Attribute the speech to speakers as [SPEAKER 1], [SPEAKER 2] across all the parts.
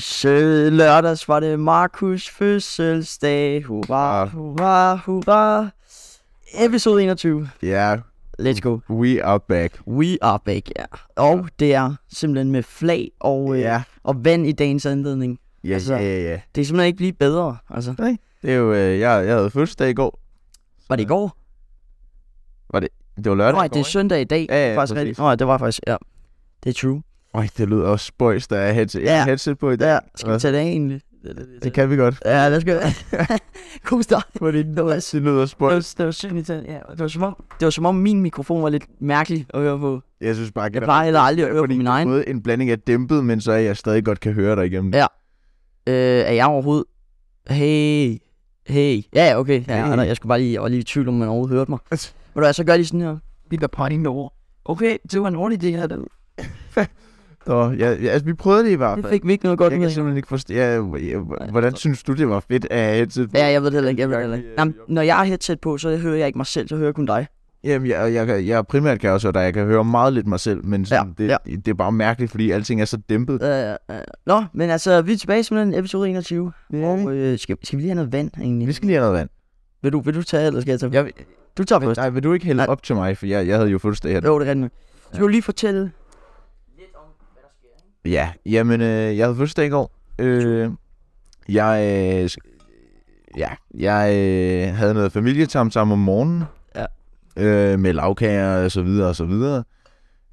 [SPEAKER 1] søde lørdags var det Markus fødselsdag. Hurra,
[SPEAKER 2] Ah.
[SPEAKER 1] hurra, hurra. Episode 21.
[SPEAKER 2] Ja,
[SPEAKER 1] Let's go.
[SPEAKER 2] we are back.
[SPEAKER 1] We are back, ja. Og det er simpelthen med flag og, øh,
[SPEAKER 2] Ja.
[SPEAKER 1] og vand i dagens anledning.
[SPEAKER 2] Ja,
[SPEAKER 1] Altså-
[SPEAKER 2] ja, ja.
[SPEAKER 1] Det er simpelthen ikke blive bedre, altså.
[SPEAKER 2] Nej. Det er jo, øh, jeg, jeg havde fødselsdag i går.
[SPEAKER 1] Var det i går?
[SPEAKER 2] Det var lørdag
[SPEAKER 1] Nej,
[SPEAKER 2] i går,
[SPEAKER 1] det er søndag i dag.
[SPEAKER 2] Ja, ja,
[SPEAKER 1] Det er faktisk
[SPEAKER 2] præcis.
[SPEAKER 1] rigtigt. Nej, det var faktisk, ja. Det er true.
[SPEAKER 2] ikke? Øj, det lyder også spøjs, der er headset,
[SPEAKER 1] Ja.
[SPEAKER 2] ja. headset på i dag.
[SPEAKER 1] Ja, skal vi
[SPEAKER 2] Hvad?
[SPEAKER 1] tage det af egentlig?
[SPEAKER 2] Det kan vi godt.
[SPEAKER 1] Ja, lad os gøre God start.
[SPEAKER 2] For det, det lyder
[SPEAKER 1] Det
[SPEAKER 2] spøjs.
[SPEAKER 1] var, det var synligt, ja. Det var, som om, det var som om min mikrofon var lidt mærkelig at høre på.
[SPEAKER 2] Jeg synes bare,
[SPEAKER 1] Jeg
[SPEAKER 2] generelt,
[SPEAKER 1] plejer heller aldrig at høre på
[SPEAKER 2] fordi
[SPEAKER 1] min
[SPEAKER 2] det er
[SPEAKER 1] egen.
[SPEAKER 2] Både en blanding af dæmpet, men så er jeg stadig godt kan høre dig igennem.
[SPEAKER 1] Ja. Øh, er jeg overhovedet... Hey, hey. Ja, ja, okay. Ja,
[SPEAKER 2] Hey.
[SPEAKER 1] hey. Jeg skulle bare lige, jeg var lige i tvivl, om man overhovedet hørte mig. Ved du hvad, så gør jeg lige sådan her. Lige der potting over. Okay, det var en ordentlig idé her. Det
[SPEAKER 2] Så, ja, ja, altså, vi prøvede det i hvert fald.
[SPEAKER 1] fik vi ikke noget godt
[SPEAKER 2] Jeg
[SPEAKER 1] ud
[SPEAKER 2] kan
[SPEAKER 1] af.
[SPEAKER 2] simpelthen ikke forstå. Ja, ja, hvordan synes du, det var fedt at have headset på?
[SPEAKER 1] Ja, jeg ved det heller ikke. Jeg ved det heller
[SPEAKER 2] Vi,
[SPEAKER 1] ikke.
[SPEAKER 2] øh,
[SPEAKER 1] Jamen, når jeg er her tæt på, så hører jeg ikke mig selv, så hører jeg kun dig.
[SPEAKER 2] Jamen, jeg, jeg, jeg, jeg primært kan jeg også høre dig. Jeg kan høre meget lidt mig selv, men sådan,
[SPEAKER 1] Ja,
[SPEAKER 2] ja, det, ja. det er bare mærkeligt, fordi alting er så dæmpet.
[SPEAKER 1] Øh, øh. Nå, men altså, vi er tilbage simpelthen episode 21.
[SPEAKER 2] Ja.
[SPEAKER 1] Og, øh, skal, skal vi lige have noget vand egentlig?
[SPEAKER 2] Vi skal lige have noget vand.
[SPEAKER 1] Vil du, vil du tage, eller skal jeg tage?
[SPEAKER 2] Jeg,
[SPEAKER 1] Du tager først.
[SPEAKER 2] nej, vil du ikke hælde
[SPEAKER 1] Nej.
[SPEAKER 2] op til mig, for jeg, jeg havde jo fødselsdag her.
[SPEAKER 1] Jo, det er rigtigt. nok. Skal du lige fortælle?
[SPEAKER 2] Ja, jamen, øh, jeg havde fødselsdag i går. Øh, jeg, øh, sk- ja, jeg øh, havde noget familietamtam om morgenen.
[SPEAKER 1] Ja.
[SPEAKER 2] Øh, med lavkager og så videre og så videre.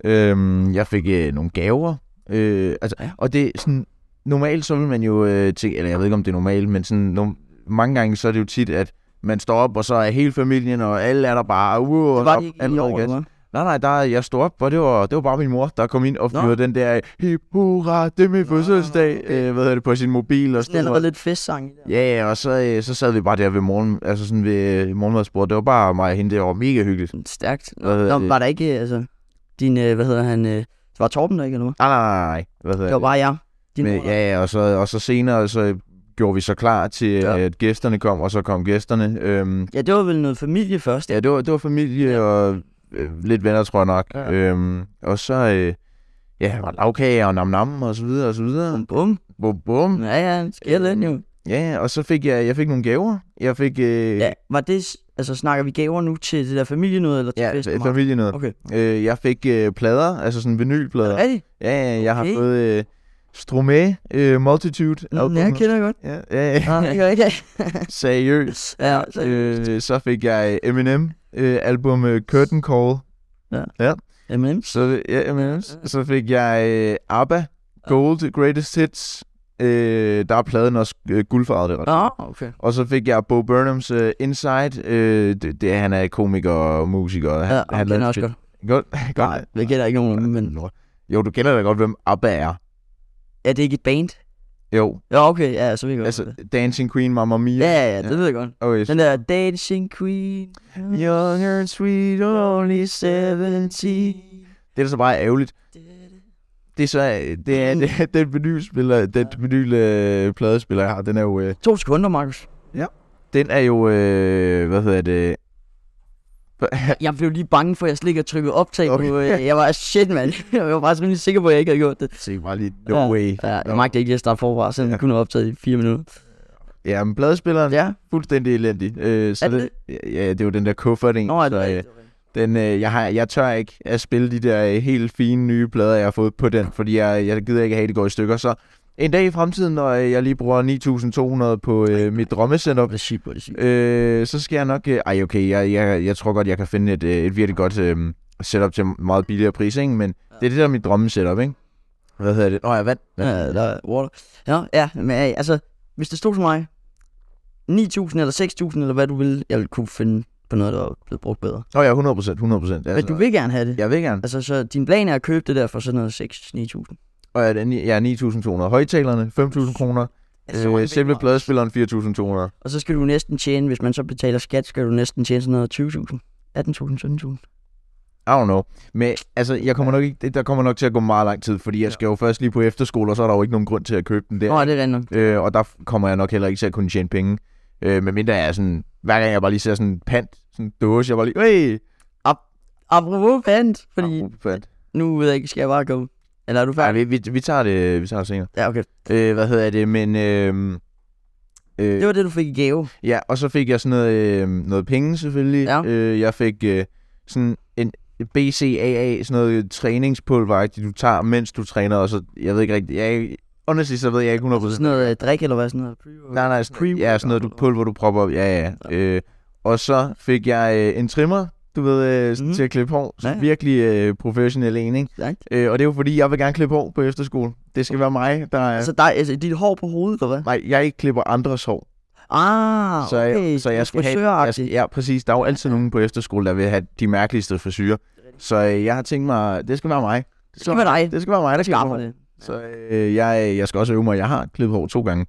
[SPEAKER 2] Øh, jeg fik øh, nogle gaver. Øh, altså,
[SPEAKER 1] Ja.
[SPEAKER 2] og det er sådan, normalt så vil man jo øh, tænke, eller jeg ved ikke om det er normalt, men sådan, nom- mange gange så er det jo tit, at man står op, og så er hele familien, og alle er der bare, uh, og
[SPEAKER 1] Det var
[SPEAKER 2] op,
[SPEAKER 1] det ikke i
[SPEAKER 2] allerede
[SPEAKER 1] år,
[SPEAKER 2] gas.
[SPEAKER 1] eller hvad?
[SPEAKER 2] Nej, nej, der, jeg stod op, og det var, det var bare min mor, der kom ind og
[SPEAKER 1] Nå.
[SPEAKER 2] fyrede den der hip hurra, det er min
[SPEAKER 1] Nå, nå, nå,
[SPEAKER 2] fødselsdag,
[SPEAKER 1] okay.
[SPEAKER 2] øh, hvad hedder det, på sin mobil og
[SPEAKER 1] Sådan
[SPEAKER 2] sådan
[SPEAKER 1] allerede
[SPEAKER 2] noget.
[SPEAKER 1] lidt festsang. i det.
[SPEAKER 2] Ja, ja, og så, øh, så sad vi bare der ved morgen, altså sådan ved øh, morgenmadsbordet. Det var bare mig og hende, det var mega hyggeligt.
[SPEAKER 1] Sådan Stærkt.
[SPEAKER 2] Hvad hedder
[SPEAKER 1] Nå,
[SPEAKER 2] det?
[SPEAKER 1] var der ikke, øh, altså, din, øh, hvad hedder han, øh, det var Torben der ikke, eller hvad?
[SPEAKER 2] Nej, nej, nej, nej. Hvad hedder
[SPEAKER 1] Det var bare jeg. Din
[SPEAKER 2] Men,
[SPEAKER 1] mor, der.
[SPEAKER 2] ja, ja, og så, og så senere så gjorde vi så klar til,
[SPEAKER 1] Ja.
[SPEAKER 2] ja. at gæsterne kom, og så kom gæsterne. Øhm,
[SPEAKER 1] ja, det var vel noget familie først.
[SPEAKER 2] Ja, det var, det var familie ja. og øh, lidt venner, tror jeg nok.
[SPEAKER 1] Ja.
[SPEAKER 2] Ja. Øhm, og så, øh, ja, var lavkager og nam nam og så videre og så videre.
[SPEAKER 1] Bum, bum.
[SPEAKER 2] Bum, bum.
[SPEAKER 1] Ja, ja, det sker lidt jo.
[SPEAKER 2] Ja, og så fik jeg, jeg fik nogle gaver. Jeg fik øh,
[SPEAKER 1] Ja, var det, s- altså snakker vi gaver nu til det der familienød, eller til
[SPEAKER 2] ja,
[SPEAKER 1] festen?
[SPEAKER 2] f- altså, familie noget.
[SPEAKER 1] Okay.
[SPEAKER 2] Øh, jeg fik øh, plader, altså sådan vinylplader.
[SPEAKER 1] Er det?
[SPEAKER 2] Ja, ja, jeg har
[SPEAKER 1] Okay.
[SPEAKER 2] fået øh, Stromae, øh, Multitude.
[SPEAKER 1] Mm,
[SPEAKER 2] albumet.
[SPEAKER 1] jeg kender det godt.
[SPEAKER 2] ja, ja, ja.
[SPEAKER 1] Ah, ikke rigtig.
[SPEAKER 2] Seriøst.
[SPEAKER 1] Ja, så-
[SPEAKER 2] Øh, så fik jeg Eminem øh, album øh, Curtain Call.
[SPEAKER 1] Jamen,
[SPEAKER 2] Så, ja,
[SPEAKER 1] Øh.
[SPEAKER 2] men, så fik jeg øh, ABBA, Gold, Greatest Hits. Øh, der er pladen også øh, guldfarvet, det er ret
[SPEAKER 1] Nå,
[SPEAKER 2] sjovt.
[SPEAKER 1] okay.
[SPEAKER 2] Og så fik jeg Bo Burnhams øh, Inside. Øh, det, det, er- han er komiker og musiker. Han,
[SPEAKER 1] Ja,
[SPEAKER 2] han
[SPEAKER 1] han kender
[SPEAKER 2] lavede
[SPEAKER 1] også
[SPEAKER 2] shit.
[SPEAKER 1] godt.
[SPEAKER 2] Godt, godt.
[SPEAKER 1] Jeg kender ikke nogen, af dem, men
[SPEAKER 2] Lort. Jo, du kender da godt, hvem ABBA er.
[SPEAKER 1] er det ikke et band?
[SPEAKER 2] Jo,
[SPEAKER 1] Ja, okay, ja, så ved jeg godt.
[SPEAKER 2] altså Dancing Queen, Mamma Mia.
[SPEAKER 1] Ja, ja, det ved jeg godt.
[SPEAKER 2] Okay,
[SPEAKER 1] Den der Dancing Queen.
[SPEAKER 2] Young and sweet, only 17. Det er så bare ærgerligt. det er så det er, det er den vinylspiller, den vinyl øh, pladespiller jeg har, den er jo øh,
[SPEAKER 1] To sekunder, Markus.
[SPEAKER 2] den er jo øh, hvad hedder det?
[SPEAKER 1] Jeg blev lige bange for, at jeg slet ikke havde trykket optag okay. på.
[SPEAKER 2] Okay.
[SPEAKER 1] øh, Jeg var shit, mand. Jeg var faktisk rimelig sikker på, at jeg ikke havde gjort det.
[SPEAKER 2] Se bare lige no way.
[SPEAKER 1] Ja, jeg
[SPEAKER 2] Nå.
[SPEAKER 1] magte ikke lige at starte forfra, selvom jeg kun havde optaget i fire minutter.
[SPEAKER 2] Ja, men pladespilleren
[SPEAKER 1] Ja.
[SPEAKER 2] fuldstændig elendig. Øh, så
[SPEAKER 1] Er det
[SPEAKER 2] det, ja, det er jo den der kuffert en.
[SPEAKER 1] Nå, er det
[SPEAKER 2] så, øh,
[SPEAKER 1] rigtigt.
[SPEAKER 2] den, øh, jeg, har, jeg tør ikke at spille de der øh, helt fine nye plader, jeg har fået på den, fordi jeg, jeg gider ikke have, at det går i stykker. Så en dag i fremtiden, når øh, jeg lige bruger 9.200 på øh, mit drømmesender,
[SPEAKER 1] det er sygt, hvor det er sygt.
[SPEAKER 2] Øh, så skal jeg nok... Øh, ej, okay, jeg, jeg, jeg tror godt, jeg kan finde et, øh, et virkelig godt øh, setup til meget billigere pris, ikke? Men ja. det er det der er mit drømme setup, ikke? Hvad hedder det? Nå, ja, vand.
[SPEAKER 1] Ja, der er water. Ja, ja, men øh, altså, hvis det stod til mig, 9.000 eller 6.000 eller hvad du ville, jeg ville kunne finde på noget, der var blevet brugt bedre.
[SPEAKER 2] Nå ja, 100 procent, 100 procent. Altså,
[SPEAKER 1] Men du vil gerne have det.
[SPEAKER 2] Jeg vil gerne.
[SPEAKER 1] Altså, så din plan er at købe det der for sådan noget 6-9.000.
[SPEAKER 2] Og jeg er ni- jeg er 9.200. Højtalerne, 5.000 kroner. Øh, selve pladespilleren, 4.200.
[SPEAKER 1] Og så skal du næsten tjene, hvis man så betaler skat, skal du næsten tjene sådan noget 20.000, 18.000, 17.000.
[SPEAKER 2] I don't know. Men altså, jeg kommer nok ikke, det- der kommer nok til at gå meget lang tid, fordi jeg skal jo først lige på efterskole, og så er der jo ikke nogen grund til at købe den der.
[SPEAKER 1] Nå, er det er nok.
[SPEAKER 2] Øh, og der f- kommer jeg nok heller ikke til at kunne tjene penge. Øh, medmindre jeg er sådan, hver gang jeg bare lige ser sådan en pant, sådan en dåse, jeg bare lige, Ah, øh,
[SPEAKER 1] Apropos pant, fordi
[SPEAKER 2] Apropos pant.
[SPEAKER 1] nu ved jeg ikke, skal jeg bare gå. Eller er du
[SPEAKER 2] Nej,
[SPEAKER 1] færdig?
[SPEAKER 2] vi, vi, vi, tager det, vi tager det senere.
[SPEAKER 1] Ja, okay.
[SPEAKER 2] Øh, hvad hedder det? Men... Øh, øh,
[SPEAKER 1] Det var det, du fik i gave.
[SPEAKER 2] Ja, og så fik jeg sådan noget, øh, noget penge selvfølgelig.
[SPEAKER 1] Ja.
[SPEAKER 2] Øh, jeg fik øh, sådan en BCAA, sådan noget træningspulver, du tager, mens du træner, og så, jeg ved ikke rigtigt, jeg, honestly, så ved jeg ikke 100%.
[SPEAKER 1] Altså sådan noget øh, drik eller hvad? Sådan noget. Pre-workout.
[SPEAKER 2] nej, nej, sådan, ja, sådan noget du,
[SPEAKER 1] Pre-workout.
[SPEAKER 2] pulver, du propper op, ja, ja.
[SPEAKER 1] Ja.
[SPEAKER 2] Øh, og så fik jeg øh, en trimmer, du ved, øh, mm.
[SPEAKER 1] Mhm.
[SPEAKER 2] til at klippe hår.
[SPEAKER 1] Ja, ja.
[SPEAKER 2] Virkelig øh, professionel en, ikke?
[SPEAKER 1] Stærkt.
[SPEAKER 2] Øh, og det er jo fordi, jeg vil gerne klippe hår på efterskole. Det skal være mig, der er...
[SPEAKER 1] Altså dig, altså dit hår på hovedet, eller hvad?
[SPEAKER 2] nej, jeg ikke klipper andres hår.
[SPEAKER 1] Ah,
[SPEAKER 2] Så jeg-
[SPEAKER 1] okay.
[SPEAKER 2] så jeg skulle have-
[SPEAKER 1] have...
[SPEAKER 2] Altså, ja, præcis. Der er jo altid nogen på efterskole, der vil have de mærkeligste frisyrer. Så øh, jeg har tænkt mig, det skal være mig.
[SPEAKER 1] Det skal være dig.
[SPEAKER 2] Det skal være mig, der skal
[SPEAKER 1] Skaffer
[SPEAKER 2] det.
[SPEAKER 1] det.
[SPEAKER 2] Så øh, jeg, jeg skal også øve mig. Jeg har klippet hår to gange.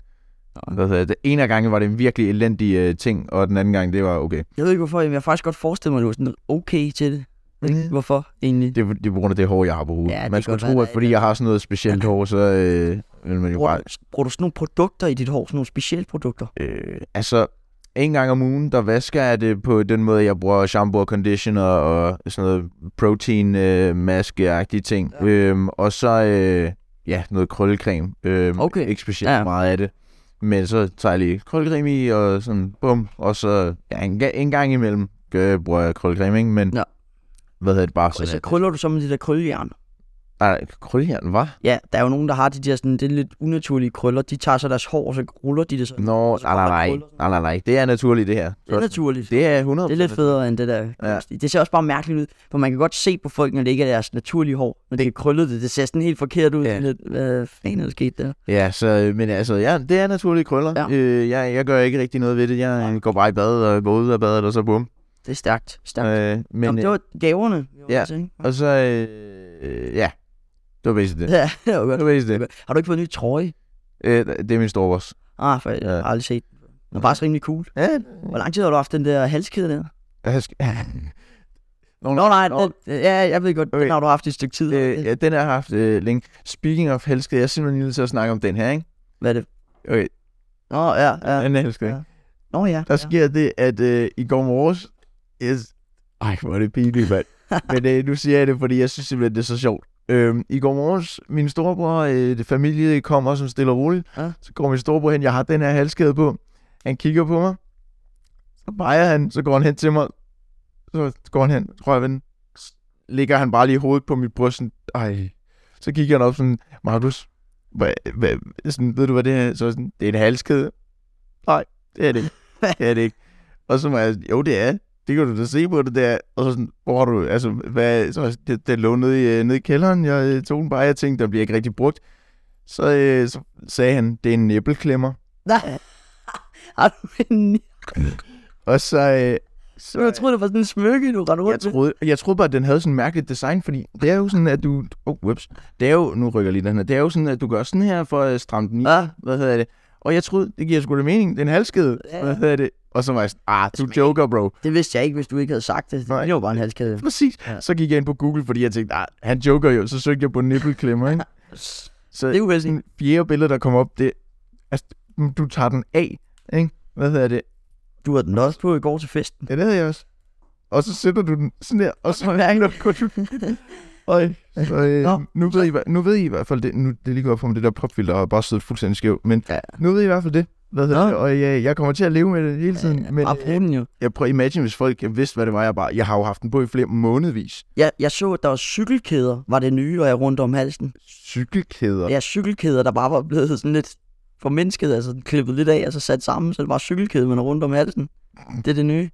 [SPEAKER 1] Nå.
[SPEAKER 2] Hvad hedder det? Den ene af gangen var det en virkelig elendig øh, ting, og den anden gang, det var okay.
[SPEAKER 1] Jeg ved ikke hvorfor, men jeg har faktisk godt forestillet mig, at du var sådan okay til det.
[SPEAKER 2] Mhm.
[SPEAKER 1] Mm. Hvorfor egentlig?
[SPEAKER 2] Det, er- det er på grund af det hår, jeg har på hovedet.
[SPEAKER 1] Ja, det
[SPEAKER 2] man
[SPEAKER 1] kan
[SPEAKER 2] skulle
[SPEAKER 1] godt
[SPEAKER 2] tro,
[SPEAKER 1] være,
[SPEAKER 2] at
[SPEAKER 1] der er
[SPEAKER 2] fordi jeg har sådan noget specielt hår, så øh, vil man jo
[SPEAKER 1] Bruger,
[SPEAKER 2] bare...
[SPEAKER 1] du, bruger du sådan nogle produkter i dit hår? Sådan nogle specielle produkter?
[SPEAKER 2] Øh, altså, en gang om ugen, der vasker jeg det på den måde, jeg bruger shampoo og conditioner og sådan noget protein øh, maskeagtige ting. Ja.
[SPEAKER 1] Ja.
[SPEAKER 2] Øhm, og så, øh, ja, noget krøllecreme. Øhm,
[SPEAKER 1] Okay.
[SPEAKER 2] Ikke specielt ja.
[SPEAKER 1] Ja.
[SPEAKER 2] meget af det. Men så tager jeg lige krøllecreme i, og sådan, bum. Og så, ja, en, ga- en gang imellem øh, bruger jeg krøllecreme, ikke? Men,
[SPEAKER 1] Ja.
[SPEAKER 2] hvad hedder det bare? Sådan,
[SPEAKER 1] Altså,
[SPEAKER 2] at-
[SPEAKER 1] krøller du så med de der krøllejern?
[SPEAKER 2] Nej, krøllejern, hva'?
[SPEAKER 1] Ja, der er jo nogen, der har de der sådan, det er lidt unaturlige krøller. De tager så deres hår, og så ruller de det så.
[SPEAKER 2] Nå,
[SPEAKER 1] så
[SPEAKER 2] nej,
[SPEAKER 1] kommer der
[SPEAKER 2] nej, nej,
[SPEAKER 1] krøller.
[SPEAKER 2] nej, nej, nej. Det er naturligt, det her.
[SPEAKER 1] Det er naturligt.
[SPEAKER 2] Det er 100%.
[SPEAKER 1] Det er lidt federe end det der.
[SPEAKER 2] Ja.
[SPEAKER 1] Ja. Det ser også bare mærkeligt ud, for man kan godt se på folk, når det ikke er deres naturlige hår. Når det er krøllet, det, det ser sådan helt forkert ud.
[SPEAKER 2] Ja.
[SPEAKER 1] Ja. Lidt, hvad fanden er der sket der?
[SPEAKER 2] Ja, så, øh, men altså, ja, det er naturlige krøller. Ja.
[SPEAKER 1] Ja.
[SPEAKER 2] Øh, jeg, jeg gør ikke rigtig noget ved det. Jeg øh, går bare i bad og går ud af badet, og så bum.
[SPEAKER 1] Det er stærkt. stærkt. Øh,
[SPEAKER 2] Øh, men,
[SPEAKER 1] men, Jamen, det
[SPEAKER 2] øh,
[SPEAKER 1] var gaverne. vi var
[SPEAKER 2] ja.
[SPEAKER 1] ude til, ikke?
[SPEAKER 2] og så, øh, øh, ja, det var basically det.
[SPEAKER 1] Ja, det var
[SPEAKER 2] Det
[SPEAKER 1] godt.
[SPEAKER 2] var basically det.
[SPEAKER 1] Har du ikke fået en ny trøje?
[SPEAKER 2] Øh, det er min storebrors.
[SPEAKER 1] Ah, for jeg
[SPEAKER 2] Ja.
[SPEAKER 1] har aldrig set den. Den er faktisk rimelig cool.
[SPEAKER 2] Ja.
[SPEAKER 1] Hvor lang tid har du haft den der halskæde der?
[SPEAKER 2] Jeg skal,
[SPEAKER 1] Nå nej,
[SPEAKER 2] Nå.
[SPEAKER 1] den, øh, ja, jeg ved godt,
[SPEAKER 2] Okay.
[SPEAKER 1] den har du haft i et stykke tid.
[SPEAKER 2] øh, ja, den har jeg haft øh, længe. Speaking of helskede, jeg er simpelthen nødt til at snakke om den her, ikke?
[SPEAKER 1] Hvad er det?
[SPEAKER 2] Okay,
[SPEAKER 1] Nå ja, ja.
[SPEAKER 2] den helskede. Ja.
[SPEAKER 1] Ja. Nå ja.
[SPEAKER 2] Øh, Der
[SPEAKER 1] ja.
[SPEAKER 2] sker det, at øh, i går morges... Jeg... Ej, hvor er det pinligt, mand. Men øh, nu siger jeg det, fordi jeg synes simpelthen, det er så sjovt. Øhm, I går morges, min storebror, øh, det familie kommer sådan stille og roligt. Ja.
[SPEAKER 1] Ja.
[SPEAKER 2] Så går min storebror hen, jeg har den her halskæde på. Han kigger på mig. Så peger han, så går han hen til mig. Så går han hen, rører ved den. Så ligger han bare lige hovedet på mit bryst. Sådan, Ej. Så kigger han op sådan, Markus, hvad, hvad, sådan, ved du hvad det er? Så er jeg sådan, det er en halskæde. Nej, det er det ikke. Det er det ikke. Og så var jeg, sådan, jo det er. Det kan du da se på det der. Og så sådan, hvor har du, altså, hvad, så var jeg sådan, det, det lå nede i, øh, nede i kælderen. Jeg øh, tog den bare, jeg tænkte, den bliver ikke rigtig brugt. Så, øh, så sagde han, det er en næbelklemmer.
[SPEAKER 1] Nej. Har du en
[SPEAKER 2] Og så, øh,
[SPEAKER 1] Så jeg troede, det var sådan en smykke, du rendte
[SPEAKER 2] jeg
[SPEAKER 1] rundt med.
[SPEAKER 2] troede, jeg troede bare, at den havde sådan en mærkeligt design, fordi det er jo sådan, at du... Oh, whoops. Det er jo... Nu rykker jeg lige den her. Det er jo sådan, at du gør sådan her for at stramme den i.
[SPEAKER 1] Ja.
[SPEAKER 2] Hvad hedder det? Og jeg troede, det giver sgu da mening. Det er en halskede.
[SPEAKER 1] Ja.
[SPEAKER 2] Hvad hedder det? Og så var jeg sådan, ah, du joker, bro.
[SPEAKER 1] Det vidste jeg ikke, hvis du ikke havde sagt det.
[SPEAKER 2] Nej.
[SPEAKER 1] Det var bare en halskæde.
[SPEAKER 2] Præcis. Ja.
[SPEAKER 1] Ja.
[SPEAKER 2] Så gik jeg ind på Google, fordi jeg tænkte, nej, han joker jo. Så søgte jeg på nippelklemmer, ikke? Så
[SPEAKER 1] Det er uheldigt.
[SPEAKER 2] sådan fjerde billede, der kom op, det... Altså, du tager den af, ikke? Hvad hedder det?
[SPEAKER 1] Du havde den også på i går til festen.
[SPEAKER 2] Ja, det havde jeg også. Og så sætter du den sådan der, og så mærker du du den. Øj, altså, øh,
[SPEAKER 1] Nå.
[SPEAKER 2] nu, ved I, hva- nu ved I i hvert fald det. Nu det er lige gået op for mig, det der popfilter har bare siddet fuldstændig skævt. Men
[SPEAKER 1] Ja.
[SPEAKER 2] nu ved I i hvert fald det. Hvad hedder
[SPEAKER 1] Nå.
[SPEAKER 2] det? Og øh, jeg, jeg kommer til at leve med det hele tiden. men,
[SPEAKER 1] Bare
[SPEAKER 2] øh,
[SPEAKER 1] på den jo.
[SPEAKER 2] jeg prøver at imagine, hvis folk vidste, hvad det var, jeg bare... Jeg har jo haft den på i flere månedvis.
[SPEAKER 1] Jeg, jeg så, at der var cykelkæder, var det nye, og jeg rundt om halsen.
[SPEAKER 2] Cykelkæder.
[SPEAKER 1] Ja, cykelkæder, der bare var blevet sådan lidt formindsket, altså klippet lidt af, og så sat sammen, så det var cykelkæde, man er rundt om halsen. Det er det nye.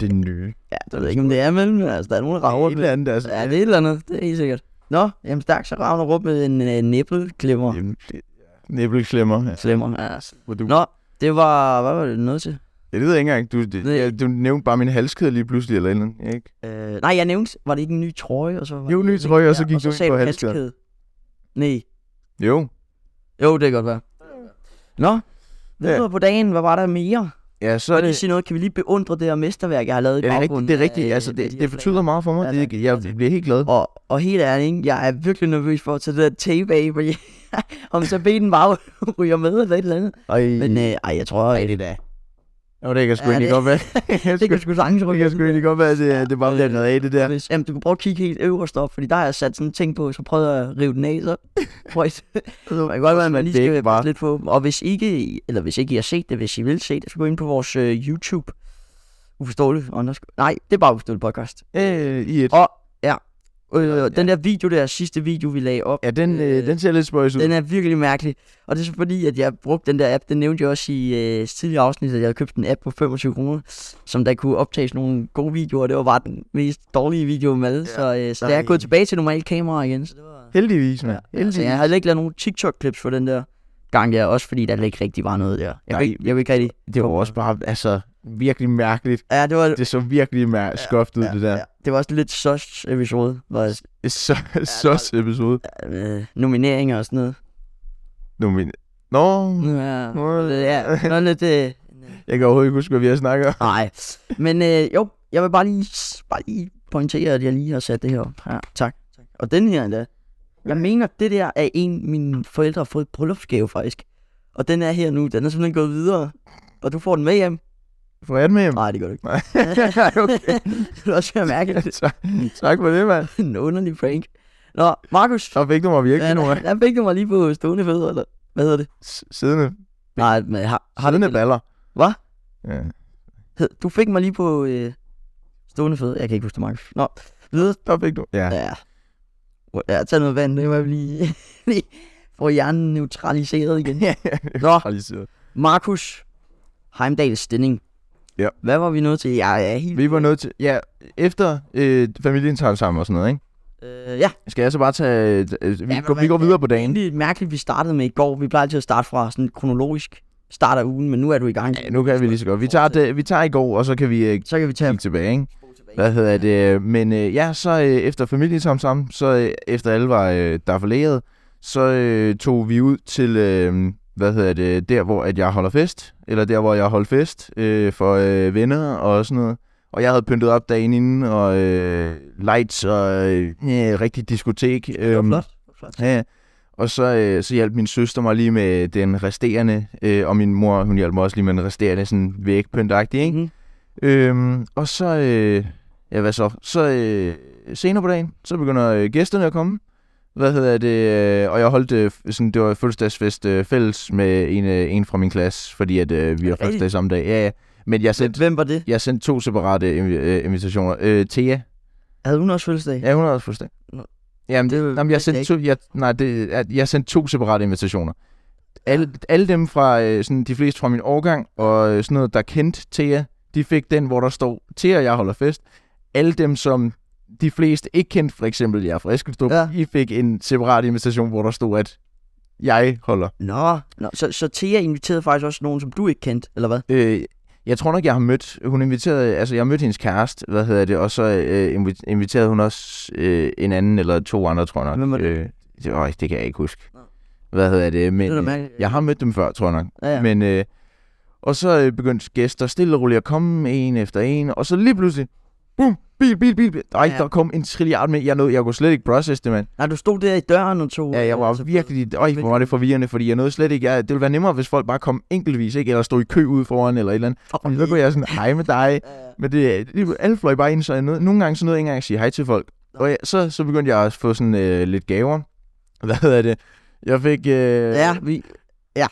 [SPEAKER 2] Det nye.
[SPEAKER 1] Ja, det ved jeg ikke, om det er, men altså, der er nogen, der rager
[SPEAKER 2] Et
[SPEAKER 1] det.
[SPEAKER 2] eller andet, altså.
[SPEAKER 1] Ja, det er et eller andet, det er helt sikkert. Nå, jamen stærkt, så ravner rundt med en øh, næbelklemmer.
[SPEAKER 2] Jamen, det- Næbleklemmer. Ja.
[SPEAKER 1] Klemmer, ja. altså.
[SPEAKER 2] Hvor Du,
[SPEAKER 1] Nå, det var, hvad var det noget til?
[SPEAKER 2] Jeg ved jeg ikke engang. Du, det,
[SPEAKER 1] Ved jeg
[SPEAKER 2] ja, du nævnte bare min halskæde lige pludselig, eller et eller andet, ikke?
[SPEAKER 1] Øh, nej, jeg nævnte, var det ikke en ny trøje? Og så var
[SPEAKER 2] Jo,
[SPEAKER 1] det-
[SPEAKER 2] ny trøje, og så gik du ind
[SPEAKER 1] sagde
[SPEAKER 2] på
[SPEAKER 1] du
[SPEAKER 2] halskæde.
[SPEAKER 1] Nej.
[SPEAKER 2] Jo.
[SPEAKER 1] Jo, det kan godt være. Nå, det
[SPEAKER 2] Ja.
[SPEAKER 1] ja. på dagen, hvad var der mere?
[SPEAKER 2] Ja, så
[SPEAKER 1] Kan
[SPEAKER 2] er
[SPEAKER 1] vi lige
[SPEAKER 2] det...
[SPEAKER 1] sige noget? Kan vi lige beundre det her mesterværk, jeg har lavet i
[SPEAKER 2] Ja, det er rigtigt,
[SPEAKER 1] baggrunden?
[SPEAKER 2] det er rigtigt.
[SPEAKER 1] af,
[SPEAKER 2] Altså,
[SPEAKER 1] øh,
[SPEAKER 2] det,
[SPEAKER 1] de her
[SPEAKER 2] det betyder meget for mig.
[SPEAKER 1] Ja,
[SPEAKER 2] det,
[SPEAKER 1] tak.
[SPEAKER 2] jeg, jeg bliver helt glad.
[SPEAKER 1] flager. Og, og helt ærligt, ikke? jeg er virkelig nervøs for at tage det der tape af, fordi om så benen bare ryger med eller et eller andet.
[SPEAKER 2] Ej,
[SPEAKER 1] Men øh, ej, jeg tror, at
[SPEAKER 2] det da. Nå, det kan sgu
[SPEAKER 1] Ja,
[SPEAKER 2] egentlig
[SPEAKER 1] det-
[SPEAKER 2] godt være. det kan
[SPEAKER 1] Det kan sgu sagtens
[SPEAKER 2] det
[SPEAKER 1] rykke.
[SPEAKER 2] kan sgu egentlig godt være, at det, det bare bliver noget af det der.
[SPEAKER 1] Hvis, jamen, du kan prøve at kigge helt øverst op, fordi der har jeg sat sådan en ting på, så prøvede jeg at rive den af, så prøv at
[SPEAKER 2] Det
[SPEAKER 1] kan godt være, at man lige
[SPEAKER 2] det ikke
[SPEAKER 1] skal
[SPEAKER 2] bare...
[SPEAKER 1] passe lidt på. Og hvis ikke, I- eller hvis ikke I har set det, hvis I vil se det, så gå ind på vores øh, YouTube. Uforståeligt. Underscore. Nej, det er bare Uforståeligt podcast.
[SPEAKER 2] Øh, i et.
[SPEAKER 1] Og ja, øh, øh, den der video der, sidste video vi lagde op,
[SPEAKER 2] Ja, den, øh, den ser lidt spøjs ud.
[SPEAKER 1] den er virkelig mærkelig. Og det er så fordi, at jeg brugte den der app, den nævnte jeg også i øh, tidligere afsnit, at jeg havde købt en app på 25 kroner, som der kunne optages nogle gode videoer, og det var bare den mest dårlige video med alle. Ja, så, øh, så da jeg er
[SPEAKER 2] nej.
[SPEAKER 1] gået tilbage til normalt kamera igen, så det var...
[SPEAKER 2] Heldigvis, mand.
[SPEAKER 1] Altså, jeg
[SPEAKER 2] Heldigvis.
[SPEAKER 1] har heller ikke lavet nogen TikTok-clips for den der gang der, også fordi der ikke rigtig var noget der. Jeg,
[SPEAKER 2] Nej.
[SPEAKER 1] Nej, ikke, jeg vil ikke rigtig...
[SPEAKER 2] Det var også bare, altså, virkelig mærkeligt.
[SPEAKER 1] Ja, det var, det,
[SPEAKER 2] Det så virkelig mær- skoft ud, det der.
[SPEAKER 1] ja, det var også lidt sus episode, var
[SPEAKER 2] Så,
[SPEAKER 1] altså-
[SPEAKER 2] så episode.
[SPEAKER 1] øh, nomineringer og sådan noget.
[SPEAKER 2] Nu min... Nå,
[SPEAKER 1] Ja,
[SPEAKER 2] Nå,
[SPEAKER 1] Mm. ja noget lidt... Øh,
[SPEAKER 2] jeg kan overhovedet ikke huske, hvad vi har snakket om.
[SPEAKER 1] nej, men øh, jo, jeg vil bare lige, bare lige pointere, at jeg lige har sat det her op. Ja, tak. Og den her endda. Jeg mener, det der er en, mine forældre har fået i bryllupsgave faktisk. Og den er her nu, den er simpelthen gået videre. Og du får den med hjem.
[SPEAKER 2] Får jeg den med hjem?
[SPEAKER 1] Nej, det gør du ikke.
[SPEAKER 2] Nej, okay.
[SPEAKER 1] det er også være mærkeligt.
[SPEAKER 2] Tak- tak for det, mand.
[SPEAKER 1] en underlig prank. Nå, Markus.
[SPEAKER 2] Så fik du mig virkelig nu,
[SPEAKER 1] Der fik du mig lige på stående fødder, eller hvad hedder det?
[SPEAKER 2] Siddende,
[SPEAKER 1] Nej, men har, har det,
[SPEAKER 2] siddende baller.
[SPEAKER 1] Hvad?
[SPEAKER 2] Ja.
[SPEAKER 1] hed, du fik mig lige på øh, stående fødder. Jeg kan ikke huske det, Markus. Nå, videre.
[SPEAKER 2] Der fik du. Ja.
[SPEAKER 1] Ja. Ja, tag noget vand, det var lige... lige Får hjernen neutraliseret igen. Nå,
[SPEAKER 2] Realiseret.
[SPEAKER 1] Markus Heimdals stilling.
[SPEAKER 2] Ja.
[SPEAKER 1] Hvad var vi nået til? Jeg er helt...
[SPEAKER 2] Vi var nødt til... Ja, efter øh, familien tager sammen og sådan noget, ikke?
[SPEAKER 1] Øh, ja,
[SPEAKER 2] Skal jeg så bare tage... Øh, vi,
[SPEAKER 1] Ja,
[SPEAKER 2] går,
[SPEAKER 1] men
[SPEAKER 2] vi går
[SPEAKER 1] hvad-
[SPEAKER 2] videre på dagen.
[SPEAKER 1] det er mærkeligt, vi startede med i går. Vi plejer altid at starte fra sådan kronologisk start af ugen, men nu er du i gang.
[SPEAKER 2] Ja, nu kan vi lige så godt. Vi tager, det, vi tager i går, og så kan vi øh,
[SPEAKER 1] Så kan vi tage
[SPEAKER 2] kigge tilbage, ikke? Hvad hedder det? Men øh, ja, så øh, efter familiesamsam, så øh, efter alle var øh, derforlæret, så øh, tog vi ud til, øh, hvad hedder det, der hvor at jeg holder fest, eller der hvor jeg holdt fest øh, for øh, venner og sådan noget. Og jeg havde pyntet op dagen inden, og øh, lights og øh, øh, rigtig diskotek.
[SPEAKER 1] Det var
[SPEAKER 2] øhm,
[SPEAKER 1] flot. Det var flot.
[SPEAKER 2] Ja, ja. og så, øh, så hjalp min søster mig lige med den resterende, øh, og min mor, hun hjalp mig også lige med den resterende sådan vægpyntagtige, ikke?
[SPEAKER 1] Mhm.
[SPEAKER 2] Øhm, og så, øh, ja hvad så, så øh, senere på dagen, så begynder øh, gæsterne at komme. Hvad hedder det? Øh, og jeg holdt, øh, f- sådan, det var fødselsdagsfest øh, fælles med en, øh, en fra min klasse, fordi at øh, vi har
[SPEAKER 1] rigtigt?
[SPEAKER 2] fødselsdag samme dag. Ja, ja. Men jeg sendte,
[SPEAKER 1] Hvem var det?
[SPEAKER 2] jeg sendte to separate invi- øh, invitationer. Øh, Thea,
[SPEAKER 1] Havde hun også fødselsdag?
[SPEAKER 2] Ja, hun har også fødselsdag.
[SPEAKER 1] Nå.
[SPEAKER 2] Jamen,
[SPEAKER 1] Det
[SPEAKER 2] det,
[SPEAKER 1] er jo-
[SPEAKER 2] jamen
[SPEAKER 1] det
[SPEAKER 2] jeg,
[SPEAKER 1] er
[SPEAKER 2] sendte to, jeg, nej, det, er- jeg sendte to separate invitationer. Alle, alle dem fra, øh, sådan, de fleste fra min årgang, og øh, sådan noget, der kendte Thea, de fik den, hvor der står, Thea, og jeg holder fest. Alle dem, som de fleste ikke kendte, for eksempel jer fra Eskilstrup,
[SPEAKER 1] Ja.
[SPEAKER 2] ja. I fik en separat invitation, hvor der stod, at jeg holder.
[SPEAKER 1] Nå, Nå så, så Thea inviterede faktisk også nogen, som du ikke kendte, eller hvad?
[SPEAKER 2] Øh, jeg tror nok, jeg har mødt, hun inviterede, altså jeg mødte hendes kæreste, hvad hedder det, og så øh, invi- inviterede hun også øh, en anden, eller to andre, tror jeg nok.
[SPEAKER 1] Hvem var det?
[SPEAKER 2] Øh, det, øj, det kan jeg ikke huske.
[SPEAKER 1] Nå.
[SPEAKER 2] Hvad hedder det, men
[SPEAKER 1] det er da
[SPEAKER 2] øh,
[SPEAKER 1] mærkeligt.
[SPEAKER 2] jeg har mødt dem før, tror jeg nok.
[SPEAKER 1] ja, ja. Men...
[SPEAKER 2] Men, øh, og så øh, begyndte gæster stille og roligt at komme, en efter en, og så lige pludselig, bum, bil, bil, bil, bil. Ej,
[SPEAKER 1] Ja.
[SPEAKER 2] ja. der kom en trilliard med, jeg nåede, jeg kunne slet ikke process det, mand.
[SPEAKER 1] Nej, du stod der i døren og tog...
[SPEAKER 2] Ja, jeg var
[SPEAKER 1] Uh, så-
[SPEAKER 2] virkelig... Øj, hvor var det forvirrende, fordi jeg nåede slet ikke... Jeg, det ville være nemmere, hvis folk bare kom enkeltvis, ikke? Eller stod i kø ude foran, eller et eller andet.
[SPEAKER 1] Fuck,
[SPEAKER 2] Og så kunne jeg sådan, hej med dig.
[SPEAKER 1] Ja, ja.
[SPEAKER 2] Men det, det, alle fløj bare ind, så jeg nåede, nogle gange så nåede jeg ikke engang at sige hej til folk. Og jeg, så, så begyndte jeg at få sådan øh, lidt gaver. Hvad hedder det? Jeg fik... Øh,
[SPEAKER 1] ja, vi... Ja.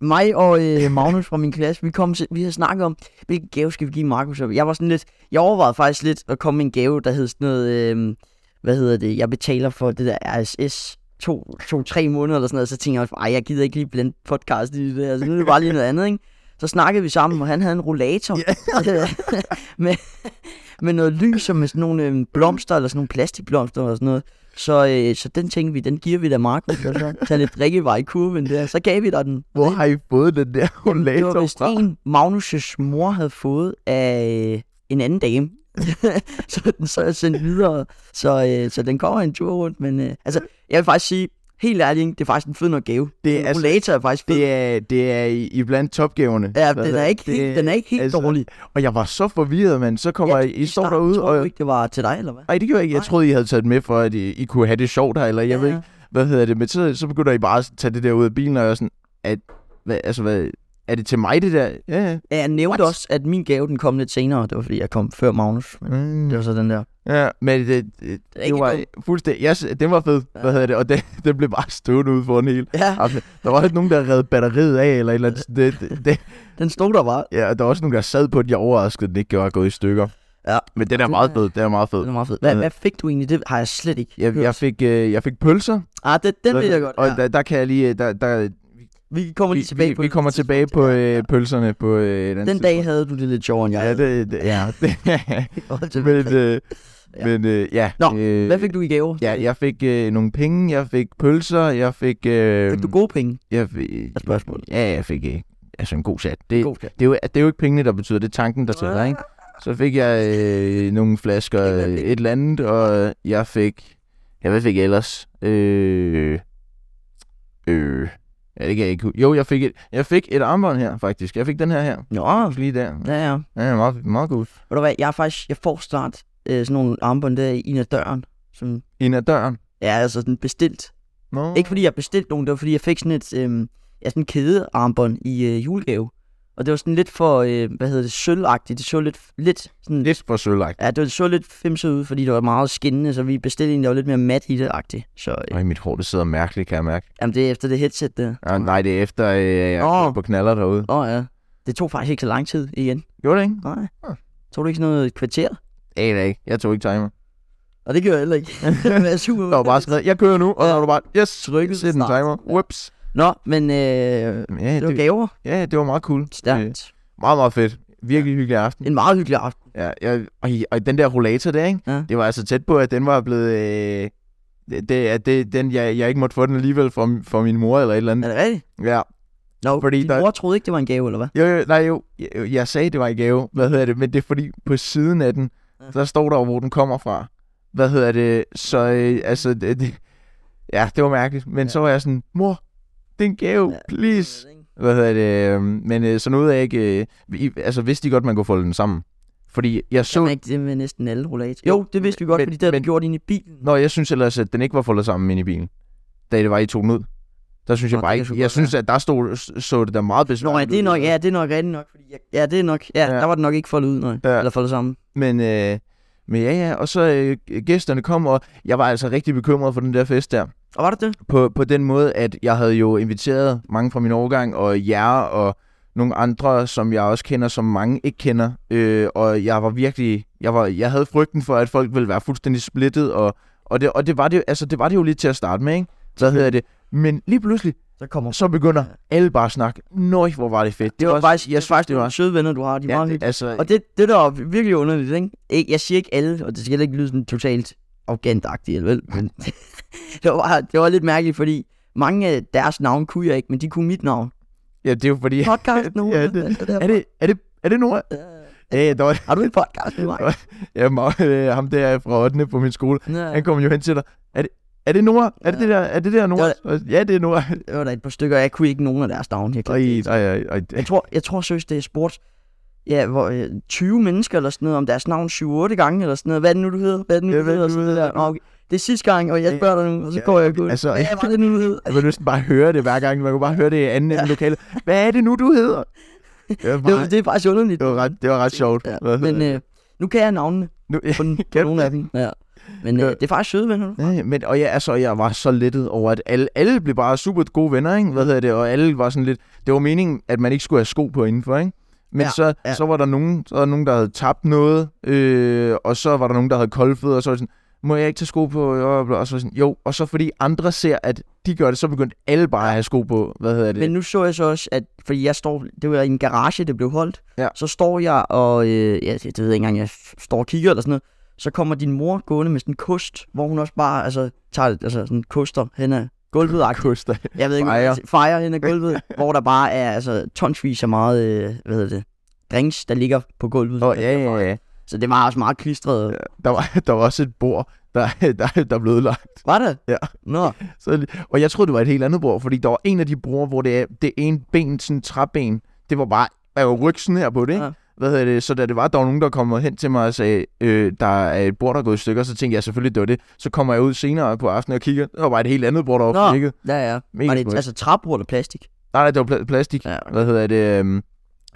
[SPEAKER 1] Mig og øh, Magnus fra min klasse, vi, kom til, vi havde snakket om, hvilken gave skal vi give Markus? Og Jeg var sådan lidt... Jeg overvejede faktisk lidt at komme med en gave, der hed sådan noget... Øh, hvad hedder det? Jeg betaler for det der RSS to, to, tre måneder eller sådan noget, så tænkte jeg også, ej, jeg gider ikke lige blande podcast i det der, altså nu er det bare lige noget andet, ikke? Så snakkede vi sammen, og han havde en rollator med, med noget lys og med sådan nogle øhm, blomster, eller sådan nogle plastikblomster og sådan noget. Så, øh, så den tænkte vi, den giver vi da Markus, og så tager lidt drikkevarer i kurven der. Så gav vi dig den.
[SPEAKER 2] Hvor har I fået den der
[SPEAKER 1] Det var
[SPEAKER 2] rollator
[SPEAKER 1] vist
[SPEAKER 2] fra?
[SPEAKER 1] en, Magnus' mor havde fået af øh, en anden dame. så den så er sendt videre, så, øh, så den kommer en tur rundt. Men øh, altså, jeg vil faktisk sige, helt ærligt, det er faktisk en fed nok gave.
[SPEAKER 2] Det er
[SPEAKER 1] en
[SPEAKER 2] altså-
[SPEAKER 1] rollator er faktisk fed.
[SPEAKER 2] Det er, det er i, i blandt topgaverne.
[SPEAKER 1] Ja, den
[SPEAKER 2] Hvad
[SPEAKER 1] er
[SPEAKER 2] hedder-
[SPEAKER 1] ikke, det, helt, den er ikke helt altså, dårlig.
[SPEAKER 2] Og jeg var så forvirret, mand. Så kommer ja, I, I står
[SPEAKER 1] starten
[SPEAKER 2] derude,
[SPEAKER 1] troede
[SPEAKER 2] og
[SPEAKER 1] du ikke, det var til dig, eller hvad?
[SPEAKER 2] Nej, det gjorde jeg ikke. Jeg
[SPEAKER 1] Nej.
[SPEAKER 2] troede, I havde taget med for, at I, I kunne have det sjovt her, eller jeg
[SPEAKER 1] Ja,
[SPEAKER 2] ja. ved
[SPEAKER 1] ja.
[SPEAKER 2] ikke, hvad hedder det. Men så, så begynder I bare at tage det der ud af bilen, og jeg er sådan, at, hvad, altså hvad, Er det til mig, det der? Ja, ja.
[SPEAKER 1] Ja, Jeg nævnte
[SPEAKER 2] What?
[SPEAKER 1] What? også, at min gave den kom lidt senere. Det var fordi, jeg kom før Magnus. Men
[SPEAKER 2] Mm.
[SPEAKER 1] det var så den der.
[SPEAKER 2] Ja, men det, det, det, det
[SPEAKER 1] ikke
[SPEAKER 2] var
[SPEAKER 1] dumt.
[SPEAKER 2] fuldstændig... Jeg, sy- den var fed,
[SPEAKER 1] Ja.
[SPEAKER 2] hvad hedder det, og den, den blev bare stående ude foran hele.
[SPEAKER 1] Ja,
[SPEAKER 2] aftenen. Der var ikke nogen, der redde batteriet af, eller et eller andet. sådan. Det, det, det,
[SPEAKER 1] den stod der bare.
[SPEAKER 2] ja, og der var også nogen, der sad på, at jeg overraskede, at den ikke var gået i stykker.
[SPEAKER 1] Ja.
[SPEAKER 2] Men den er
[SPEAKER 1] Den
[SPEAKER 2] meget
[SPEAKER 1] er-
[SPEAKER 2] fed, den er meget fed.
[SPEAKER 1] Den er meget fed. Hvad,
[SPEAKER 2] Ja.
[SPEAKER 1] hvad fik du egentlig? Det har jeg slet ikke
[SPEAKER 2] Jeg,
[SPEAKER 1] hørt.
[SPEAKER 2] jeg, fik, øh, jeg fik pølser.
[SPEAKER 1] Ah, det, den ved jeg godt.
[SPEAKER 2] Og
[SPEAKER 1] Ja.
[SPEAKER 2] der, der kan jeg lige... øh, Der, der,
[SPEAKER 1] Vi kommer
[SPEAKER 2] vi,
[SPEAKER 1] lige tilbage
[SPEAKER 2] vi,
[SPEAKER 1] på
[SPEAKER 2] vi
[SPEAKER 1] det
[SPEAKER 2] kommer
[SPEAKER 1] tidspunkt.
[SPEAKER 2] tilbage på
[SPEAKER 1] Ja, ja.
[SPEAKER 2] øh, pølserne på øh, et andet
[SPEAKER 1] Den dag
[SPEAKER 2] tidspunkt.
[SPEAKER 1] havde du det lidt sjovere, end jeg
[SPEAKER 2] Ja,
[SPEAKER 1] havde.
[SPEAKER 2] det, det, ja, det,
[SPEAKER 1] Hold til
[SPEAKER 2] men,
[SPEAKER 1] fanden.
[SPEAKER 2] øh,
[SPEAKER 1] Ja.
[SPEAKER 2] men øh, ja.
[SPEAKER 1] Nå,
[SPEAKER 2] øh,
[SPEAKER 1] Hvad fik du i gave?
[SPEAKER 2] Ja, jeg fik øh, nogle penge, jeg fik pølser, jeg fik... Øh,
[SPEAKER 1] Fik du gode penge?
[SPEAKER 2] Jeg, fik-
[SPEAKER 1] Er spørgsmålet.
[SPEAKER 2] Ja, jeg fik øh, altså en god chat. Det,
[SPEAKER 1] God Ah. skat.
[SPEAKER 2] det, er jo, det er jo ikke pengene, der betyder, det er tanken, der tæller, ikke? Så fik jeg øh, nogle flasker øh, et eller andet, og øh, jeg fik... Ja, hvad fik jeg ellers? Øh, øh, ja, det kan jeg ikke hu- Jo, jeg fik, et, jeg fik et armbånd her, faktisk. Jeg fik den her her.
[SPEAKER 1] Nå,
[SPEAKER 2] Også lige der.
[SPEAKER 1] ja, ja.
[SPEAKER 2] Ja, meget, meget god.
[SPEAKER 1] Ved du hvad, jeg er faktisk, jeg får snart øh, sådan nogle armbånd der i en af døren. Sådan,
[SPEAKER 2] Ind ad døren.
[SPEAKER 1] ja, altså sådan bestilt.
[SPEAKER 2] Nå.
[SPEAKER 1] Ikke fordi jeg bestilte nogen, det var fordi jeg fik sådan et øh, ja, sådan en kædearmbånd i øh, julegave. Og det var sådan lidt for, øh, hvad hedder det, sølvagtigt. Det så lidt, lidt sådan,
[SPEAKER 2] Lidt for sølagt.
[SPEAKER 1] ja, det så lidt femset ud, fordi det var meget skinnende, så vi bestilte en, der var lidt mere mat i det-agtigt. Så øh,
[SPEAKER 2] Ej, mit hår, det sidder mærkeligt, kan jeg mærke.
[SPEAKER 1] jamen, det er efter det headset der.
[SPEAKER 2] Ah, nej, det er efter, øh, jeg er
[SPEAKER 1] Åh.
[SPEAKER 2] på knaller derude.
[SPEAKER 1] Åh oh, ja. Det tog faktisk ikke så lang tid igen.
[SPEAKER 2] Gjorde det ikke?
[SPEAKER 1] Nej.
[SPEAKER 2] Ah.
[SPEAKER 1] Tog du ikke sådan noget et kvarter?
[SPEAKER 2] Aner ikke. Jeg tog ikke timer.
[SPEAKER 1] Og det gjorde jeg heller ikke. Men jeg er super
[SPEAKER 2] Der var bare skrevet, jeg kører nu, og så var du bare, yes,
[SPEAKER 1] Trykket
[SPEAKER 2] sæt en
[SPEAKER 1] start.
[SPEAKER 2] timer. Whoops.
[SPEAKER 1] Nå, men øh,
[SPEAKER 2] Ja,
[SPEAKER 1] det var
[SPEAKER 2] det,
[SPEAKER 1] gaver.
[SPEAKER 2] ja, det var meget cool.
[SPEAKER 1] Stærkt.
[SPEAKER 2] Meget, meget fedt. Virkelig hyggelig aften.
[SPEAKER 1] En meget hyggelig aften.
[SPEAKER 2] Ja, jeg, og, i- og den der rollator der, ikke?
[SPEAKER 1] Ja.
[SPEAKER 2] Det var altså tæt på, at den var blevet... Øh, det, det, at det, den, jeg, jeg ikke måtte få den alligevel fra, fra min mor eller et eller
[SPEAKER 1] Er
[SPEAKER 2] andet.
[SPEAKER 1] det rigtigt?
[SPEAKER 2] Ja.
[SPEAKER 1] Nå,
[SPEAKER 2] Fordi
[SPEAKER 1] fordi din
[SPEAKER 2] der-
[SPEAKER 1] der... mor troede ikke, det var en gave, eller hvad?
[SPEAKER 2] Jo, jo, nej, jo. Jeg, jeg sagde, det var i gave. Hvad hedder det? Men det er fordi, på siden af den,
[SPEAKER 1] Ja.
[SPEAKER 2] der står der, jo, hvor den kommer fra. Hvad hedder det? Så, øh, altså, det, det, ja, det var mærkeligt. Men ja.
[SPEAKER 1] Ja.
[SPEAKER 2] så var jeg sådan, mor, det er en gave,
[SPEAKER 1] Ja.
[SPEAKER 2] please. Hvad hedder det? øhm, Men øh, så nåede jeg ikke... Øh, vi- altså, vidste de godt, man kunne folde den sammen? Fordi jeg
[SPEAKER 1] Så...
[SPEAKER 2] så...
[SPEAKER 1] Jamen, ikke det med næsten alle rollator. Jo, det vidste vi godt, men,
[SPEAKER 2] Men-
[SPEAKER 1] fordi det havde
[SPEAKER 2] men-
[SPEAKER 1] vi gjort inde i bilen.
[SPEAKER 2] Nå, jeg synes ellers, at den ikke var foldet sammen inde i bilen. Da det var, I tog den ud. Der synes
[SPEAKER 1] Nå,
[SPEAKER 2] jeg
[SPEAKER 1] det
[SPEAKER 2] bare
[SPEAKER 1] kan
[SPEAKER 2] ikke...
[SPEAKER 1] sgu
[SPEAKER 2] Jeg
[SPEAKER 1] godt
[SPEAKER 2] synes, at der stod, så det der meget
[SPEAKER 1] Nå, ja,
[SPEAKER 2] besværligt.
[SPEAKER 1] det er
[SPEAKER 2] ud.
[SPEAKER 1] nok, ja, det er nok rigtigt nok. Fordi jeg, ja, det er nok, ja,
[SPEAKER 2] Ja.
[SPEAKER 1] ja, der var det nok ikke foldet ud, nej.
[SPEAKER 2] Ja.
[SPEAKER 1] Eller foldet sammen.
[SPEAKER 2] Men, øh, men ja, ja. Og så øh, gæsterne kom, og jeg var altså rigtig bekymret for den der fest der.
[SPEAKER 1] Og var det det?
[SPEAKER 2] På, på den måde, at jeg havde jo inviteret mange fra min årgang, og jer, og nogle andre, som jeg også kender, som mange ikke kender. Øh, og jeg var virkelig... Jeg, var, jeg havde frygten for, at folk ville være fuldstændig splittet, og, og, det, og det, var det, jo- altså, det var det jo lidt til at starte med, ikke? Så hedder det. Men lige pludselig,
[SPEAKER 1] Så kommer
[SPEAKER 2] så begynder alle bare at snakke. Nøj, hvor var det fedt.
[SPEAKER 1] det var, faktisk, jeg synes, faktisk, det var
[SPEAKER 2] var-
[SPEAKER 1] søde venner, du har. De er ja, meget
[SPEAKER 2] det-
[SPEAKER 1] hyggelige.
[SPEAKER 2] altså,
[SPEAKER 1] Og det, det der er virkelig underligt, ikke? ikke? Jeg siger ikke alle, og det skal heller ikke lyde sådan totalt arrogantagtigt, eller vel? Men det, var, det var lidt mærkeligt, fordi mange af deres navn kunne jeg ikke, men de kunne mit navn.
[SPEAKER 2] ja, det er jo fordi...
[SPEAKER 1] Podcasten nu.
[SPEAKER 2] Ja, det- Er det, er det, er det Nora? Ja, der var,
[SPEAKER 1] Har du en podcast med mig?
[SPEAKER 2] ja, Mar- øh, ham der fra 8. på min skole.
[SPEAKER 1] Ja.
[SPEAKER 2] Han kom jo hen til dig. Er det, er det Nora? Er det,
[SPEAKER 1] Ja.
[SPEAKER 2] det der, er det der Nora?
[SPEAKER 1] Det
[SPEAKER 2] Og- Ja, det er Nora.
[SPEAKER 1] Det var der et par stykker, og jeg kunne ikke nogen af deres navne. Jeg,
[SPEAKER 2] Ej,
[SPEAKER 1] glemte det.
[SPEAKER 2] ej, ej, ej.
[SPEAKER 1] jeg tror, jeg tror seriøst, det er spurgt ja, hvor, øh, 20 mennesker eller sådan noget, om deres navn 7-8 gange eller sådan noget. Hvad er det nu, du hedder? Hvad er det nu,
[SPEAKER 2] Ja,
[SPEAKER 1] du
[SPEAKER 2] hvad
[SPEAKER 1] hedder?
[SPEAKER 2] er det
[SPEAKER 1] Og
[SPEAKER 2] nu,
[SPEAKER 1] sådan
[SPEAKER 2] du
[SPEAKER 1] noget der.
[SPEAKER 2] hedder?
[SPEAKER 1] Nå, okay. Det er sidste gang, og jeg
[SPEAKER 2] Ja.
[SPEAKER 1] spørger dig nu, og så
[SPEAKER 2] Ja,
[SPEAKER 1] går jeg og går.
[SPEAKER 2] altså,
[SPEAKER 1] Altså, hvad var det nu, du hedder?
[SPEAKER 2] Jeg vil næsten bare høre det hver gang. Man kunne bare høre det i anden ende lokale. Hvad er det nu, du hedder? Det var,
[SPEAKER 1] Det, var,
[SPEAKER 2] bare,
[SPEAKER 1] det er faktisk underligt.
[SPEAKER 2] det var, ret, det var ret sjovt.
[SPEAKER 1] Ja,
[SPEAKER 2] Hvad
[SPEAKER 1] men
[SPEAKER 2] hedder
[SPEAKER 1] øh, nu kan jeg navnene
[SPEAKER 2] det? nu,
[SPEAKER 1] på, den, på
[SPEAKER 2] Ja.
[SPEAKER 1] nogle af dem. Ja. Men øh,
[SPEAKER 2] Ja.
[SPEAKER 1] det er faktisk søde venner. du.
[SPEAKER 2] Ja, men, og ja, altså, jeg var så lettet over, at alle, alle blev bare super gode venner, ikke? Hvad hedder det? Og alle var sådan lidt... Det var meningen, at man ikke skulle have sko på indenfor, ikke? Men ja,
[SPEAKER 1] Ja,
[SPEAKER 2] så, ja.
[SPEAKER 1] ja.
[SPEAKER 2] så var der nogen, så var der nogen, der havde tabt noget, øh, og så var der nogen, der havde kolde fødder, og så var det sådan, må jeg ikke tage sko på? Og så var jeg sådan, jo, og så fordi andre ser, at de gør det, så begyndte alle bare at have sko på. Hvad hedder det?
[SPEAKER 1] Men nu så jeg så også, at fordi jeg står, det var i en garage, det blev holdt,
[SPEAKER 2] Ja.
[SPEAKER 1] så står jeg og, øh, jeg, det ved jeg ikke engang, jeg f- står og kigger eller sådan noget, så kommer din mor gående med sådan en kost, hvor hun også bare altså, tager altså, sådan koster hen ad gulvet.
[SPEAKER 2] koster.
[SPEAKER 1] Jeg ved ikke,
[SPEAKER 2] Fejrer.
[SPEAKER 1] altså, fejrer hen ad gulvet, hvor der bare er altså, tonsvis af meget, øh, hvad hedder det, drinks, der ligger på gulvet.
[SPEAKER 2] Nå, ja, ja, ja.
[SPEAKER 1] Så det var også meget klistret. Ja.
[SPEAKER 2] Der var, der var også et bord, der, der, der blev ødelagt.
[SPEAKER 1] Var det?
[SPEAKER 2] Ja.
[SPEAKER 1] Nå,
[SPEAKER 2] Så, og jeg troede, det var et helt andet bord, fordi der var en af de broer, hvor det er det ene ben, sådan en træben, det var bare, der var ryksen her på det, ikke?
[SPEAKER 1] Ja.
[SPEAKER 2] Hvad hedder det? Så da det var, der var nogen, der kom hen til mig og sagde, øh, der er et bord, der er gået i stykker, så tænkte jeg selvfølgelig, det var det. Så kommer jeg ud senere på aftenen og kigger, der var bare et helt andet bord, der var
[SPEAKER 1] Nå.
[SPEAKER 2] flækket.
[SPEAKER 1] ja, ja.
[SPEAKER 2] Mega
[SPEAKER 1] Var det
[SPEAKER 2] smuk.
[SPEAKER 1] altså træbord eller plastik?
[SPEAKER 2] Nej, nej, det var pla- plastik.
[SPEAKER 1] Ja.
[SPEAKER 2] Hvad hedder det? øhm,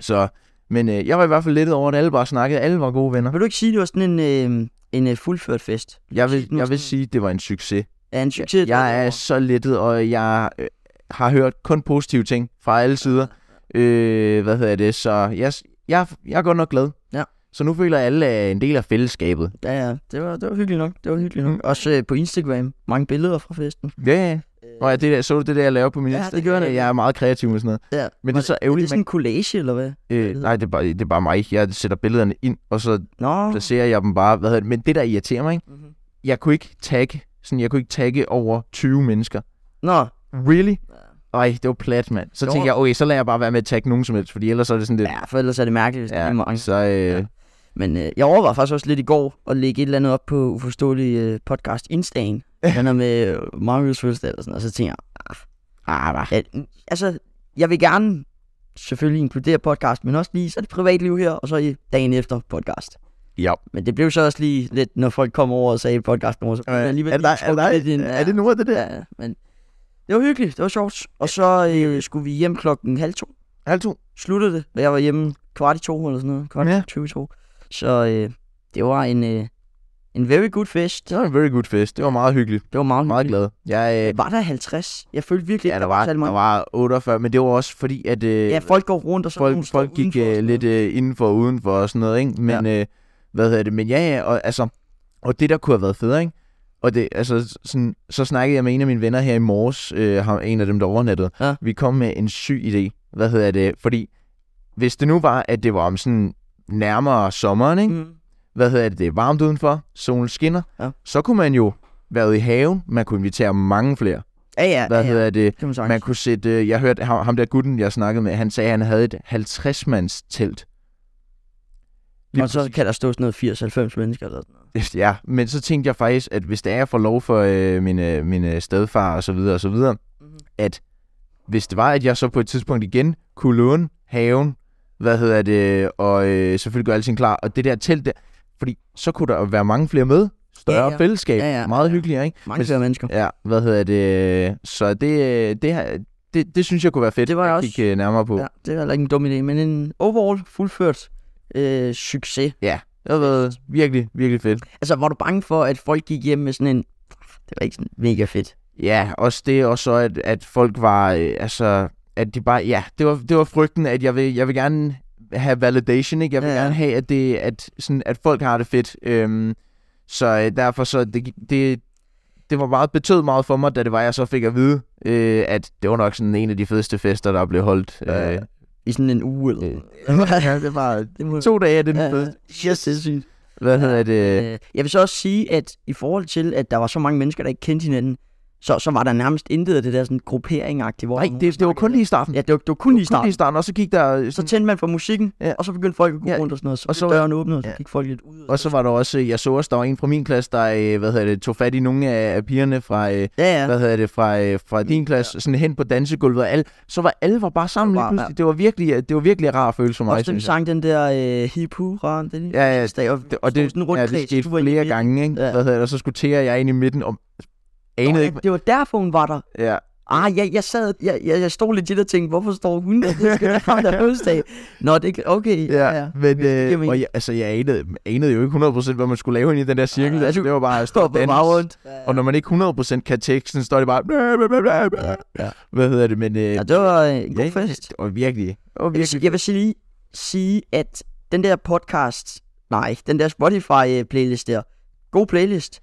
[SPEAKER 2] Så, men øh, jeg var i hvert fald lettet over, at alle bare snakkede. Alle var gode venner.
[SPEAKER 1] Vil du ikke sige, at det var sådan en, øh, en øh, fuldført fest?
[SPEAKER 2] Jeg vil,
[SPEAKER 1] Nu
[SPEAKER 2] jeg vil
[SPEAKER 1] sådan-
[SPEAKER 2] sige, at det var en succes.
[SPEAKER 1] Ja, en succes.
[SPEAKER 2] Jeg er så lettet, og jeg øh, har hørt kun positive ting fra alle sider. Øh, hvad hedder det? Så jeg, jeg, jeg er godt nok glad.
[SPEAKER 1] Ja.
[SPEAKER 2] Så nu føler alle er en del af fællesskabet.
[SPEAKER 1] Ja, ja. Det var, det var hyggeligt nok. Det var hyggeligt nok. Også øh, på Instagram. Mange billeder fra festen.
[SPEAKER 2] Ja, ja. Nå ja, det der, så du det der, jeg laver på min
[SPEAKER 1] Ja,
[SPEAKER 2] Insta?
[SPEAKER 1] det gjorde jeg.
[SPEAKER 2] Jeg er meget kreativ med sådan noget.
[SPEAKER 1] Ja.
[SPEAKER 2] Men det er så
[SPEAKER 1] Er det
[SPEAKER 2] ærgerligt.
[SPEAKER 1] sådan en collage, eller hvad?
[SPEAKER 2] man, øh, nej, det er, bare, det er bare mig. Jeg sætter billederne ind, og så
[SPEAKER 1] Nå.
[SPEAKER 2] placerer jeg dem bare. Hvad hedder det? Men det, der irriterer mig, ikke?
[SPEAKER 1] Mhm.
[SPEAKER 2] jeg kunne ikke tagge, sådan, jeg kunne ikke tagge over 20 mennesker.
[SPEAKER 1] Nå.
[SPEAKER 2] Really? Ej, det var plat, mand. Så
[SPEAKER 1] Jo.
[SPEAKER 2] tænkte jeg, okay, så lader jeg bare være med at tagge nogen som helst, fordi ellers så er det sådan lidt...
[SPEAKER 1] Ja, for ellers er det mærkeligt, hvis ja. det er mange.
[SPEAKER 2] så øh,
[SPEAKER 1] Ja. Men øh, jeg overvejede faktisk også lidt i går at lægge et eller andet op på uforståelig øh, podcast Instaen. Den er med øh, Marius fødselsdag eller sådan noget, og så tænker jeg, ah,
[SPEAKER 2] ah, bah.
[SPEAKER 1] at, mm, altså, jeg vil gerne selvfølgelig inkludere podcast, men også lige så det privatliv her, og så i dagen efter podcast.
[SPEAKER 2] Ja.
[SPEAKER 1] Men det blev så også lige lidt, når folk kom over og sagde podcast nummer, så blev jeg alligevel lige trukket lidt ind. Ja,
[SPEAKER 2] noget af det
[SPEAKER 1] ja, men det var hyggeligt, det var sjovt. Og så øh, skulle vi hjem klokken halv to
[SPEAKER 2] Halv to.
[SPEAKER 1] sluttede det, og jeg var hjemme kvart i to eller sådan noget. Kvart
[SPEAKER 2] Ja.
[SPEAKER 1] ja. 20 i to. Så øh, det var en, øh, en very good fest.
[SPEAKER 2] Det var en very good fest. Det var meget hyggeligt.
[SPEAKER 1] Det var meget,
[SPEAKER 2] Meget glad. Jeg, øh,
[SPEAKER 1] Var der 50? Jeg følte virkelig,
[SPEAKER 2] ja, der var,
[SPEAKER 1] særlig mange.
[SPEAKER 2] der var 48, men det var også fordi, at øh,
[SPEAKER 1] Ja,
[SPEAKER 2] ja,
[SPEAKER 1] folk går rundt, og så
[SPEAKER 2] folk, folk gik øh, lidt øh, indenfor og udenfor og sådan noget, ikke? Men, ja. øh, hvad hedder det? Men ja, ja, og, altså, og det der kunne have været federe, ikke? Og det, altså, sådan, så snakkede jeg med en af mine venner her i morges, øh, ham- en af dem, der overnattede.
[SPEAKER 1] Ja.
[SPEAKER 2] Vi kom med en syg idé. Hvad hedder det? Fordi hvis det nu var, at det var om sådan nærmere sommeren, ikke?
[SPEAKER 1] Mm.
[SPEAKER 2] hvad hedder det, det er varmt udenfor, solen skinner,
[SPEAKER 1] Ja.
[SPEAKER 2] så kunne man jo være ude i haven, man kunne invitere mange flere.
[SPEAKER 1] Ja, ja,
[SPEAKER 2] Hvad
[SPEAKER 1] ja, ja.
[SPEAKER 2] hedder det?
[SPEAKER 1] Kan man sagtens.
[SPEAKER 2] Man kunne sætte, øh, jeg hørte ham, ham der gutten, jeg snakkede med, han sagde, at han havde et 50-mands telt. Lige
[SPEAKER 1] og så kan der stå sådan noget 80-90 mennesker eller sådan noget.
[SPEAKER 2] præcis. Ja, men så tænkte jeg faktisk, at hvis det er, jeg får lov for øh, min, øh, min øh, stedfar og så videre og så videre,
[SPEAKER 1] Mhm.
[SPEAKER 2] at hvis det var, at jeg så på et tidspunkt igen kunne låne haven, hvad hedder det, og øh, selvfølgelig gøre alting klar, og det der telt der, fordi så kunne der jo være mange flere med, større
[SPEAKER 1] Ja, ja.
[SPEAKER 2] fællesskab,
[SPEAKER 1] Ja, ja.
[SPEAKER 2] meget hyggeligere, ikke?
[SPEAKER 1] Mange
[SPEAKER 2] Men-
[SPEAKER 1] flere mennesker.
[SPEAKER 2] Ja, hvad hedder det? Så det, det, her- det, det synes jeg kunne være fedt
[SPEAKER 1] Det var jeg
[SPEAKER 2] at
[SPEAKER 1] også.
[SPEAKER 2] kigge øh, nærmere på. Ja.
[SPEAKER 1] Ja, det er heller ikke en dum idé, men en overall fuldført øh, succes.
[SPEAKER 2] Det har været virkelig, virkelig fedt.
[SPEAKER 1] Altså, var du bange for, at folk gik hjem med sådan en... Det var ikke sådan mega fedt.
[SPEAKER 2] Ja, også det, og så at, at folk var, øh, altså, at de bare, ja, det var, det var frygten, at jeg vil, jeg vil gerne have validation, ikke? Jeg vil ja,
[SPEAKER 1] Ja,
[SPEAKER 2] ja.
[SPEAKER 1] ja.
[SPEAKER 2] gerne have, at, det, at, sådan, at folk har det fedt. Øhm, så øh, derfor så, det, gik- det, det var meget, betød meget for mig, da det var, jeg så fik at vide, øh, at det var nok sådan en af de fedeste fester, der blev holdt. Øh,
[SPEAKER 1] Ja, ja. I sådan en uge eller...
[SPEAKER 2] Øh,
[SPEAKER 1] ja, det var... Det må...
[SPEAKER 2] To dage af den
[SPEAKER 1] Ja,
[SPEAKER 2] ja,
[SPEAKER 1] ja.
[SPEAKER 2] fest.
[SPEAKER 1] Øh, Yes, det er sygt.
[SPEAKER 2] Hvad hedder det?
[SPEAKER 1] Øh, jeg vil så også sige, at i forhold til, at der var så mange mennesker, der ikke kendte hinanden, så, så var der nærmest intet af det der sådan gruppering-agtigt. Hvor
[SPEAKER 2] Nej,
[SPEAKER 1] nogen
[SPEAKER 2] det, det var
[SPEAKER 1] snakkede.
[SPEAKER 2] kun lige i starten.
[SPEAKER 1] Ja, det var, det var kun lige i
[SPEAKER 2] Kun
[SPEAKER 1] starten.
[SPEAKER 2] lige i
[SPEAKER 1] Mm.
[SPEAKER 2] starten, og så gik der...
[SPEAKER 1] Så
[SPEAKER 2] Sådan,
[SPEAKER 1] tændte man for musikken,
[SPEAKER 2] Ja.
[SPEAKER 1] ja. og så begyndte folk at gå
[SPEAKER 2] Ja.
[SPEAKER 1] rundt og sådan noget. Så,
[SPEAKER 2] Og
[SPEAKER 1] og
[SPEAKER 2] så
[SPEAKER 1] så
[SPEAKER 2] var-
[SPEAKER 1] døren åbnet, og så
[SPEAKER 2] Ja.
[SPEAKER 1] gik folk lidt ud.
[SPEAKER 2] og så var der også, øh, jeg så også, der var en fra min klasse, der øh, hvad hedder det, tog fat i nogle af, af pigerne fra, øh,
[SPEAKER 1] Ja, ja.
[SPEAKER 2] hvad hedder det, fra, øh, fra din klasse, ja. sådan hen på dansegulvet, og alle, så var alle var bare sammen
[SPEAKER 1] Det var
[SPEAKER 2] lige
[SPEAKER 1] bare-
[SPEAKER 2] pludselig. Det var virkelig, øh, det var virkelig en rar følelse for mig,
[SPEAKER 1] Også dem
[SPEAKER 2] synes jeg.
[SPEAKER 1] sang den der øh, hip hurra, den
[SPEAKER 2] Ja, ja,
[SPEAKER 1] dag, og,
[SPEAKER 2] det, og det,
[SPEAKER 1] sådan en rund
[SPEAKER 2] ja,
[SPEAKER 1] kreds,
[SPEAKER 2] det skete
[SPEAKER 1] du var inde i
[SPEAKER 2] flere
[SPEAKER 1] midten.
[SPEAKER 2] gange, ikke?
[SPEAKER 1] Ja.
[SPEAKER 2] Hvad hedder det, og så skulle Thea og jeg ind i midten, og
[SPEAKER 1] Nå,
[SPEAKER 2] anede
[SPEAKER 1] ja,
[SPEAKER 2] ikke,
[SPEAKER 1] det var derfor, hun var der.
[SPEAKER 2] ja,
[SPEAKER 1] Ah, jeg, jeg sad, jeg, jeg, jeg stod legit og tænkte, hvorfor står hun der? Det skal være der fødselsdag. Nå, det er okay.
[SPEAKER 2] ja, men,
[SPEAKER 1] giver
[SPEAKER 2] øh,
[SPEAKER 1] mening.
[SPEAKER 2] og jeg, altså, jeg anede, anede jo ikke 100% hvad man skulle lave ind i den der cirkel,
[SPEAKER 1] Nej,
[SPEAKER 2] altså,
[SPEAKER 1] du-
[SPEAKER 2] det var bare at stå og
[SPEAKER 1] Stop
[SPEAKER 2] danse.
[SPEAKER 1] meget rundt.
[SPEAKER 2] Og når man ikke 100% kan teksten, så er det bare... Bla, bla, bla, bla, bla.
[SPEAKER 1] ja.
[SPEAKER 2] Hvad hedder det, men... Øh,
[SPEAKER 1] Ja, det var øh, en god
[SPEAKER 2] ja,
[SPEAKER 1] fest.
[SPEAKER 2] Det var virkelig... Det var
[SPEAKER 1] Jeg vil,
[SPEAKER 2] virkelig
[SPEAKER 1] sige- jeg vil sige lige sige, at den der podcast, nej, den der Spotify-playlist der, god playlist,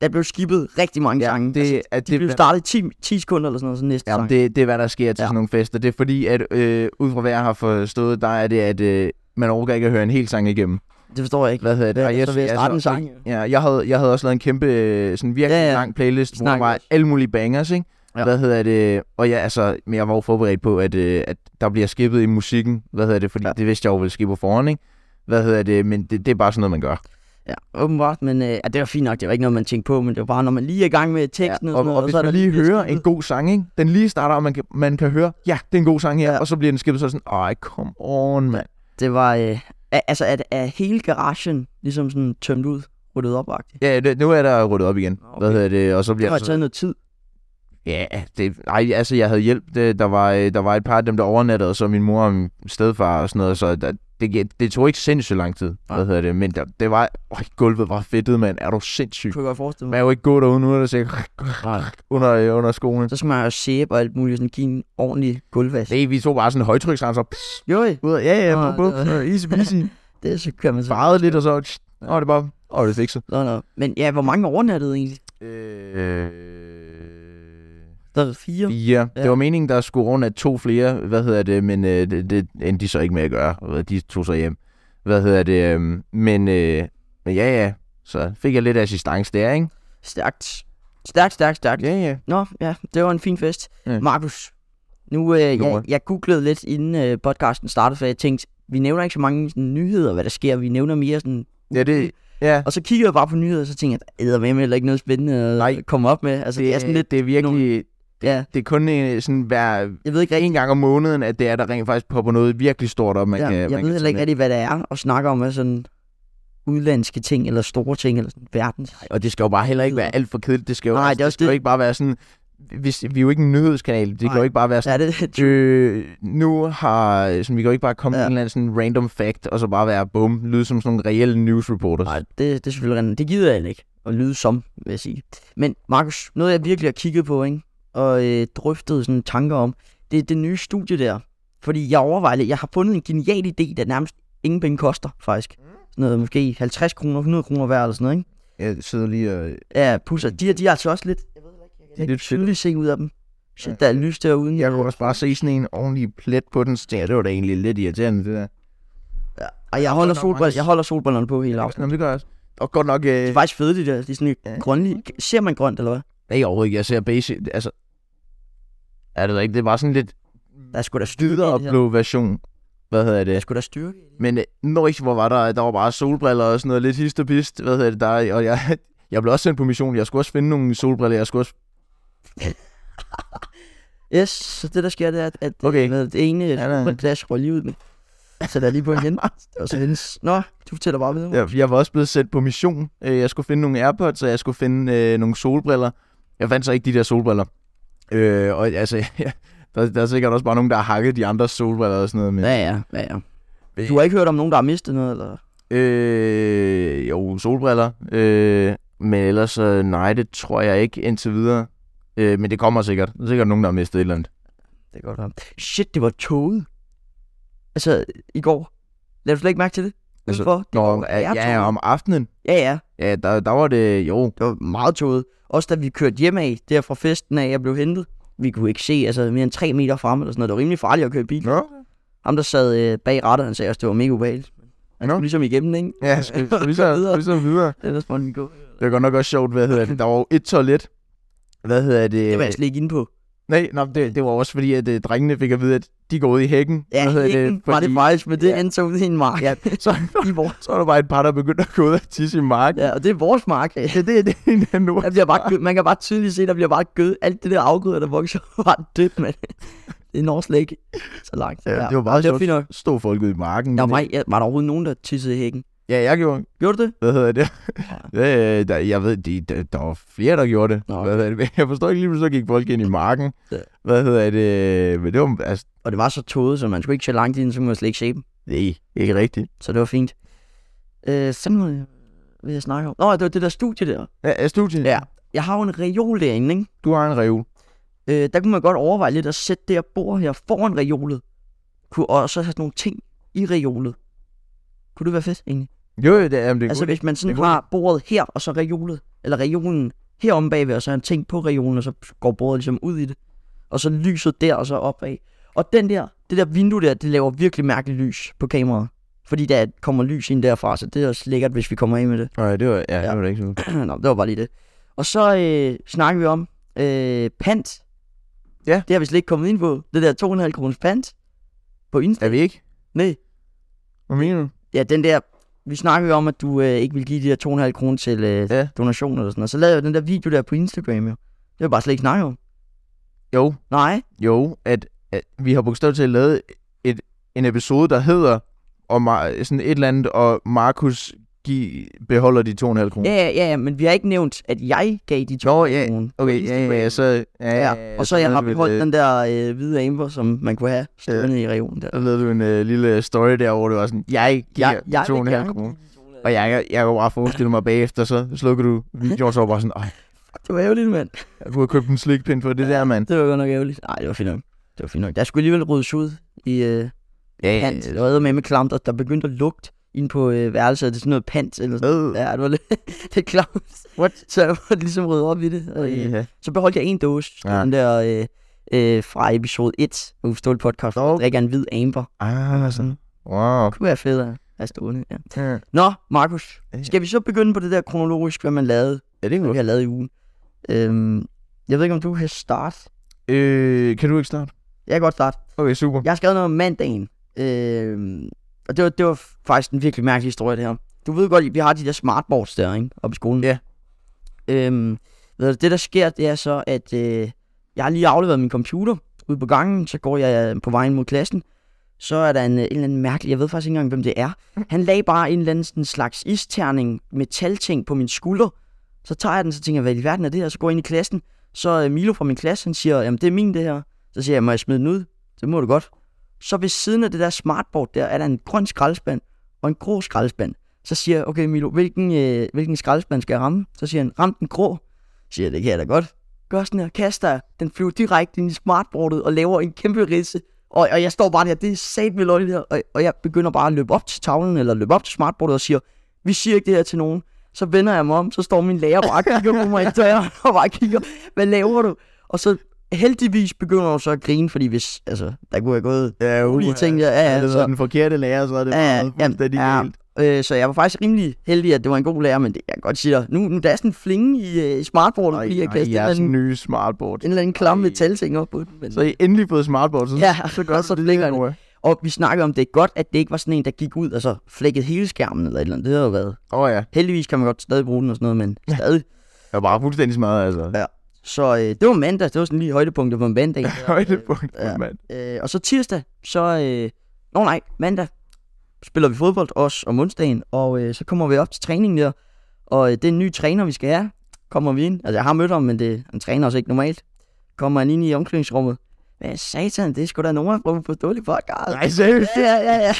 [SPEAKER 1] der blev skippet rigtig mange ja, sange.
[SPEAKER 2] det,
[SPEAKER 1] altså,
[SPEAKER 2] at
[SPEAKER 1] det blev
[SPEAKER 2] hvad-
[SPEAKER 1] startet i 10, 10 sekunder eller sådan noget, så næste
[SPEAKER 2] Jamen,
[SPEAKER 1] sang.
[SPEAKER 2] det, det er, hvad der sker til
[SPEAKER 1] Ja.
[SPEAKER 2] sådan nogle fester. Det er fordi, at øh, ud fra hvad jeg har forstået, der er det, at øh, man overgår ikke at høre en hel sang igennem.
[SPEAKER 1] Det forstår jeg ikke.
[SPEAKER 2] Hvad hedder det?
[SPEAKER 1] Hvad,
[SPEAKER 2] Og
[SPEAKER 1] jeg, så vil jeg
[SPEAKER 2] altså,
[SPEAKER 1] starte en sang.
[SPEAKER 2] Ja, jeg havde, jeg havde også lavet en kæmpe, øh, sådan virkelig ja,
[SPEAKER 1] Ja,
[SPEAKER 2] ja.
[SPEAKER 1] ja.
[SPEAKER 2] lang playlist, hvor der
[SPEAKER 1] Snakker
[SPEAKER 2] var
[SPEAKER 1] også.
[SPEAKER 2] alle mulige bangers, ikke? Ja.
[SPEAKER 1] Ja.
[SPEAKER 2] Hvad hedder det? Og ja, altså, men jeg var jo forberedt på, at, øh, at der bliver skippet i musikken. Hvad hedder det? Fordi ja.
[SPEAKER 1] Ja.
[SPEAKER 2] det vidste jeg jo ville ske på forhånd, ikke? Hvad hedder det? Men det, det er bare sådan noget, man gør.
[SPEAKER 1] Ja, åbenbart, men øh, ja, det var fint nok. Det var ikke noget, man tænkte på, men det var bare, når man lige er i gang med teksten og,
[SPEAKER 2] og,
[SPEAKER 1] sådan noget.
[SPEAKER 2] og hvis
[SPEAKER 1] så er
[SPEAKER 2] man
[SPEAKER 1] der
[SPEAKER 2] lige
[SPEAKER 1] lidt
[SPEAKER 2] hører
[SPEAKER 1] skippet.
[SPEAKER 2] en god sang, ikke? Den lige starter, og man kan, man kan høre, ja, det er en god sang her, ja.
[SPEAKER 1] Ja.
[SPEAKER 2] og så bliver den skippet så er det sådan, ej, come on, mand.
[SPEAKER 1] Det var, øh, a- altså, at, at hele garagen ligesom sådan tømt ud, ryddet op, agtigt.
[SPEAKER 2] Ja, det, nu er der ryddet op igen. Okay.
[SPEAKER 1] Okay.
[SPEAKER 2] Hvad hedder det? Og så
[SPEAKER 1] Det
[SPEAKER 2] bliver
[SPEAKER 1] har
[SPEAKER 2] det så,
[SPEAKER 1] taget noget tid.
[SPEAKER 2] Ja, det, nej, altså jeg havde hjælp. Det, der, var, øh, der var et par af dem, der overnattede, og så min mor og min stedfar og sådan noget, så der, det, det tog ikke sindssygt lang tid,
[SPEAKER 1] Nej.
[SPEAKER 2] hvad hedder det, men der, det var, øj, gulvet var fedtet, mand, er du sindssyg?
[SPEAKER 1] Kunne jeg godt forestille
[SPEAKER 2] Man
[SPEAKER 1] mig.
[SPEAKER 2] er jo ikke gå derude nu, er der sikkert under, øh, under skoene.
[SPEAKER 1] Så skal man have sæbe og alt muligt, sådan give en ordentlig gulvvask.
[SPEAKER 2] Det, vi tog bare sådan en højtryksrenser, pss,
[SPEAKER 1] Jo,
[SPEAKER 2] ud af, ja, ja,
[SPEAKER 1] Nå,
[SPEAKER 2] bup, bup,
[SPEAKER 1] det var-
[SPEAKER 2] easy peasy,
[SPEAKER 1] det så kører man så.
[SPEAKER 2] farede lidt, og så, tss, og det er bare, og det er fikset.
[SPEAKER 1] Nå, nå. Men ja, hvor mange overnattede egentlig?
[SPEAKER 2] Øh...
[SPEAKER 1] Der er fire.
[SPEAKER 2] Ja,
[SPEAKER 1] Ja.
[SPEAKER 2] det var meningen, der skulle runde af to flere, hvad hedder det, men øh, det, det endte de så ikke med at gøre. Hvad, De tog så hjem. Hvad hedder det, øh, men, øh, men ja, ja, så fik jeg lidt assistance der, ikke?
[SPEAKER 1] Stærkt. Stærkt, stærkt, stærkt.
[SPEAKER 2] Ja, ja.
[SPEAKER 1] Nå, ja, det var en fin fest.
[SPEAKER 2] Ja.
[SPEAKER 1] Markus, nu, øh, jeg,
[SPEAKER 2] Godmorgen.
[SPEAKER 1] jeg googlede lidt, inden øh, podcasten startede, for jeg tænkte, vi nævner ikke så mange sådan, nyheder, hvad der sker. Vi nævner mere sådan...
[SPEAKER 2] Ja, det, ja.
[SPEAKER 1] Og så kiggede jeg bare på nyheder, og så tænkte jeg, der er med heller ikke noget spændende at
[SPEAKER 2] Nej.
[SPEAKER 1] komme op med. Altså, det, det er sådan lidt...
[SPEAKER 2] det er virkelig,
[SPEAKER 1] Ja,
[SPEAKER 2] det er kun øh, sådan hver,
[SPEAKER 1] jeg ved ikke rigtig,
[SPEAKER 2] en gang om måneden, at det er, der rent faktisk popper noget virkelig stort op, man
[SPEAKER 1] ja,
[SPEAKER 2] kan...
[SPEAKER 1] jeg
[SPEAKER 2] man kan
[SPEAKER 1] ved heller
[SPEAKER 2] tage
[SPEAKER 1] ikke
[SPEAKER 2] med.
[SPEAKER 1] rigtig, hvad det er at snakke om af sådan udlandske ting, eller store ting, eller sådan verdens.
[SPEAKER 2] Og det skal jo bare heller ikke være alt for kedeligt. Det skal jo,
[SPEAKER 1] Mm. Nej,
[SPEAKER 2] altså,
[SPEAKER 1] det er også
[SPEAKER 2] skal jo
[SPEAKER 1] det.
[SPEAKER 2] ikke bare være sådan... Hvis, vi er jo ikke en nyhedskanal. Det kan
[SPEAKER 1] Nej.
[SPEAKER 2] jo ikke bare være sådan...
[SPEAKER 1] Ja, det,
[SPEAKER 2] Øh, nu har... Sådan, vi kan jo ikke bare komme
[SPEAKER 1] Ja.
[SPEAKER 2] ja. en eller anden sådan random fact, og så bare være, bum, lyde som sådan nogle reelle news reporters.
[SPEAKER 1] Nej, det, det er selvfølgelig rent. Det gider jeg ikke at lyde som, vil jeg sige. Men Markus, noget jeg virkelig har kigget på, ikke? og øh, drøftet sådan tanker om, det er det nye studie der. Fordi jeg overvejer lidt, jeg har fundet en genial idé, der nærmest ingen penge koster, faktisk.
[SPEAKER 2] Mm.
[SPEAKER 1] Sådan noget, måske 50 kroner, 100 kroner hver eller sådan noget, ikke?
[SPEAKER 2] Jeg sidder lige og...
[SPEAKER 1] Ja, pusser. De, her, de er altså også lidt, jeg ved ikke, jeg
[SPEAKER 2] Det
[SPEAKER 1] kan
[SPEAKER 2] er lidt
[SPEAKER 1] lidt
[SPEAKER 2] fedt.
[SPEAKER 1] tydeligt se ud af dem. Så
[SPEAKER 2] Ja.
[SPEAKER 1] der er lys derude.
[SPEAKER 2] Jeg kunne også bare se sådan en ordentlig plet på den stær. Det var da egentlig lidt irriterende, det der.
[SPEAKER 1] Og jeg holder,
[SPEAKER 2] Godt nok
[SPEAKER 1] solbriller,
[SPEAKER 2] mange-
[SPEAKER 1] jeg holder solbrillerne på hele aften.
[SPEAKER 2] Nå, men det gør jeg også. Og godt nok...
[SPEAKER 1] Det er
[SPEAKER 2] Øh,
[SPEAKER 1] faktisk fede, de der. De er sådan
[SPEAKER 2] Ja.
[SPEAKER 1] lidt grønlige. Ser man grønt, eller hvad?
[SPEAKER 2] nej, overhovedet ikke. Jeg ser basic... Altså... Er det ikke? Det er bare sådan lidt
[SPEAKER 1] Der er sgu da styrke. i
[SPEAKER 2] dydere
[SPEAKER 1] Mm. det her.
[SPEAKER 2] blå version. Hvad hedder
[SPEAKER 1] Der er
[SPEAKER 2] det?
[SPEAKER 1] sgu da styrke. i det.
[SPEAKER 2] Men øh, Norwich, hvor var der, der var bare solbriller og sådan noget, lidt hist og pist, hvad hedder det, der, og jeg, jeg blev også sendt på mission, jeg skulle også finde nogle solbriller, jeg skulle også,
[SPEAKER 1] Yes, så det der sker, det er, at- at
[SPEAKER 2] Okay.
[SPEAKER 1] okay. med det ene
[SPEAKER 2] Ja, nej.
[SPEAKER 1] ja, glas røg lige ud med. Så der er lige på hende. og så hendes. Nå, du fortæller bare videre. Ja.
[SPEAKER 2] jeg, jeg var også blevet sendt på mission, Øh, jeg skulle finde nogle Airpods, og jeg skulle finde øh, nogle solbriller, jeg fandt så ikke de der solbriller, øh, og altså, ja, der, der er sikkert også bare nogen, der har hakket de andres solbriller og sådan noget, men,
[SPEAKER 1] Ja, ja, ja, ja. Du har ikke hørt om nogen, der har mistet noget, eller?
[SPEAKER 2] øh, jo, solbriller, øh, men ellers, øh, nej, det tror jeg ikke indtil videre, øh, men det kommer sikkert, der er sikkert nogen, der har mistet et eller andet.
[SPEAKER 1] Det kan godt være. Shit, det var toget. Altså, i går. Lad du slet ikke mærke til det?
[SPEAKER 2] Altså,
[SPEAKER 1] Udenfor, det
[SPEAKER 2] Nå,
[SPEAKER 1] var
[SPEAKER 2] ja, ja,
[SPEAKER 1] airtoget.
[SPEAKER 2] om aftenen,
[SPEAKER 1] ja, ja.
[SPEAKER 2] Ja, der, der var det jo.
[SPEAKER 1] Det var meget toget. Også da vi kørte hjem af, der fra festen af, jeg blev hentet. Vi kunne ikke se, altså mere end tre meter frem eller sådan noget. Det var rimelig farligt at køre bil.
[SPEAKER 2] Nå?
[SPEAKER 1] Ham, der sad øh, bag rattet, han sagde også, det var mega ubehageligt. Han
[SPEAKER 2] Nå.
[SPEAKER 1] skulle ligesom igennem, ikke?
[SPEAKER 2] Ja, skal, skal vi så, skal vi så videre?
[SPEAKER 1] Ellers måtte den gå.
[SPEAKER 2] Det var godt nok også sjovt, hvad hedder det. Der var jo et toilet. Hvad hedder det?
[SPEAKER 1] Det var jeg slet ikke inde på.
[SPEAKER 2] Nej, nå, det, det var også fordi, at uh, drengene fik at vide, at de går ud i hækken.
[SPEAKER 1] Ja,
[SPEAKER 2] hvad hedder
[SPEAKER 1] hækken
[SPEAKER 2] det?
[SPEAKER 1] var det faktisk, men det
[SPEAKER 2] Ja.
[SPEAKER 1] ja. endte så ud i en mark.
[SPEAKER 2] Ja, så,
[SPEAKER 1] I vores,
[SPEAKER 2] så var der bare et par, der begyndte at gå ud og tisse i marken.
[SPEAKER 1] ja, og det er vores mark.
[SPEAKER 2] Ja, det, det er en anden
[SPEAKER 1] Der
[SPEAKER 2] ord.
[SPEAKER 1] bliver bare gød, man kan bare tydeligt se, der bliver bare gød. Alt det der afgrøder, der vokser, var dødt, mand. Det når slet ikke så langt.
[SPEAKER 2] Ja, det var meget
[SPEAKER 1] det var
[SPEAKER 2] sjovt.
[SPEAKER 1] fint nok.
[SPEAKER 2] Stod folk ude i marken.
[SPEAKER 1] Der var,
[SPEAKER 2] men-
[SPEAKER 1] mig, ja, var der overhovedet nogen, der tissede i hækken?
[SPEAKER 2] Ja, jeg gjorde.
[SPEAKER 1] Gjorde du det?
[SPEAKER 2] Hvad hedder det? Ja. øh, der, jeg ved, de, der, der var flere, der gjorde det.
[SPEAKER 1] Nå.
[SPEAKER 2] Hvad hedder det? Men Jeg forstår ikke lige, så gik folk ind i marken.
[SPEAKER 1] Ja.
[SPEAKER 2] Hvad hedder det? Men det var, altså,
[SPEAKER 1] Og det var så tåget, så man skulle ikke så langt ind, så kunne man slet ikke se dem.
[SPEAKER 2] nej, ikke rigtigt.
[SPEAKER 1] Så det var fint. Øh, sådan noget vil jeg snakke om. Nå, det var det der studie der.
[SPEAKER 2] Ja, er studiet?
[SPEAKER 1] Ja. Jeg har jo en reol derinde, ikke?
[SPEAKER 2] Du har en reol.
[SPEAKER 1] øh, der kunne man godt overveje lidt at sætte det her bord her foran reolet. Kunne også have nogle ting i reolet. Kunne det være fedt egentlig?
[SPEAKER 2] Jo, det er, jamen, det
[SPEAKER 1] Altså
[SPEAKER 2] er altså,
[SPEAKER 1] hvis man sådan
[SPEAKER 2] Det kunne
[SPEAKER 1] har bordet her, og så reolet, eller reolen herom bagved, og så har en ting på reolen, og så går bordet ligesom ud i det. Og så lyset der, og så opad. Og den der, det der vindue der, det laver virkelig mærkeligt lys på kameraet. Fordi der kommer lys ind derfra, så det er også lækkert, hvis vi kommer af med det.
[SPEAKER 2] Nej, det var, ja,
[SPEAKER 1] Ja.
[SPEAKER 2] det var det ikke sådan.
[SPEAKER 1] Nå, det var bare lige det. Og så øh, snakker vi om øh, pant.
[SPEAKER 2] Ja.
[SPEAKER 1] Det har vi slet ikke kommet ind på. Det der 2,5 kroners pant på Insta.
[SPEAKER 2] Er vi ikke?
[SPEAKER 1] Nej.
[SPEAKER 2] Hvad mener du?
[SPEAKER 1] Ja, den der... Vi snakker jo om, at du øh, ikke vil give de der 2,5 kroner til øh,
[SPEAKER 2] Ja.
[SPEAKER 1] ja. donationer eller sådan noget. Så lavede jeg den der video der på Instagram jo. Det vil jeg bare slet ikke snakke om.
[SPEAKER 2] Jo,
[SPEAKER 1] Nej,
[SPEAKER 2] jo, at, at vi har bogstaveligt talt lavet et, en episode, der hedder og Mar- sådan et eller andet, og Markus gi- beholder de 2,5 kroner.
[SPEAKER 1] Ja, ja, ja, ja, men vi har ikke nævnt, at jeg gav de to
[SPEAKER 2] Nå, ja.
[SPEAKER 1] kroner.
[SPEAKER 2] Okay, ja, ja, ja, så... Ja,
[SPEAKER 1] Ja, og så jeg har
[SPEAKER 2] lavede vi et,
[SPEAKER 1] beholdt
[SPEAKER 2] øh,
[SPEAKER 1] den der øh, hvide amber, som man kunne have stående i regionen der.
[SPEAKER 2] Så lavede du en øh, lille story der, hvor det var sådan, jeg giver
[SPEAKER 1] Jeg- jeg vil
[SPEAKER 2] 2,5
[SPEAKER 1] gerne
[SPEAKER 2] kroner. Og jeg, jeg, jeg kunne bare forestille mig bagefter, så slukker du videoen, så var jeg bare sådan, ej,
[SPEAKER 1] Det var ærgerligt, mand.
[SPEAKER 2] jeg kunne have købt en slikpind for det der, mand.
[SPEAKER 1] Det var godt nok ærgerligt. Nej, det var fint nok. Det var fint nok. Der skulle alligevel ryddes ud i øh,
[SPEAKER 2] Ja,
[SPEAKER 1] pant. Der var med med klamt, og der begyndte at lugte ind på øh, værelset. Det er sådan noget pant eller sådan
[SPEAKER 2] Øh.
[SPEAKER 1] Ja, det var lidt, lidt klamt. What? Så jeg måtte ligesom rydde op i det. Og, øh,
[SPEAKER 2] Ja.
[SPEAKER 1] så beholdt jeg en dåse. Ja.
[SPEAKER 2] Ja.
[SPEAKER 1] Den der øh, øh, fra episode 1 af Uforståelig Podcast.
[SPEAKER 2] Nå.
[SPEAKER 1] Der drikker en hvid amber.
[SPEAKER 2] Ah, sådan. Wow.
[SPEAKER 1] Det kunne være fedt at have stående. Ja.
[SPEAKER 2] Ja,
[SPEAKER 1] Nå, Markus.
[SPEAKER 2] Ja.
[SPEAKER 1] Skal vi så begynde på det der kronologisk, hvad man lavede?
[SPEAKER 2] det er
[SPEAKER 1] Hvad vi har lavet i ugen? Øhm, jeg ved ikke, om du kan starte.
[SPEAKER 2] Øh, kan du ikke starte?
[SPEAKER 1] Jeg kan godt starte.
[SPEAKER 2] Okay, super.
[SPEAKER 1] Jeg har skrevet noget om mandagen. Øh, og det var, det var faktisk en virkelig mærkelig historie, det her. Du ved godt, vi har de der smartboards der, ikke? Oppe i skolen.
[SPEAKER 2] Ja.
[SPEAKER 1] Øhm, ved du, det der sker, det er så, at øh, jeg har lige afleveret min computer ude på gangen. Så går jeg øh, på vejen mod klassen. Så er der en, øh, en eller anden mærkelig, jeg ved faktisk ikke engang, hvem det er. Han lagde bare en eller anden sådan slags isterning, metalting på min skulder. Så tager jeg den, så tænker jeg, hvad i verden er det her? Så går jeg ind i klassen. Så øh, Milo fra min klasse, han siger, jamen det er min det her. Så siger jeg, må jeg smide den ud? Det må du godt. Så ved siden af det der smartboard der, er der en grøn skraldespand og en grå skraldespand. Så siger jeg, okay Milo, hvilken, øh, hvilken skraldespand skal jeg ramme? Så siger han, ram den grå. Så siger jeg, det kan jeg da godt. Gør sådan her, kaster jeg. Den flyver direkte ind i smartboardet og laver en kæmpe ridse. Og, og jeg står bare der, det er sat med løgn det her. Og, og jeg begynder bare at løbe op til tavlen, eller løbe op til smartboardet og siger, vi siger ikke det her til nogen. Så vender jeg mig om, så står min lærer bare og kigger på mig i døren og bare kigger, hvad laver du? Og så heldigvis begynder hun så at grine, fordi hvis, altså, der kunne have gået
[SPEAKER 2] Ja,
[SPEAKER 1] mulige
[SPEAKER 2] uha.
[SPEAKER 1] ting der. Ja,
[SPEAKER 2] Ja,
[SPEAKER 1] ja,
[SPEAKER 2] det
[SPEAKER 1] så,
[SPEAKER 2] er den forkerte lærer, så er det
[SPEAKER 1] altså. Ja, ja,
[SPEAKER 2] meget fuldstændig
[SPEAKER 1] ja.
[SPEAKER 2] galt.
[SPEAKER 1] øh, så jeg var faktisk rimelig heldig, at det var en god lærer, men det, jeg kan godt sige dig, nu, nu der er sådan en flinge i, øh, i smartboardet,
[SPEAKER 2] Ej,
[SPEAKER 1] fordi jeg
[SPEAKER 2] ej,
[SPEAKER 1] kastede en,
[SPEAKER 2] jeres
[SPEAKER 1] eller anden-
[SPEAKER 2] nye smartboard.
[SPEAKER 1] en eller anden klam
[SPEAKER 2] Ej.
[SPEAKER 1] metalting op på den. Men,
[SPEAKER 2] Så har I endelig fået smartboard, så
[SPEAKER 1] ja, så godt, så flækker det.
[SPEAKER 2] Åh
[SPEAKER 1] Og vi snakkede om, det er godt, at det ikke var sådan en, der gik ud og så flækkede hele skærmen eller et eller andet. Det havde jo været.
[SPEAKER 2] oh, ja,
[SPEAKER 1] Heldigvis kan man godt stadig bruge den og sådan noget, men stadig.
[SPEAKER 2] jeg var bare fuldstændig smadret, altså.
[SPEAKER 1] Ja. Så øh, det var mandag, det var sådan lige højdepunktet på en mandag.
[SPEAKER 2] Højdepunkt,
[SPEAKER 1] Ja.
[SPEAKER 2] mand.
[SPEAKER 1] Øh, og så tirsdag, så... Øh, Nå nej, mandag spiller vi fodbold også om onsdagen, og øh, så kommer vi op til træningen der, og øh, det er en ny træner, vi skal have. Kommer vi ind, altså jeg har mødt ham, men det, han træner også ikke normalt. Kommer han ind i omklædningsrummet. Hvad satan, det er sgu da nogen fra uforståelig podcast.
[SPEAKER 2] Nej, seriøst.
[SPEAKER 1] ah. Ja, ja, ja, ja.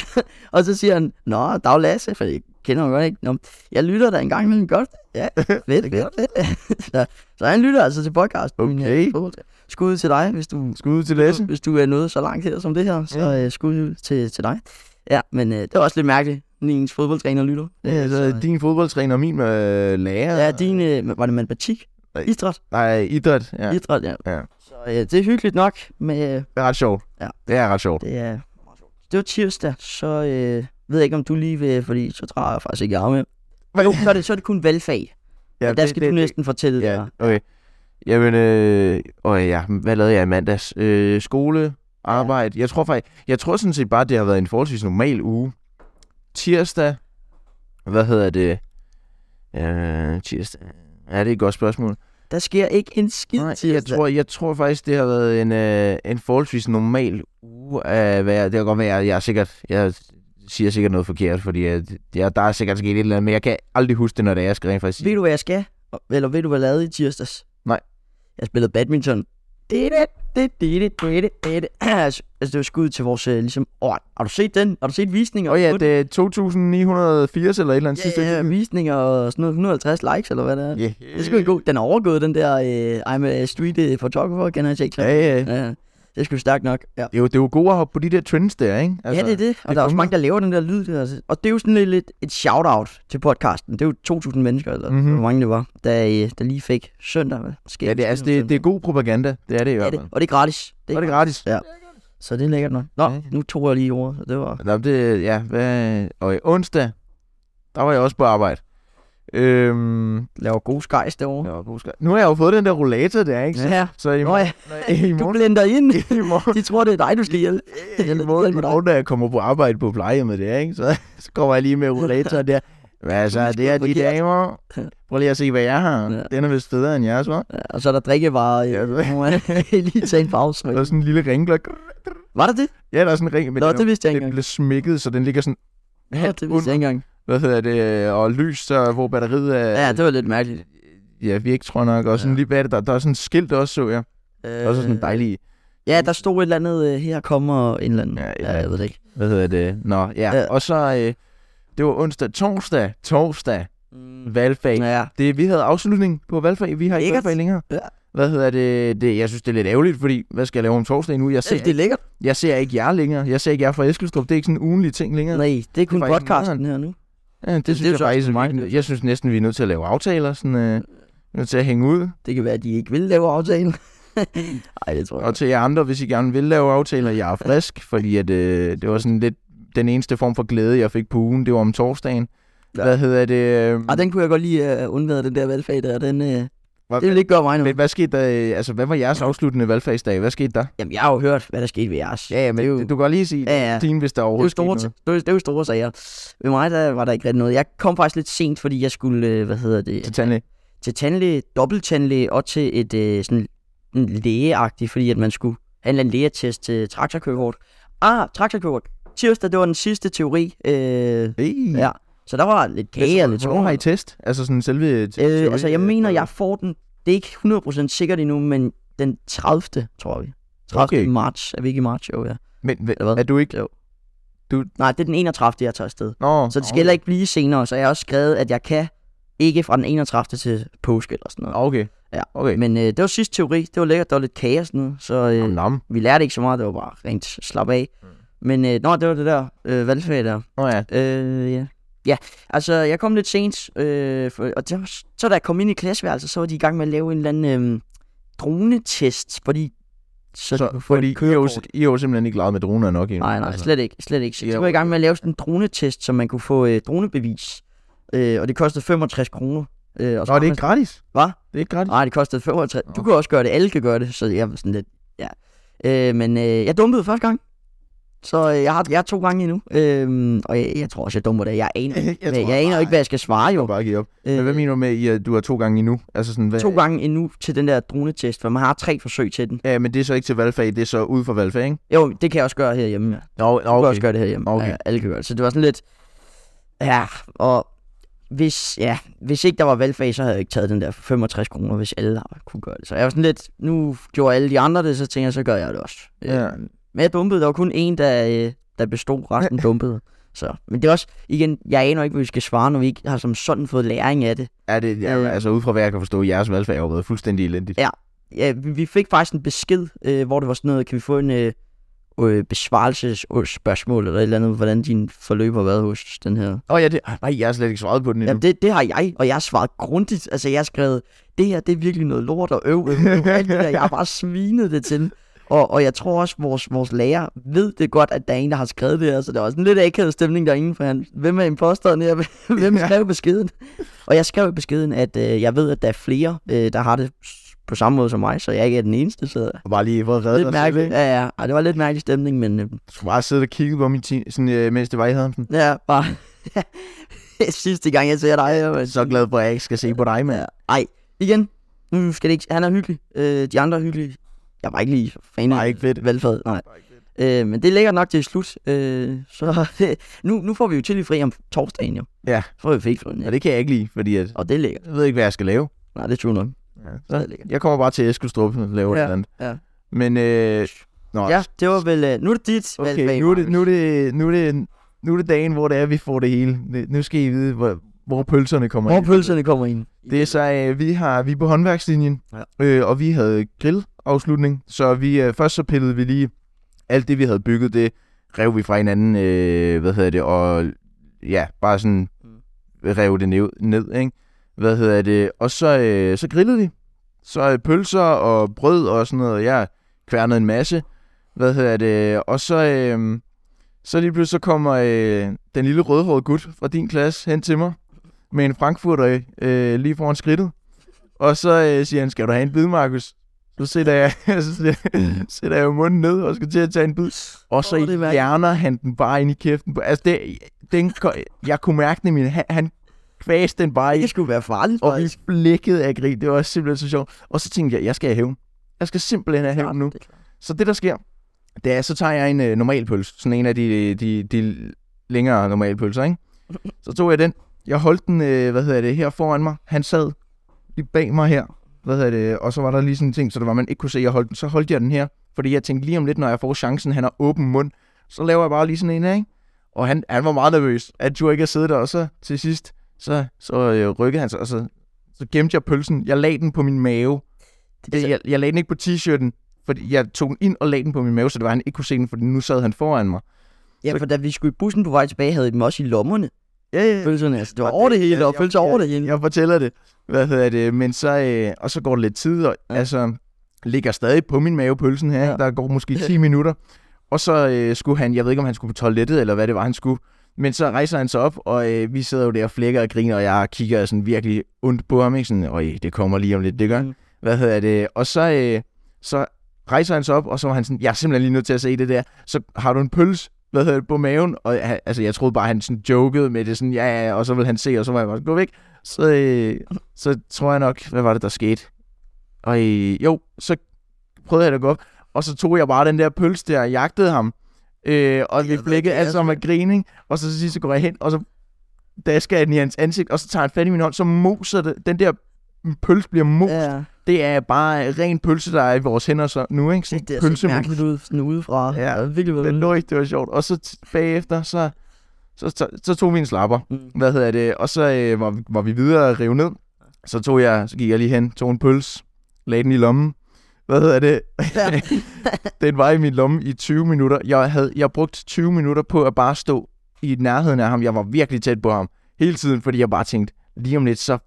[SPEAKER 1] Og så siger han, Nå, dag Lasse, for jeg kender ham godt ikke. Nå, jeg lytter da en gang imellem godt. Ja, fedt, fedt, fedt. så, så han lytter altså til podcast.
[SPEAKER 2] Okay.
[SPEAKER 1] Skud til dig, hvis du
[SPEAKER 2] Skud ud til Lasse.
[SPEAKER 1] hvis du er nået så langt her som det her, så øh, skud ud til, til dig. Ja, men øh, det var også lidt mærkeligt, når ens fodboldtræner lytter.
[SPEAKER 2] Ja, så
[SPEAKER 1] så-
[SPEAKER 2] din fodboldtræner og min øh, lærer.
[SPEAKER 1] Ja, din, øh, var det matematik?
[SPEAKER 2] Nej.
[SPEAKER 1] Idræt?
[SPEAKER 2] Nej, idræt. Ja.
[SPEAKER 1] Ja. Idræt, ja.
[SPEAKER 2] Ja.
[SPEAKER 1] Så øh, det er hyggeligt nok, men øh,
[SPEAKER 2] Det er ret sjovt.
[SPEAKER 1] Ja.
[SPEAKER 2] Det er ret sjovt.
[SPEAKER 1] det er... Det var tirsdag, så øh, ved jeg ikke, om du lige vil, fordi så drager jeg faktisk ikke af med. Jo, så er det, så er det kun valgfag,
[SPEAKER 2] Ja,
[SPEAKER 1] og der skal det, du næsten det, fortælle det,
[SPEAKER 2] Ja, okay. Jamen, øh, øh, ja, hvad lavede jeg i mandags? Øh, skole, arbejde. Jeg tror faktisk, jeg tror sådan set bare, det har været en forholdsvis normal uge. Tirsdag, hvad hedder det? Øh, tirsdag. Ja, det er et godt spørgsmål.
[SPEAKER 1] Der sker ikke en skid
[SPEAKER 2] Nej, jeg
[SPEAKER 1] tirsdag.
[SPEAKER 2] tror, jeg tror faktisk, det har været en, øh, en forholdsvis normal uge. Øh, hvad jeg, det kan godt være, jeg, jeg er sikkert, jeg siger sikkert noget forkert, fordi jeg, jeg, der er sikkert sket et eller andet, men jeg kan aldrig huske det, når det er, jeg skal rent faktisk sige.
[SPEAKER 1] Ved du, hvad jeg skal? Eller ved du, hvad jeg lavede i tirsdags?
[SPEAKER 2] Nej.
[SPEAKER 1] Jeg spillede badminton. Det er det, det er det, det er det, det er det. Altså, det var skud til vores, øh, ligesom, åh, har du set den? Har du set visninger?
[SPEAKER 2] Og ja,
[SPEAKER 1] På den?
[SPEAKER 2] det er 2980 eller et eller andet sidste
[SPEAKER 1] ja, ja, visninger og sådan noget, 150 likes, eller hvad det er.
[SPEAKER 2] Yeah.
[SPEAKER 1] Det er sgu en god, den er overgået, den der, øh, I'm a street øh, photographer, kan jeg ikke?
[SPEAKER 2] Ja, ja.
[SPEAKER 1] ja. Det er sgu stærkt nok, ja.
[SPEAKER 2] Det er, jo, det er jo godt at hoppe på de der trends der, ikke?
[SPEAKER 1] Altså, ja, det er det. Og der er også
[SPEAKER 2] fungler.
[SPEAKER 1] mange, der laver den der lyd. Der. altså. Og det er jo sådan lidt, lidt et shout-out til podcasten. Det er jo 2.000 mennesker, eller
[SPEAKER 2] Mhm.
[SPEAKER 1] mm-hmm. hvor mange det var, der, øh, der lige fik søndag. Hvad? Sker
[SPEAKER 2] Ja, det er, altså, det, det er god propaganda. Det er det i
[SPEAKER 1] er
[SPEAKER 2] hvert
[SPEAKER 1] det.
[SPEAKER 2] fald.
[SPEAKER 1] Og det er gratis. Det
[SPEAKER 2] Og det er gratis.
[SPEAKER 1] Ja. Så det er lækkert nok. Nå,
[SPEAKER 2] Ja.
[SPEAKER 1] nu tog jeg lige ordet, så det var...
[SPEAKER 2] Nå, det, ja, hvad... Og i onsdag, der var jeg også på arbejde. Øhm,
[SPEAKER 1] Laver gode skejs derovre.
[SPEAKER 2] jeg var på skø- nu har jeg jo fået den der rollator der, ikke? Så,
[SPEAKER 1] Ja.
[SPEAKER 2] så i,
[SPEAKER 1] Nå ja,
[SPEAKER 2] i, i
[SPEAKER 1] du
[SPEAKER 2] morgen,
[SPEAKER 1] blænder ind.
[SPEAKER 2] i morgen,
[SPEAKER 1] De tror, det er dig, du skal hjælpe.
[SPEAKER 2] i morgen, i morgen, da jeg kommer på arbejde på plejehjemmet der, ikke? Så, så kommer jeg lige med rollatoren der. Hvad så er det her, de
[SPEAKER 1] Forkert.
[SPEAKER 2] damer? Prøv lige at se, hvad jeg har.
[SPEAKER 1] Ja.
[SPEAKER 2] Den er vist federe end jeres, hva'?
[SPEAKER 1] Ja, og så er der drikkevarer.
[SPEAKER 2] Ja,
[SPEAKER 1] Ja,
[SPEAKER 2] det-
[SPEAKER 1] lige tage en
[SPEAKER 2] Der er
[SPEAKER 1] pause.
[SPEAKER 2] sådan en lille ringlok.
[SPEAKER 1] Var der det?
[SPEAKER 2] Ja, der er sådan en ring, men
[SPEAKER 1] Nå,
[SPEAKER 2] den,
[SPEAKER 1] det vidste jeg ikke
[SPEAKER 2] den
[SPEAKER 1] engang.
[SPEAKER 2] blev smækket, så den ligger sådan
[SPEAKER 1] Nå,
[SPEAKER 2] halvt
[SPEAKER 1] det vidste jeg ikke engang.
[SPEAKER 2] hvad hedder det, og lys, så, hvor batteriet er...
[SPEAKER 1] Ja, det var lidt mærkeligt.
[SPEAKER 2] ja vi ikke tror nok. Og sådan
[SPEAKER 1] Ja.
[SPEAKER 2] ja. lige bag det, der, der er sådan en skilt også, så jeg.
[SPEAKER 1] Øh,
[SPEAKER 2] Øh, også sådan en dejlig...
[SPEAKER 1] Ja, der stod et eller andet, øh, her kommer en eller anden.
[SPEAKER 2] Ja,
[SPEAKER 1] Ja,
[SPEAKER 2] et eller
[SPEAKER 1] ja jeg ved det ikke.
[SPEAKER 2] Hvad hedder det? Nå, ja.
[SPEAKER 1] Ja.
[SPEAKER 2] ja. Og så... Øh, det var onsdag, torsdag, torsdag,
[SPEAKER 1] Mm.
[SPEAKER 2] valgfag.
[SPEAKER 1] Ja,
[SPEAKER 2] Det, vi havde afslutning på valgfag. Vi har ikke
[SPEAKER 1] Lækkert.
[SPEAKER 2] valgfag længere.
[SPEAKER 1] Ja.
[SPEAKER 2] Hvad hedder det? det? Jeg synes, det er lidt ærgerligt, fordi hvad skal jeg lave om torsdagen nu? Jeg ser,
[SPEAKER 1] Øh, det er lækkert.
[SPEAKER 2] jeg ser ikke jer længere. Jeg ser ikke jer fra Eskilstrup. Det er ikke sådan en ugenlig ting længere.
[SPEAKER 1] Nej, det er kun
[SPEAKER 2] Det er faktisk
[SPEAKER 1] podcasten her nu.
[SPEAKER 2] Ja, det,
[SPEAKER 1] det
[SPEAKER 2] det
[SPEAKER 1] er
[SPEAKER 2] synes
[SPEAKER 1] jo
[SPEAKER 2] jeg
[SPEAKER 1] så
[SPEAKER 2] faktisk
[SPEAKER 1] også
[SPEAKER 2] er
[SPEAKER 1] meget
[SPEAKER 2] meget. Jeg synes næsten, vi er nødt til at lave aftaler. Sådan, øh, nødt til at hænge ud.
[SPEAKER 1] Det kan være, at de ikke vil lave aftalen. Nej, det tror jeg
[SPEAKER 2] Og til jer andre, hvis I gerne vil lave aftaler, jeg er frisk, fordi at, øh, det var sådan lidt den eneste form for glæde, jeg fik på ugen, det var om torsdagen.
[SPEAKER 1] Ja. Ah,
[SPEAKER 2] Ja. Hvad hedder det? Øh,
[SPEAKER 1] Og den kunne jeg godt lige uh, undvære, den der valgfag der. Den, uh,
[SPEAKER 2] Hvad-
[SPEAKER 1] det ville ikke gøre mig noget.
[SPEAKER 2] men hvad skete der? øh, Altså, hvad var jeres afsluttende valgfagsdag? Hvad skete der?
[SPEAKER 1] Jamen, jeg har jo hørt, hvad der skete ved jeres. det er jo,
[SPEAKER 2] du kan godt lige sige
[SPEAKER 1] ja, ja.
[SPEAKER 2] din, hvis der
[SPEAKER 1] Det er, jo
[SPEAKER 2] overhovedet
[SPEAKER 1] store,
[SPEAKER 2] skete noget.
[SPEAKER 1] det, er jo- det er jo store sager. Ved mig der var der ikke rigtig noget. Jeg kom faktisk lidt sent, fordi jeg skulle, øh, hvad hedder det,
[SPEAKER 2] Til tandlæge.
[SPEAKER 1] til tandlæge, dobbelt tandlæge og til et øh, sådan en lægeagtigt, fordi at man skulle have en eller anden lægetest til traktorkørekort. Ah, traktorkørekort. Tirsdag, det var den sidste teori. Øh,
[SPEAKER 2] Hey.
[SPEAKER 1] ja. Så der var lidt kage og lidt
[SPEAKER 2] Hvornår har
[SPEAKER 1] tårer.
[SPEAKER 2] I test? Altså sådan selve... T-
[SPEAKER 1] Øh, altså, jeg mener, jeg får den. Det er ikke 100% sikkert endnu, men den 30. tror vi. 30.
[SPEAKER 2] Okay.
[SPEAKER 1] marts. Er vi ikke i marts? Jo, ja.
[SPEAKER 2] Men hva-
[SPEAKER 1] Eller hvad?
[SPEAKER 2] er du ikke...
[SPEAKER 1] Nej, det er den 31. jeg tager afsted.
[SPEAKER 2] Nå,
[SPEAKER 1] Så det skal heller ikke blive senere, så jeg har også skrevet, at jeg kan ikke fra den 31. til påske eller sådan noget.
[SPEAKER 2] Okay.
[SPEAKER 1] Ja.
[SPEAKER 2] Okay.
[SPEAKER 1] Men øh, det var sidste teori. Det var lækkert. Der var lidt kage og sådan noget. Så øh,
[SPEAKER 2] Nam, nam.
[SPEAKER 1] vi lærte ikke så meget. Det var bare rent slap af.
[SPEAKER 2] Mm.
[SPEAKER 1] Men øh, nå, det var det der øh, valgfag der.
[SPEAKER 2] Nå ja.
[SPEAKER 1] Øh, ja. ja, altså jeg kom lidt sent. Øh, for, og der, så da jeg kom ind i klasseværelset, så var de i gang med at lave en eller anden øh, dronetest. Fordi så,
[SPEAKER 2] Så, fordi I er, jo, I er jo simpelthen ikke leget med droner nok endnu. Altså.
[SPEAKER 1] Nej, nej, slet ikke. Slet ikke. Så de
[SPEAKER 2] Ja,
[SPEAKER 1] var i gang med at lave sådan en dronetest, så man kunne få øh, dronebevis. Øh, og det kostede 65 kroner. Øh, og så
[SPEAKER 2] Nå, det er ikke gratis.
[SPEAKER 1] Hvad?
[SPEAKER 2] Det er ikke gratis.
[SPEAKER 1] Nej, det kostede 65. Du
[SPEAKER 2] Nå.
[SPEAKER 1] kan også gøre det. Alle kan gøre det. Så jeg var sådan lidt... Ja. Øh, men øh, jeg dumpede første gang. Så øh, jeg har jeg har to gange endnu. Øh, og jeg, jeg tror også, jeg dumper det. Jeg aner, jeg,
[SPEAKER 2] Jeg
[SPEAKER 1] jeg,
[SPEAKER 2] tror-
[SPEAKER 1] aner
[SPEAKER 2] nej.
[SPEAKER 1] ikke, hvad jeg skal svare jo.
[SPEAKER 2] må bare give op. Men
[SPEAKER 1] Øh,
[SPEAKER 2] hvad mener du med, at I er- du har to gange endnu? Altså sådan, hvad?
[SPEAKER 1] to gange endnu til den der dronetest, for man har tre forsøg til den.
[SPEAKER 2] Ja, men det er så ikke til valgfag, det er så ud for valgfag, ikke?
[SPEAKER 1] Jo, det kan jeg også gøre herhjemme. Ja. Du
[SPEAKER 2] Nå,
[SPEAKER 1] kan også gøre det herhjemme.
[SPEAKER 2] Okay.
[SPEAKER 1] Ja, alle kan gøre det. Så det var sådan lidt... Ja, og hvis, ja, hvis ikke der var valgfag, så havde jeg ikke taget den der for 65 kroner, hvis alle har- kunne gøre det. Så jeg var sådan lidt, nu gjorde alle de andre det, så tænkte jeg, så gør jeg det også.
[SPEAKER 2] Ja.
[SPEAKER 1] Øh, Men jeg dumpede, der var kun en, der, øh, der bestod, resten dumpede. Så, men det er også, igen, jeg aner ikke, hvad vi skal svare, når vi ikke har som sådan fået læring af det.
[SPEAKER 2] Er det, ja,
[SPEAKER 1] Øh.
[SPEAKER 2] altså ud fra hvad jeg kan forstå, jeres valgfag har jo været fuldstændig elendigt.
[SPEAKER 1] Ja. Ja, vi vi fik faktisk en besked, øh, hvor det var sådan noget, kan vi få en øh, øh, besvarelsesspørgsmål eller et eller andet, hvordan din forløb har været hos den her
[SPEAKER 2] Åh oh, ja, det, nej, jeg har slet ikke svaret på den endnu.
[SPEAKER 1] Jamen det, det har jeg, og jeg har svaret grundigt. Altså jeg har skrevet, det her det er virkelig noget lort og øv. øv, øv, alt det der. Jeg har bare svinet det til. Og, og jeg tror også, vores, vores lærer ved det godt, at der er en, der har skrevet det her. Så der var sådan lidt akavet stemning derinde for han. Hvem er imposteren her? Hvem
[SPEAKER 2] Ja.
[SPEAKER 1] skrev beskeden? Og jeg skrev i beskeden, at øh, jeg ved, at der er flere, øh, der har det s- på samme måde som mig, så jeg ikke er den eneste. Så
[SPEAKER 2] Og bare lige for at redde
[SPEAKER 1] lidt
[SPEAKER 2] dig selv,
[SPEAKER 1] mærkeligt.
[SPEAKER 2] ikke?
[SPEAKER 1] Ja, ja. Ej, det var lidt mærkelig stemning, men øh,
[SPEAKER 2] Du skulle bare sidde og kigge på min ti- sådan, øh, mens det var i Hadamsen.
[SPEAKER 1] ja, bare sidste gang, jeg ser dig. Jeg var
[SPEAKER 2] Så glad for, at jeg ikke skal se på dig, mand.
[SPEAKER 1] Ja. Ej, igen. Nu skal det ikke... Han er hyggelig. Øh, de andre er hyggelige. Jeg var ikke lige fan
[SPEAKER 2] Bare
[SPEAKER 1] af
[SPEAKER 2] ikke fedt.
[SPEAKER 1] valgfag. Nej. Øh, men det er lækkert nok til slut. Øh, så nu, nu får vi jo til i fri om torsdagen jo.
[SPEAKER 2] Ja.
[SPEAKER 1] Så får vi fri fri. Ja.
[SPEAKER 2] Og det kan jeg ikke lide, fordi at,
[SPEAKER 1] Og det er lækkert.
[SPEAKER 2] jeg ved ikke, hvad jeg skal lave.
[SPEAKER 1] Nej, det er true nok.
[SPEAKER 2] Ja,
[SPEAKER 1] Så er det lækkert.
[SPEAKER 2] Jeg kommer bare til Eskilstrup og laver
[SPEAKER 1] Ja,
[SPEAKER 2] ja, et eller andet.
[SPEAKER 1] ja.
[SPEAKER 2] Men, øh, nå,
[SPEAKER 1] Ja, det var vel... Øh, nu er det dit
[SPEAKER 2] okay,
[SPEAKER 1] valgfag,
[SPEAKER 2] nu er, det,
[SPEAKER 1] Marcus.
[SPEAKER 2] nu, er det, nu, er det, nu er det dagen, hvor det er, vi får det hele. Det- Nu skal I vide, hvor, hvor pølserne kommer
[SPEAKER 1] Hvor
[SPEAKER 2] ind.
[SPEAKER 1] pølserne kommer ind.
[SPEAKER 2] Det er så, øh, vi, har, vi er på håndværkslinjen,
[SPEAKER 1] Ja.
[SPEAKER 2] øh, og vi havde grillafslutning, så vi øh, først så pillede vi lige alt det, vi havde bygget, det rev vi fra hinanden, øh, hvad hedder det, og ja, bare sådan
[SPEAKER 1] Mm.
[SPEAKER 2] rev det ned, ned ikke? Hvad hedder det, og så, øh, så grillede vi. Så øh, pølser og brød og sådan noget, og jeg kværnede en masse, hvad hedder det, og så, øh, så lige pludselig så kommer øh, den lille rødhårede gut fra din klasse hen til mig, med en frankfurter øh, lige foran skridtet. Og så øh, siger han, skal du have en bid, Markus? Så sætter jeg, så sætter- sætter jeg jo munden ned og skal til at tage en bid. Og så
[SPEAKER 1] Åh, det er
[SPEAKER 2] oh,
[SPEAKER 1] mærkeligt.
[SPEAKER 2] hjerner han den bare ind i kæften. på- Altså, det, den, ko- jeg kunne mærke den i min... Han, han kvaste den bare i,
[SPEAKER 1] Det skulle være farligt,
[SPEAKER 2] og vi
[SPEAKER 1] faktisk.
[SPEAKER 2] blikkede af grin. Det var simpelthen så sjovt. Og så tænkte jeg, jeg skal have hævn. Jeg skal simpelthen have hævn nu.
[SPEAKER 1] Det er klart.
[SPEAKER 2] Så det, der sker, det er, så tager jeg en øh, normal pølse. Sådan en af de, de, de længere normale pølser, ikke? Så tog jeg den. Jeg holdt den, øh, hvad hedder det, her foran mig. Han sad lige bag mig her. Hvad hedder det? Og så var der lige sådan en ting, så det var, man ikke kunne se, jeg holdt den. Så holdt jeg den her, fordi jeg tænkte lige om lidt, når jeg får chancen, han har åben mund, så laver jeg bare lige sådan en af, ikke? Og han, han var meget nervøs. Han turde ikke at sidde der, og så til sidst, så, så øh, rykkede han sig, og så, så gemte jeg pølsen. Jeg lagde den på min mave. Det, jeg, jeg lagde den ikke på t-shirten, fordi jeg tog den ind og lagde den på min mave, så det var, han ikke kunne se den, fordi nu sad han foran mig.
[SPEAKER 1] Ja, for da vi skulle i bussen på vej tilbage, havde I dem også i lommerne.
[SPEAKER 2] Ja, ja.
[SPEAKER 1] Følelserne, altså, det var
[SPEAKER 2] Og
[SPEAKER 1] over
[SPEAKER 2] det-
[SPEAKER 1] det hele,
[SPEAKER 2] ja,
[SPEAKER 1] og
[SPEAKER 2] jeg-
[SPEAKER 1] følelser over det hele.
[SPEAKER 2] Jeg fortæller det. Hvad hedder det? Men så, øh, og så går det lidt tid, og ja. altså, ligger stadig på min mavepølsen her.
[SPEAKER 1] Ja.
[SPEAKER 2] Ja. Der går måske 10 minutter. Og så øh, skulle han, jeg ved ikke om han skulle på toilettet, eller hvad det var, han skulle. Men så rejser han sig op, og øh, vi sidder jo der og flækker og griner, og jeg kigger sådan virkelig ondt på ham. Ikke? Sådan, Øj, det kommer lige om lidt, det gør.
[SPEAKER 1] Mm.
[SPEAKER 2] Mm. Hvad hedder det? Og så, øh, så rejser han sig op, og så var han sådan, jeg er simpelthen lige nødt til at se det der. Så har du en pølse, hvad hedder det, på maven? Og jeg, altså, jeg troede bare, han sådan jokede med det, sådan, ja, ja, ja, og så vil han se, og så var jeg bare, gå væk. Så, øh, så tror jeg nok, hvad var det, der skete? Og øh, jo, så prøvede jeg da at gå op, og så tog jeg bare den der pølse der og jagtede ham. Øh, og vi
[SPEAKER 1] ved
[SPEAKER 2] flækkede
[SPEAKER 1] ikke,
[SPEAKER 2] alt sammen af grining, og så til sidst så går jeg hen, og så dasker jeg den i hans ansigt, og så tager han fat i min hånd, så moser det. Den der pølse bliver mos. Ja.
[SPEAKER 1] Ja,
[SPEAKER 2] Det er bare ren pølse, der er i vores hænder så nu, ikke?
[SPEAKER 1] det,
[SPEAKER 2] Sådan
[SPEAKER 1] det er så
[SPEAKER 2] pølsemos.
[SPEAKER 1] mærkeligt ud, sådan udefra.
[SPEAKER 2] Ja,
[SPEAKER 1] det er virkelig
[SPEAKER 2] Det
[SPEAKER 1] været
[SPEAKER 2] lå ikke, det var sjovt. Og så t- bagefter, så, så, så, så tog vi en slapper.
[SPEAKER 1] Mm.
[SPEAKER 2] Hvad hedder det? Og så øh, var, vi- var vi videre at rive ned. Så, tog jeg, så gik jeg lige hen, tog en pølse, lagde den i lommen. Hvad hedder det?
[SPEAKER 1] Ja.
[SPEAKER 2] den var i min lomme i 20 minutter. Jeg havde jeg brugt 20 minutter på at bare stå i nærheden af ham. Jeg var virkelig tæt på ham hele tiden, fordi jeg bare tænkte, lige om lidt, så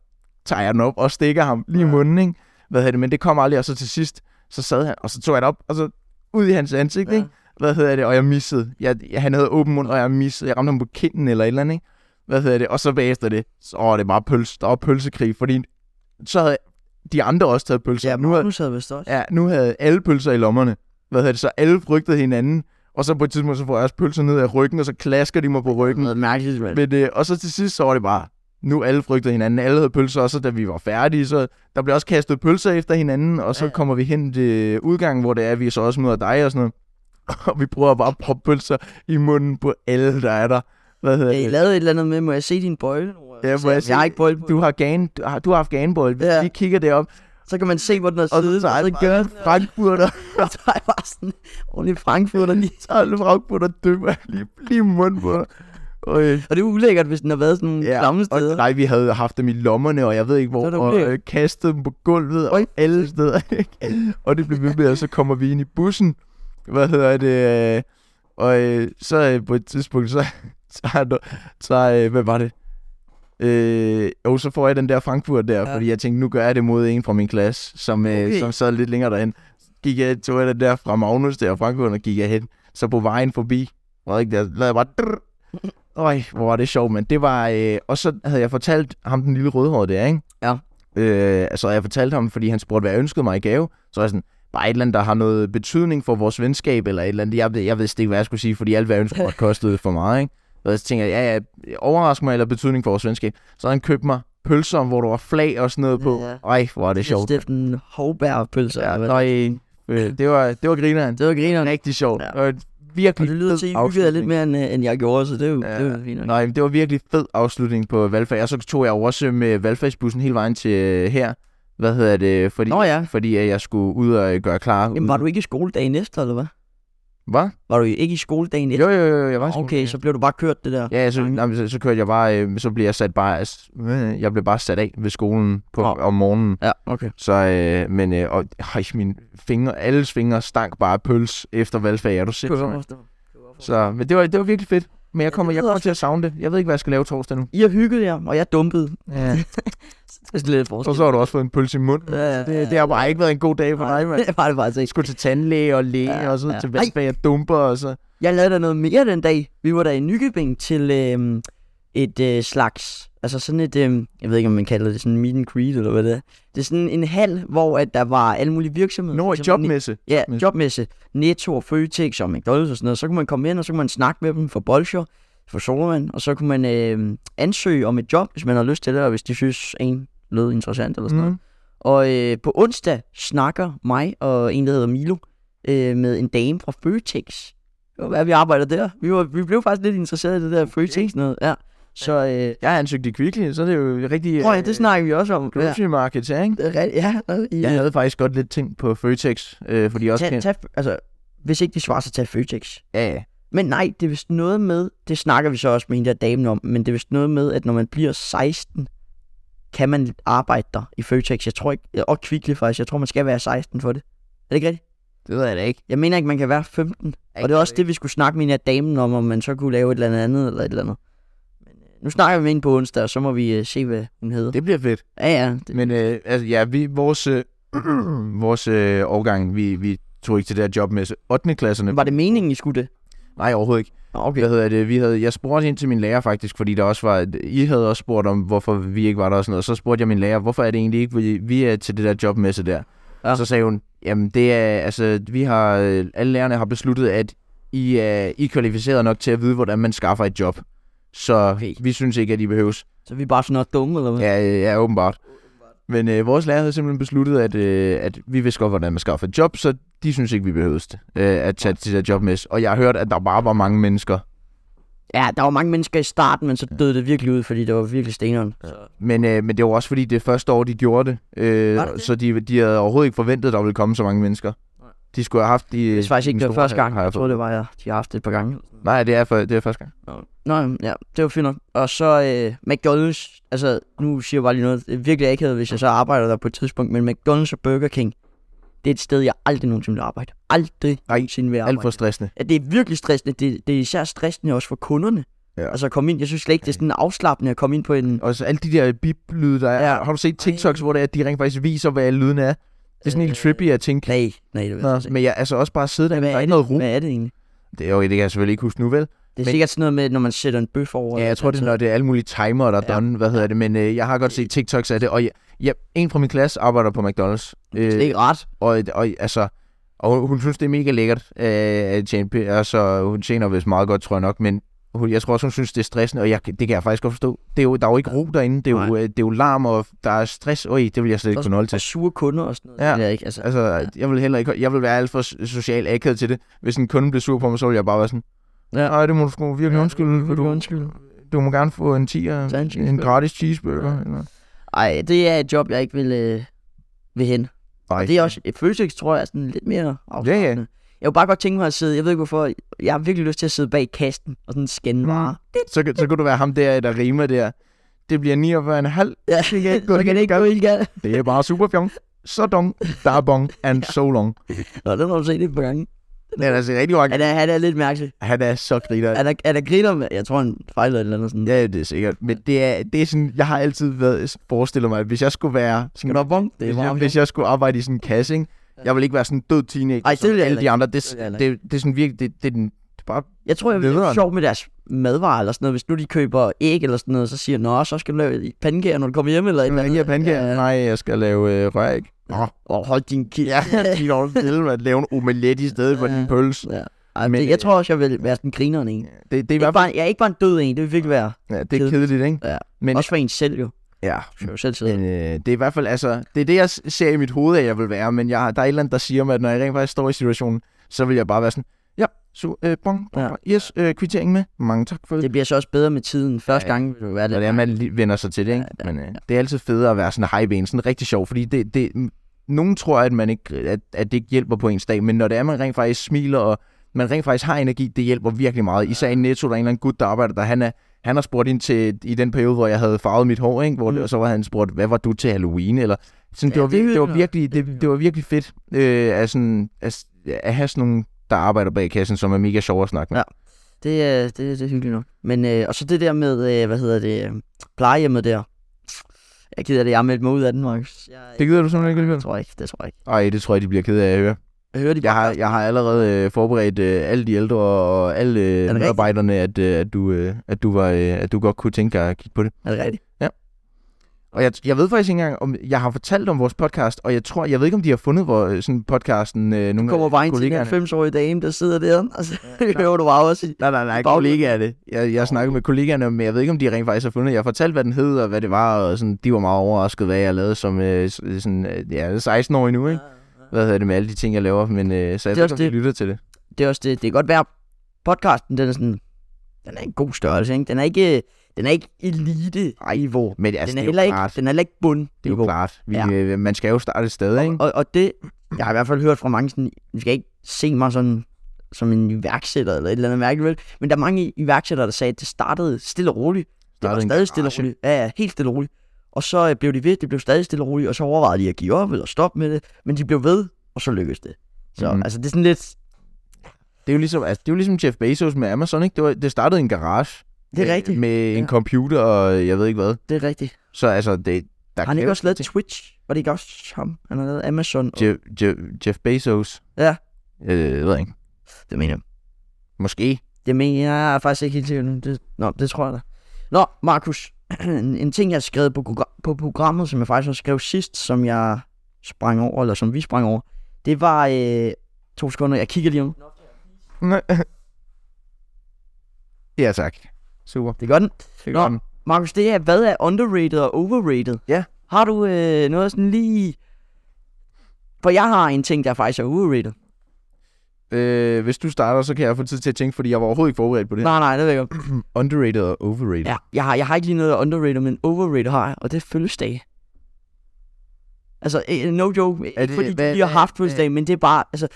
[SPEAKER 2] tager jeg den op og stikker ham lige i
[SPEAKER 1] Ja.
[SPEAKER 2] munden, ikke? Hvad hedder det? Men det kom aldrig, og så til sidst, så sad han, og så tog jeg det op, og så ud i hans ansigt,
[SPEAKER 1] Ja.
[SPEAKER 2] ikke? Hvad hedder det? Og jeg missede. Jeg, jeg, han havde åben mund, og jeg missede. Jeg ramte ham på kinden eller et eller andet, ikke? Hvad hedder det? Og så bagefter det, så åh, det var pølse. Der var pølsekrig, fordi så havde de andre også taget pølser.
[SPEAKER 1] Ja,
[SPEAKER 2] nu havde,
[SPEAKER 1] Magnus havde vist også.
[SPEAKER 2] ja, nu havde alle pølser i lommerne. Hvad hedder det? Så alle frygtede hinanden. Og så på et tidspunkt, så får jeg også pølser ned af ryggen, og så klasker de mig på
[SPEAKER 1] Det
[SPEAKER 2] ryggen.
[SPEAKER 1] var mærkeligt, mand.
[SPEAKER 2] Men, øh, og så til sidst, så var det bare, nu alle frygtede hinanden. Alle havde pølser, og så da vi var færdige, så der blev også kastet pølser efter hinanden, og så
[SPEAKER 1] Ja.
[SPEAKER 2] kommer vi hen til udgangen, hvor det er, at vi så også møder dig og sådan noget. Og vi prøver bare at proppe pølser i munden på alle, der er der. Hvad hedder
[SPEAKER 1] Ja, I
[SPEAKER 2] det?
[SPEAKER 1] lavede et eller andet med, må jeg se din bøjle?
[SPEAKER 2] øh, Ja, må
[SPEAKER 1] Så
[SPEAKER 2] jeg se-
[SPEAKER 1] Jeg har ikke bøjle på.
[SPEAKER 2] Du har, gan, du har, du har afghanbold. Hvis
[SPEAKER 1] Ja.
[SPEAKER 2] ja. vi kigger derop,
[SPEAKER 1] Så kan man se, hvor den er
[SPEAKER 2] og
[SPEAKER 1] siddet.
[SPEAKER 2] så tager jeg
[SPEAKER 1] gør
[SPEAKER 2] bare frankfurter,
[SPEAKER 1] så er jeg bare sådan ordentlig frankfurter lige.
[SPEAKER 2] tager alle frankfurter, dømmer jeg lige, lige i munden på dig. Og, øh,
[SPEAKER 1] Og det er ulækkert, hvis den har været sådan nogle
[SPEAKER 2] Ja,
[SPEAKER 1] klamme
[SPEAKER 2] og
[SPEAKER 1] steder.
[SPEAKER 2] nej, vi havde haft dem i lommerne, og jeg ved ikke
[SPEAKER 1] Så
[SPEAKER 2] hvor,
[SPEAKER 1] er det
[SPEAKER 2] og
[SPEAKER 1] ulækkert.
[SPEAKER 2] øh, kastet dem på gulvet og
[SPEAKER 1] Oj.
[SPEAKER 2] alle steder. ikke? og det blev ved med, og så kommer vi ind i bussen. Hvad hedder det? øh, Og øh, så øh, på et tidspunkt, så, så, så, så øh, hvad var det? Øh, jo, så får jeg den der Frankfurt der,
[SPEAKER 1] Ja.
[SPEAKER 2] ja. fordi jeg tænkte, nu gør jeg det mod en fra min klasse, som, øh,
[SPEAKER 1] Okay.
[SPEAKER 2] okay. som sad lidt længere derhen. Gik jeg, tog jeg den der fra Magnus der, Frankfurt, og gik jeg hen. Så på vejen forbi, var ikke der, lavede jeg bare... drrr. Øj, hvor var det sjovt, men det var... Øh, og så havde jeg fortalt ham, den lille rødhårede der, ikke?
[SPEAKER 1] Ja.
[SPEAKER 2] Øh, altså, jeg fortalte ham, fordi han spurgte, hvad jeg ønskede mig i gave. Så var jeg sådan, bare et eller andet, der har noget betydning for vores venskab, eller et eller andet. Jeg, ved- jeg vidste ikke, hvad jeg skulle sige, fordi alt, hvad jeg ønskede mig, kostede for meget, ikke? Og så tænker jeg, ja, ja, overrask mig, eller betydning for vores venskab. Så havde han købt mig pølser, hvor der var flag og sådan noget på.
[SPEAKER 1] Ja.
[SPEAKER 2] Ej, hvor er det sjovt.
[SPEAKER 1] Steffen Hovberg-pølser.
[SPEAKER 2] Ja,
[SPEAKER 1] eller hvad?
[SPEAKER 2] nej, øh, det var, det var grineren. Det
[SPEAKER 1] det var grineren.
[SPEAKER 2] var rigtig sjovt.
[SPEAKER 1] Ja.
[SPEAKER 2] Ja. Og et virkelig
[SPEAKER 1] Og det lyder
[SPEAKER 2] fed
[SPEAKER 1] til, at I hyggede jer lidt
[SPEAKER 2] afslutning.
[SPEAKER 1] mere, end, øh, end jeg gjorde, så det er jo,
[SPEAKER 2] Ja.
[SPEAKER 1] det er jo fint. nok.
[SPEAKER 2] Nej, men det var virkelig fed afslutning på valgfag. Og så tog jeg jo også med valgfagsbussen hele vejen til øh, her. Hvad hedder det? Fordi,
[SPEAKER 1] Nå ja.
[SPEAKER 2] fordi at jeg skulle ud og øh, gøre klar.
[SPEAKER 1] Jamen, var du ikke i skole dagen efter, eller hvad?
[SPEAKER 2] Hvad?
[SPEAKER 1] Var du ikke i skole dagen efter?
[SPEAKER 2] Jo, jo, jo, jo, jeg var i skole.
[SPEAKER 1] Ah, Okay, så blev du bare kørt det der.
[SPEAKER 2] Ja, så, nej, men så, så kørte jeg bare, øh, så blev jeg sat bare, altså, øh, jeg blev bare sat af ved skolen på,
[SPEAKER 1] Nå.
[SPEAKER 2] om morgenen.
[SPEAKER 1] Ja, okay.
[SPEAKER 2] Så, øh, men, øh, og, øh, mine fingre, alles fingre stank bare af pøls efter valgfag, er du
[SPEAKER 1] Det kunne jeg
[SPEAKER 2] sikker?
[SPEAKER 1] godt forstå.
[SPEAKER 2] Så, men det var, det var virkelig fedt. Men jeg kommer,
[SPEAKER 1] det
[SPEAKER 2] jeg
[SPEAKER 1] lyder
[SPEAKER 2] kommer
[SPEAKER 1] også
[SPEAKER 2] til at savne det. Jeg ved ikke, hvad jeg skal lave torsdag nu.
[SPEAKER 1] I har hygget jer, og jeg dumpede.
[SPEAKER 2] Ja.
[SPEAKER 1] Det er sådan lidt
[SPEAKER 2] Og
[SPEAKER 1] forskel.
[SPEAKER 2] så har du også fået en pølse i munden.
[SPEAKER 1] Ja, ja, ja.
[SPEAKER 2] Det, det har bare ikke været en god dag for dig, mand.
[SPEAKER 1] det var det faktisk
[SPEAKER 2] Jeg
[SPEAKER 1] ikke.
[SPEAKER 2] skulle til tandlæge og læge,
[SPEAKER 1] Ja,
[SPEAKER 2] ja, og så
[SPEAKER 1] ja.
[SPEAKER 2] ja. til
[SPEAKER 1] Ej.
[SPEAKER 2] valgfag og dumper, og så...
[SPEAKER 1] Jeg lavede der noget mere den dag. Vi var der i Nykøbing til øhm, et øh, slags, altså sådan et, øhm, jeg ved ikke om man kalder det sådan meet and greet eller hvad det er. Det er sådan en hal, hvor at der var alle mulige virksomheder.
[SPEAKER 2] Nå,
[SPEAKER 1] for
[SPEAKER 2] i
[SPEAKER 1] eksempel
[SPEAKER 2] jobmesse.
[SPEAKER 1] Ja,
[SPEAKER 2] Men-
[SPEAKER 1] jobmesse. Netto og Føtex og McDonald's og sådan noget. Så kunne man komme ind, og så kunne man snakke med dem for bolcher, for solvand, og så kunne man øh, ansøge om et job, hvis man har lyst til det, og hvis de synes, en lød interessant eller sådan mm. noget.
[SPEAKER 2] Mm.
[SPEAKER 1] Og øh, på onsdag snakker mig og en, der hedder Milo, øh, med en dame fra Føtex. Og hvad vi arbejder der. Vi, var, vi blev faktisk lidt interesseret i det der Føtex noget. Ja. Så øh,
[SPEAKER 2] Jeg har ansøgt i Kvickly, så er det jo rigtig... øh,
[SPEAKER 1] prøv at, høre, det snakker vi også om. Ja,
[SPEAKER 2] Grocery market, ja, ikke?
[SPEAKER 1] det er rigtigt. Ja, der-
[SPEAKER 2] Jeg
[SPEAKER 1] ja.
[SPEAKER 2] havde faktisk godt lidt tænkt på Føtex, øh, fordi jeg også
[SPEAKER 1] Tag,
[SPEAKER 2] kendte...
[SPEAKER 1] tag, altså, hvis ikke de svarer, så tag Føtex.
[SPEAKER 2] Ja, ja.
[SPEAKER 1] Men nej, det er vist noget med, det snakker vi så også med hende der damen om, men det er vist noget med, at når man bliver 16, kan man arbejde der i Føtex. Jeg tror ikke, og Kvickly faktisk, jeg tror man skal være 16 for det. Er det ikke rigtigt?
[SPEAKER 2] Det ved jeg da ikke.
[SPEAKER 1] Jeg mener ikke, man kan være 15. Og det er også det, vi skulle snakke med hende der damen om, om man så kunne lave et eller andet eller et eller andet. Men øh, nu snakker vi med hende på onsdag, og så må vi øh, se, hvad hun hedder.
[SPEAKER 2] Det bliver fedt.
[SPEAKER 1] Ja, ja. Det,
[SPEAKER 2] Men øh, altså, ja, vi, vores, øh, vores øh, årgang, vi, vi tog ikke til det her job med 8. klasserne.
[SPEAKER 1] var det meningen, I skulle det?
[SPEAKER 2] Nej, overhovedet ikke.
[SPEAKER 1] Nå, Okay.
[SPEAKER 2] Hvad hedder det? Vi havde, jeg spurgte ind til min lærer faktisk, fordi der også var, I havde også spurgt om, hvorfor vi ikke var der og sådan noget. Så spurgte jeg min lærer, hvorfor er det egentlig ikke, vi, vi er til det der jobmesse der?
[SPEAKER 1] Ja.
[SPEAKER 2] Ja. Så sagde hun, jamen det er, altså vi har, øh, alle lærerne har besluttet, at I er, I er kvalificeret nok til at vide, hvordan man skaffer et job. Så
[SPEAKER 1] Okay.
[SPEAKER 2] vi synes ikke, at I behøves.
[SPEAKER 1] Så er vi bare sådan noget dumme, eller hvad?
[SPEAKER 2] Ja, øh, ja åbenbart. Men øh, vores lærer havde simpelthen besluttet, at, øh, at vi vidste godt, hvordan man skaffer et job, så de synes ikke, vi behøvede det, øh, at tage til det der job med. Og jeg har hørt, at der bare var mange mennesker.
[SPEAKER 1] ja, der var mange mennesker i starten, men så døde det virkelig ud, fordi det var virkelig steneren.
[SPEAKER 2] Men, øh, men det var også fordi, det første år, de gjorde det. Øh,
[SPEAKER 1] Var det det?
[SPEAKER 2] Så de, de havde overhovedet ikke forventet, at der ville komme så mange mennesker. De skulle have haft de...
[SPEAKER 1] Det er faktisk ikke det var første gang. Jeg tror,
[SPEAKER 2] det.
[SPEAKER 1] det var, jeg, de har haft det et par gange.
[SPEAKER 2] Nej, det er, for, det er første gang.
[SPEAKER 1] Nå, jamen, ja, det var fint nok. Og så øh, McDonald's, altså nu siger jeg bare lige noget, det er virkelig akavet, hvis jeg så arbejder der på et tidspunkt, men McDonald's og Burger King, det er et sted, jeg aldrig nogensinde vil arbejde. Aldrig
[SPEAKER 2] Nej,
[SPEAKER 1] nogensinde vil
[SPEAKER 2] Alt for
[SPEAKER 1] arbejde.
[SPEAKER 2] stressende.
[SPEAKER 1] Ja, det er virkelig stressende. Det, det er især stressende også for kunderne.
[SPEAKER 2] Ja.
[SPEAKER 1] Altså at komme ind, jeg synes slet ikke, det er sådan afslappende at komme ind på en...
[SPEAKER 2] Og så alle de der bip-lyde, der er.
[SPEAKER 1] Ja.
[SPEAKER 2] Ja. Har du set TikToks, hvor det er, at de rent faktisk viser, hvad lyden er? Det er sådan helt trippy at tænke.
[SPEAKER 1] Nej, nej, Øh, det vil
[SPEAKER 2] Nå,
[SPEAKER 1] jeg ikke.
[SPEAKER 2] men jeg, altså også bare sidde der,
[SPEAKER 1] Hvad
[SPEAKER 2] der
[SPEAKER 1] er
[SPEAKER 2] er ikke noget ro.
[SPEAKER 1] Hvad er det egentlig?
[SPEAKER 2] Det, er jo, det kan jeg selvfølgelig ikke huske nu, vel?
[SPEAKER 1] Det er
[SPEAKER 2] Men-
[SPEAKER 1] sikkert sådan noget med, når man sætter en bøf over. altså,
[SPEAKER 2] Ja, jeg tror, det er, når det er alle mulige timer, der er
[SPEAKER 1] Ja.
[SPEAKER 2] ja. done, hvad hedder det, men øh, jeg har godt set TikToks af det, og jeg, jeg, en fra min klasse arbejder på McDonald's,
[SPEAKER 1] Det er
[SPEAKER 2] øh,
[SPEAKER 1] ikke ret.
[SPEAKER 2] og, og, altså, og hun- hun synes, det er mega lækkert øh, at tjene p- altså, hun tjener vist meget godt, tror jeg nok, men hun, jeg tror også, hun synes, det er stressende, og jeg, det kan jeg faktisk godt forstå. Det er jo, der er jo ikke ro derinde, det er, jo,
[SPEAKER 1] Nej.
[SPEAKER 2] øh, det er jo larm, og der er stress, øj, det vil jeg slet ikke
[SPEAKER 1] Også-
[SPEAKER 2] kunne holde
[SPEAKER 1] Og
[SPEAKER 2] til.
[SPEAKER 1] sure kunder og sådan noget.
[SPEAKER 2] altså- Ja.
[SPEAKER 1] Det er ikke, altså.
[SPEAKER 2] Altså, jeg vil heller ikke, jeg vil være alt for so- socialt akavet til det. Hvis en kunde bliver sur på mig, så vil jeg bare være sådan,
[SPEAKER 1] Ja.
[SPEAKER 2] nej, det må du sgu virkelig undskylde, for
[SPEAKER 1] Vil du
[SPEAKER 2] du,
[SPEAKER 1] undskylde?
[SPEAKER 2] du må gerne få en 10'er,
[SPEAKER 1] Tag en
[SPEAKER 2] en,
[SPEAKER 1] cheeseburger.
[SPEAKER 2] gratis cheeseburger. Ja. Eller?
[SPEAKER 1] Ej, det er et job, jeg ikke vil, øh, vil hen.
[SPEAKER 2] Nej.
[SPEAKER 1] Og det er også, Føtex tror jeg er sådan lidt mere afslappende.
[SPEAKER 2] Ja, ja.
[SPEAKER 1] Jeg kunne bare godt tænke mig at sidde, jeg ved ikke hvorfor, jeg har virkelig lyst til at sidde bag kasten og sådan
[SPEAKER 2] Mm.
[SPEAKER 1] skænde varer.
[SPEAKER 2] Så, kan- så kunne du være ham der, der rimer der. Det bliver 49,5.
[SPEAKER 1] Ja,
[SPEAKER 2] kan ikke gå
[SPEAKER 1] så kan
[SPEAKER 2] helt
[SPEAKER 1] det ikke gå
[SPEAKER 2] galt.
[SPEAKER 1] helt galt.
[SPEAKER 2] Det er bare super fjong. Så dong, da bong, and so long.
[SPEAKER 1] Nå, den har du set et par gange.
[SPEAKER 2] Den er altså rigtig rock.
[SPEAKER 1] Han er, han er lidt mærkelig.
[SPEAKER 2] Han er så griner.
[SPEAKER 1] Han er, han er griner, med- jeg tror han fejler et eller andet sådan.
[SPEAKER 2] Ja, det er sikkert. Men det er, det er sådan, jeg har altid været, forestillet mig, at hvis jeg skulle være sådan,
[SPEAKER 1] Nå, bong, det er
[SPEAKER 2] hvis, jeg,
[SPEAKER 1] varmt.
[SPEAKER 2] hvis jeg skulle arbejde i sådan en kasse, ikke? jeg ville ikke være sådan en død teenager.
[SPEAKER 1] Ej, det
[SPEAKER 2] som
[SPEAKER 1] ville jeg
[SPEAKER 2] alle
[SPEAKER 1] heller
[SPEAKER 2] de andre.
[SPEAKER 1] Det
[SPEAKER 2] Det,
[SPEAKER 1] ville jeg
[SPEAKER 2] det,
[SPEAKER 1] heller
[SPEAKER 2] det, det er sådan virkelig, det, det er den, det er bare,
[SPEAKER 1] Jeg tror, jeg vil være
[SPEAKER 2] Nederen.
[SPEAKER 1] sjov med deres madvarer eller sådan noget. Hvis nu de køber æg eller sådan noget, så siger jeg, nå, så skal du lave pandekager, når du kommer hjem eller et eller
[SPEAKER 2] jeg
[SPEAKER 1] andet.
[SPEAKER 2] giver pandekager. Nej, jeg skal lave øh, røræg. Åh,
[SPEAKER 1] Og hold din kæft.
[SPEAKER 2] ja, de er til at lave en omelet i stedet for din pølse.
[SPEAKER 1] Ej, men,
[SPEAKER 2] Men,
[SPEAKER 1] det, jeg
[SPEAKER 2] øh,
[SPEAKER 1] tror også, jeg vil være sådan grineren en.
[SPEAKER 2] Det, det er i
[SPEAKER 1] Ikke
[SPEAKER 2] hvert fald,
[SPEAKER 1] bare, jeg er ikke bare en død en, det vil virkelig være.
[SPEAKER 2] ja, det er kedeligt, ikke?
[SPEAKER 1] Ja.
[SPEAKER 2] Men,
[SPEAKER 1] Også for en selv jo.
[SPEAKER 2] Ja,
[SPEAKER 1] Du skal jo selv sidde.
[SPEAKER 2] men øh, det er i hvert fald, altså, det er det, jeg s- ser i mit hoved, at jeg vil være, men jeg, har- der er et eller andet, der siger mig, at når jeg rent faktisk står i situationen, så vil jeg bare være sådan, ja, så, øh, bong, bong,
[SPEAKER 1] Ja.
[SPEAKER 2] bong, yes, øh, kvittering med, mange tak for det.
[SPEAKER 1] Det bliver så også bedre med tiden. Første
[SPEAKER 2] Ja,
[SPEAKER 1] gang vil du være
[SPEAKER 2] Og
[SPEAKER 1] lidt.
[SPEAKER 2] det er, man lige vender sig til det, ikke?
[SPEAKER 1] Ja, ja,
[SPEAKER 2] Men øh, det er altid federe at være sådan high bane, sådan rigtig sjov, fordi det, det, m- nogen tror, at, man ikke, at, at det ikke hjælper på ens dag, men når det er, man rent faktisk smiler, og man rent faktisk har energi, det hjælper virkelig meget. Især i Netto, der er en eller anden gut, der arbejder der, han er, han har spurgt ind til, i den periode, hvor jeg havde farvet mit hår, ikke? Hvor,
[SPEAKER 1] Mm.
[SPEAKER 2] mm. og så var han spurgt, hvad var du til Halloween? Eller, sådan,
[SPEAKER 1] Ja,
[SPEAKER 2] det, var,
[SPEAKER 1] det
[SPEAKER 2] det, det, var
[SPEAKER 1] hygger.
[SPEAKER 2] virkelig, det, det var virkelig fedt øh, at, sådan, at, at have sådan nogle, der arbejder bag kassen, som er mega sjov at snakke med.
[SPEAKER 1] Ja. Det, er- det, det er hyggeligt nok. Men øh, og så det der med, øh, hvad hedder det, øh, plejehjemmet der. Jeg gider det, jeg har meldt mig ud af den, Markus. Jeg,
[SPEAKER 2] Det gider du simpelthen ikke alligevel?
[SPEAKER 1] det tror jeg ikke, det tror jeg ikke.
[SPEAKER 2] Ej, det tror jeg, de bliver ked af at høre.
[SPEAKER 1] Jeg hører de
[SPEAKER 2] Jeg har, jeg har allerede øh, forberedt øh, alle de ældre og alle øh,
[SPEAKER 1] rigtigt?
[SPEAKER 2] medarbejderne, at, øh, at, du, øh, at, du var, øh, at du godt kunne tænke dig at kigge på det.
[SPEAKER 1] Er det rigtigt?
[SPEAKER 2] Og jeg, jeg ved faktisk ikke engang, om jeg har fortalt om vores podcast, og jeg tror, jeg ved ikke, om de har fundet hvor, øh, sådan podcasten øh, nogle
[SPEAKER 1] Du kommer bare ind til
[SPEAKER 2] kollegaerne.
[SPEAKER 1] en 90-årig dame, der sidder der, og så hører du bare også i.
[SPEAKER 2] Nej, nej, nej,
[SPEAKER 1] Baggrund.
[SPEAKER 2] kollegaer det. Jeg, jeg snakkede med kollegaerne, men jeg ved ikke, om de rent faktisk har fundet. Jeg fortalte, hvad den hed, og hvad det var, og sådan, de var meget overrasket, hvad jeg lavede som øh, s- sådan, øh, ja, 16 år nu, ikke? Hvad hedder det med alle de ting, jeg laver, men øh, så jeg
[SPEAKER 1] Det er
[SPEAKER 2] ved
[SPEAKER 1] også
[SPEAKER 2] ikke, om de
[SPEAKER 1] det.
[SPEAKER 2] lytter til det.
[SPEAKER 1] Det er også det, det kan godt være, podcasten, den er sådan, den er en god størrelse, ikke? Den er ikke, den er ikke elite niveau.
[SPEAKER 2] Men altså,
[SPEAKER 1] Den er
[SPEAKER 2] det er
[SPEAKER 1] heller
[SPEAKER 2] jo
[SPEAKER 1] ikke,
[SPEAKER 2] klart.
[SPEAKER 1] den er heller ikke bund.
[SPEAKER 2] Det er jo klart. Vi,
[SPEAKER 1] Ja.
[SPEAKER 2] ja. Man skal jo starte et sted, ikke?
[SPEAKER 1] Og, og det, jeg har i hvert fald hørt fra mange sådan, du skal ikke se mig sådan som en iværksætter eller et eller andet mærkeligt, vel? men der er mange iværksættere, der sagde, at det startede stille og roligt. Det var
[SPEAKER 2] Startede i en
[SPEAKER 1] stadig stille og
[SPEAKER 2] garage.
[SPEAKER 1] roligt. Ja, ja, helt stille og roligt. Og så øh, blev de ved, det blev stadig stille og roligt, og så overvejede de at give op eller stoppe med det, men de blev ved, og så lykkedes det. Så
[SPEAKER 2] Mhm.
[SPEAKER 1] mm. altså, det er sådan lidt,
[SPEAKER 2] Det er jo ligesom, altså, det er jo ligesom Jeff Bezos med Amazon, ikke? Det, var, det startede i en garage.
[SPEAKER 1] det er
[SPEAKER 2] øh,
[SPEAKER 1] rigtigt,
[SPEAKER 2] Med en
[SPEAKER 1] Ja.
[SPEAKER 2] computer og jeg ved ikke hvad.
[SPEAKER 1] det er rigtigt.
[SPEAKER 2] Så altså, det... Der
[SPEAKER 1] Har han
[SPEAKER 2] kan
[SPEAKER 1] ikke
[SPEAKER 2] jo-
[SPEAKER 1] også lavet Twitch? Var det ikke også ham? Han har lavet Amazon? Og,
[SPEAKER 2] Jeff, Jeff, Jeff Bezos?
[SPEAKER 1] Ja.
[SPEAKER 2] Øh, jeg ved ikke.
[SPEAKER 1] det mener jeg.
[SPEAKER 2] Måske.
[SPEAKER 1] Det mener jeg, jeg er faktisk ikke helt sikker nu. Det, nå, det tror jeg da. Nå, Markus. en en ting, jeg har skrevet på, progr- på programmet, som jeg faktisk også skrev sidst, som jeg sprang over, eller som vi sprang over, det var... Øh, to sekunder, jeg kigger lige om.
[SPEAKER 2] ja, tak. Super.
[SPEAKER 1] Det gør den.
[SPEAKER 2] Det
[SPEAKER 1] Nå. Markus, det er, hvad er underrated og overrated?
[SPEAKER 2] Ja.
[SPEAKER 1] Har du øh, noget sådan lige... For jeg har en ting, der faktisk er overrated.
[SPEAKER 2] Øh, hvis du starter, så kan jeg få tid til at tænke, fordi jeg var overhovedet ikke forberedt på det.
[SPEAKER 1] Nej, nej, det ved jeg godt.
[SPEAKER 2] Underrated og overrated.
[SPEAKER 1] Ja, jeg, har, jeg har ikke lige noget, der er underrated, men overrated har jeg, og det er fødselsdage. Altså, eh, no joke,
[SPEAKER 2] Er
[SPEAKER 1] er
[SPEAKER 2] det-
[SPEAKER 1] det, fordi
[SPEAKER 2] hvad-
[SPEAKER 1] du lige har
[SPEAKER 2] hvad-
[SPEAKER 1] haft fødselsdag, men det er bare, altså,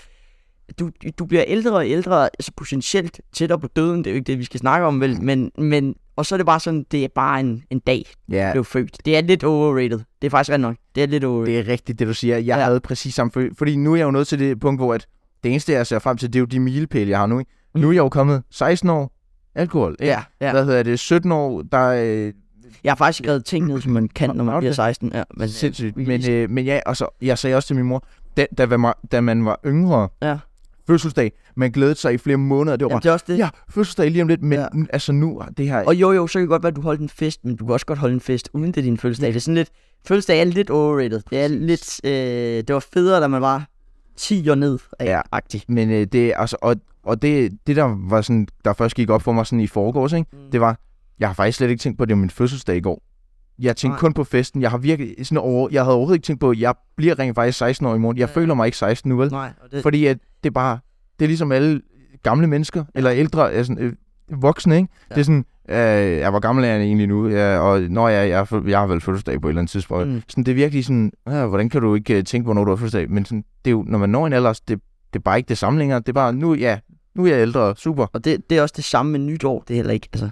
[SPEAKER 1] du, du bliver ældre og ældre, altså potentielt tættere på døden, det er jo ikke det, vi skal snakke om, vel, men, men og så er det bare sådan, det er bare en, en dag,
[SPEAKER 2] ja.
[SPEAKER 1] ja. blev født. Det er lidt overrated. Det er faktisk ret nok. Det er lidt overrated.
[SPEAKER 2] Det er rigtigt, det du siger. Jeg ja.
[SPEAKER 1] Ja.
[SPEAKER 2] havde præcis samme følelse. Fordi nu er jeg jo nået til det punkt, hvor at det eneste, jeg ser frem til, det er jo de milepæle, jeg har nu. Ikke? Mm.
[SPEAKER 1] Mm.
[SPEAKER 2] Nu er jeg jo kommet 16 år. Alkohol. Ikke?
[SPEAKER 1] Ja, ja.
[SPEAKER 2] Hvad hedder det? 17 år, der er øh,
[SPEAKER 1] Jeg har faktisk skrevet ting ned, som man kan, når
[SPEAKER 2] Nå,
[SPEAKER 1] man bliver
[SPEAKER 2] okay.
[SPEAKER 1] 16. Ja, men,
[SPEAKER 2] øh,
[SPEAKER 1] øh,
[SPEAKER 2] sindssygt.
[SPEAKER 1] vi-
[SPEAKER 2] Men, øh, men ja, og så, jeg sagde også til min mor, da, da, man, var- da man var yngre,
[SPEAKER 1] Ja.
[SPEAKER 2] fødselsdag, man glædede sig i flere måneder. Det var
[SPEAKER 1] Jamen,
[SPEAKER 2] bare,
[SPEAKER 1] det er også det.
[SPEAKER 2] ja, fødselsdag lige om lidt, men ja.
[SPEAKER 1] Ja.
[SPEAKER 2] altså nu, det her...
[SPEAKER 1] Og jo, jo, så kan det godt være, at du holdt en fest, men du kan også godt holde en fest, uden det er din fødselsdag.
[SPEAKER 2] Mm.
[SPEAKER 1] Det er sådan lidt, fødselsdag er lidt overrated. Det er lidt, øh, det var federe, da man var 10 år ned af
[SPEAKER 2] Ja.
[SPEAKER 1] ja. agtig.
[SPEAKER 2] Men øh, det, altså, og, og det, det der, var sådan, der først gik op for mig sådan i forgårs, ikke? Mm.
[SPEAKER 1] Mm.
[SPEAKER 2] det var, jeg har faktisk slet ikke tænkt på, at det var min fødselsdag i går. Jeg tænkte
[SPEAKER 1] Nej.
[SPEAKER 2] kun på festen. Jeg har virkelig sådan over, jeg havde overhovedet ikke tænkt på, at jeg bliver rent faktisk 16 år i morgen. Jeg
[SPEAKER 1] Ja.
[SPEAKER 2] føler mig ikke 16 nu, vel?
[SPEAKER 1] Nej, og det,
[SPEAKER 2] Fordi at det er bare, det er ligesom alle gamle mennesker, eller ældre, altså, øh, voksne, ikke?
[SPEAKER 1] Ja.
[SPEAKER 2] Det er sådan, øh, jeg, hvor gammel er jeg egentlig nu? Ja, og når jeg, jeg, har fø- jeg har vel fødselsdag på et eller andet tidspunkt. Mm.
[SPEAKER 1] Mm.
[SPEAKER 2] Sådan, det er virkelig sådan, øh, hvordan kan du ikke øh, tænke på, når du har fødselsdag? Men sådan, det er jo, når man når en alder, det, det er bare ikke det samme længere. Det er bare, nu, ja, nu er jeg ældre, super.
[SPEAKER 1] og det, det er også det samme med nytår. Det er heller ikke, altså,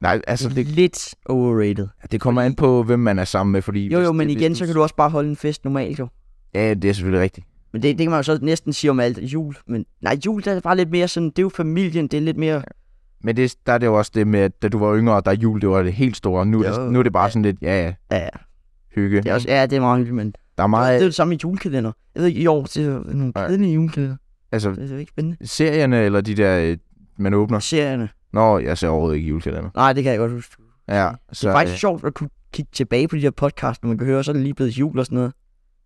[SPEAKER 2] Nej, altså,
[SPEAKER 1] altså
[SPEAKER 2] det,
[SPEAKER 1] det, er lidt overrated.
[SPEAKER 2] Det kommer an på, hvem man er sammen med, fordi...
[SPEAKER 1] Jo,
[SPEAKER 2] hvis
[SPEAKER 1] jo,
[SPEAKER 2] det-
[SPEAKER 1] men
[SPEAKER 2] hvis
[SPEAKER 1] igen, så kan du også bare holde en fest normalt jo.
[SPEAKER 2] Ja, det er selvfølgelig rigtigt.
[SPEAKER 1] Men det, det kan man jo så næsten sige om alt jul. Men nej, jul der er det bare lidt mere sådan, det er jo familien, det er lidt mere...
[SPEAKER 2] Men det, der er det jo også det med, at da du var yngre, der jul, det var det helt store. Nu, er
[SPEAKER 1] Jo.
[SPEAKER 2] det, nu er det bare sådan lidt, ja, ja,
[SPEAKER 1] Ja, ja.
[SPEAKER 2] hygge.
[SPEAKER 1] Det er også, ja, det er meget hyggeligt, men
[SPEAKER 2] Der er
[SPEAKER 1] Ej.
[SPEAKER 2] meget...
[SPEAKER 1] det er jo det samme i julekalender. Jeg ved ikke, i år, det er nogle
[SPEAKER 2] Nej.
[SPEAKER 1] kedelige julekalender.
[SPEAKER 2] Altså,
[SPEAKER 1] Det er jo ikke spændende.
[SPEAKER 2] serierne eller de der, øh, man åbner.
[SPEAKER 1] Serierne.
[SPEAKER 2] Nå, jeg ser overhovedet ikke julekalender.
[SPEAKER 1] Nej, det kan jeg godt huske.
[SPEAKER 2] Ja,
[SPEAKER 1] Det
[SPEAKER 2] så...
[SPEAKER 1] er faktisk
[SPEAKER 2] øh,
[SPEAKER 1] sjovt at kunne kigge tilbage på de her podcast, når man kan høre, så er det lige blevet jul og sådan noget.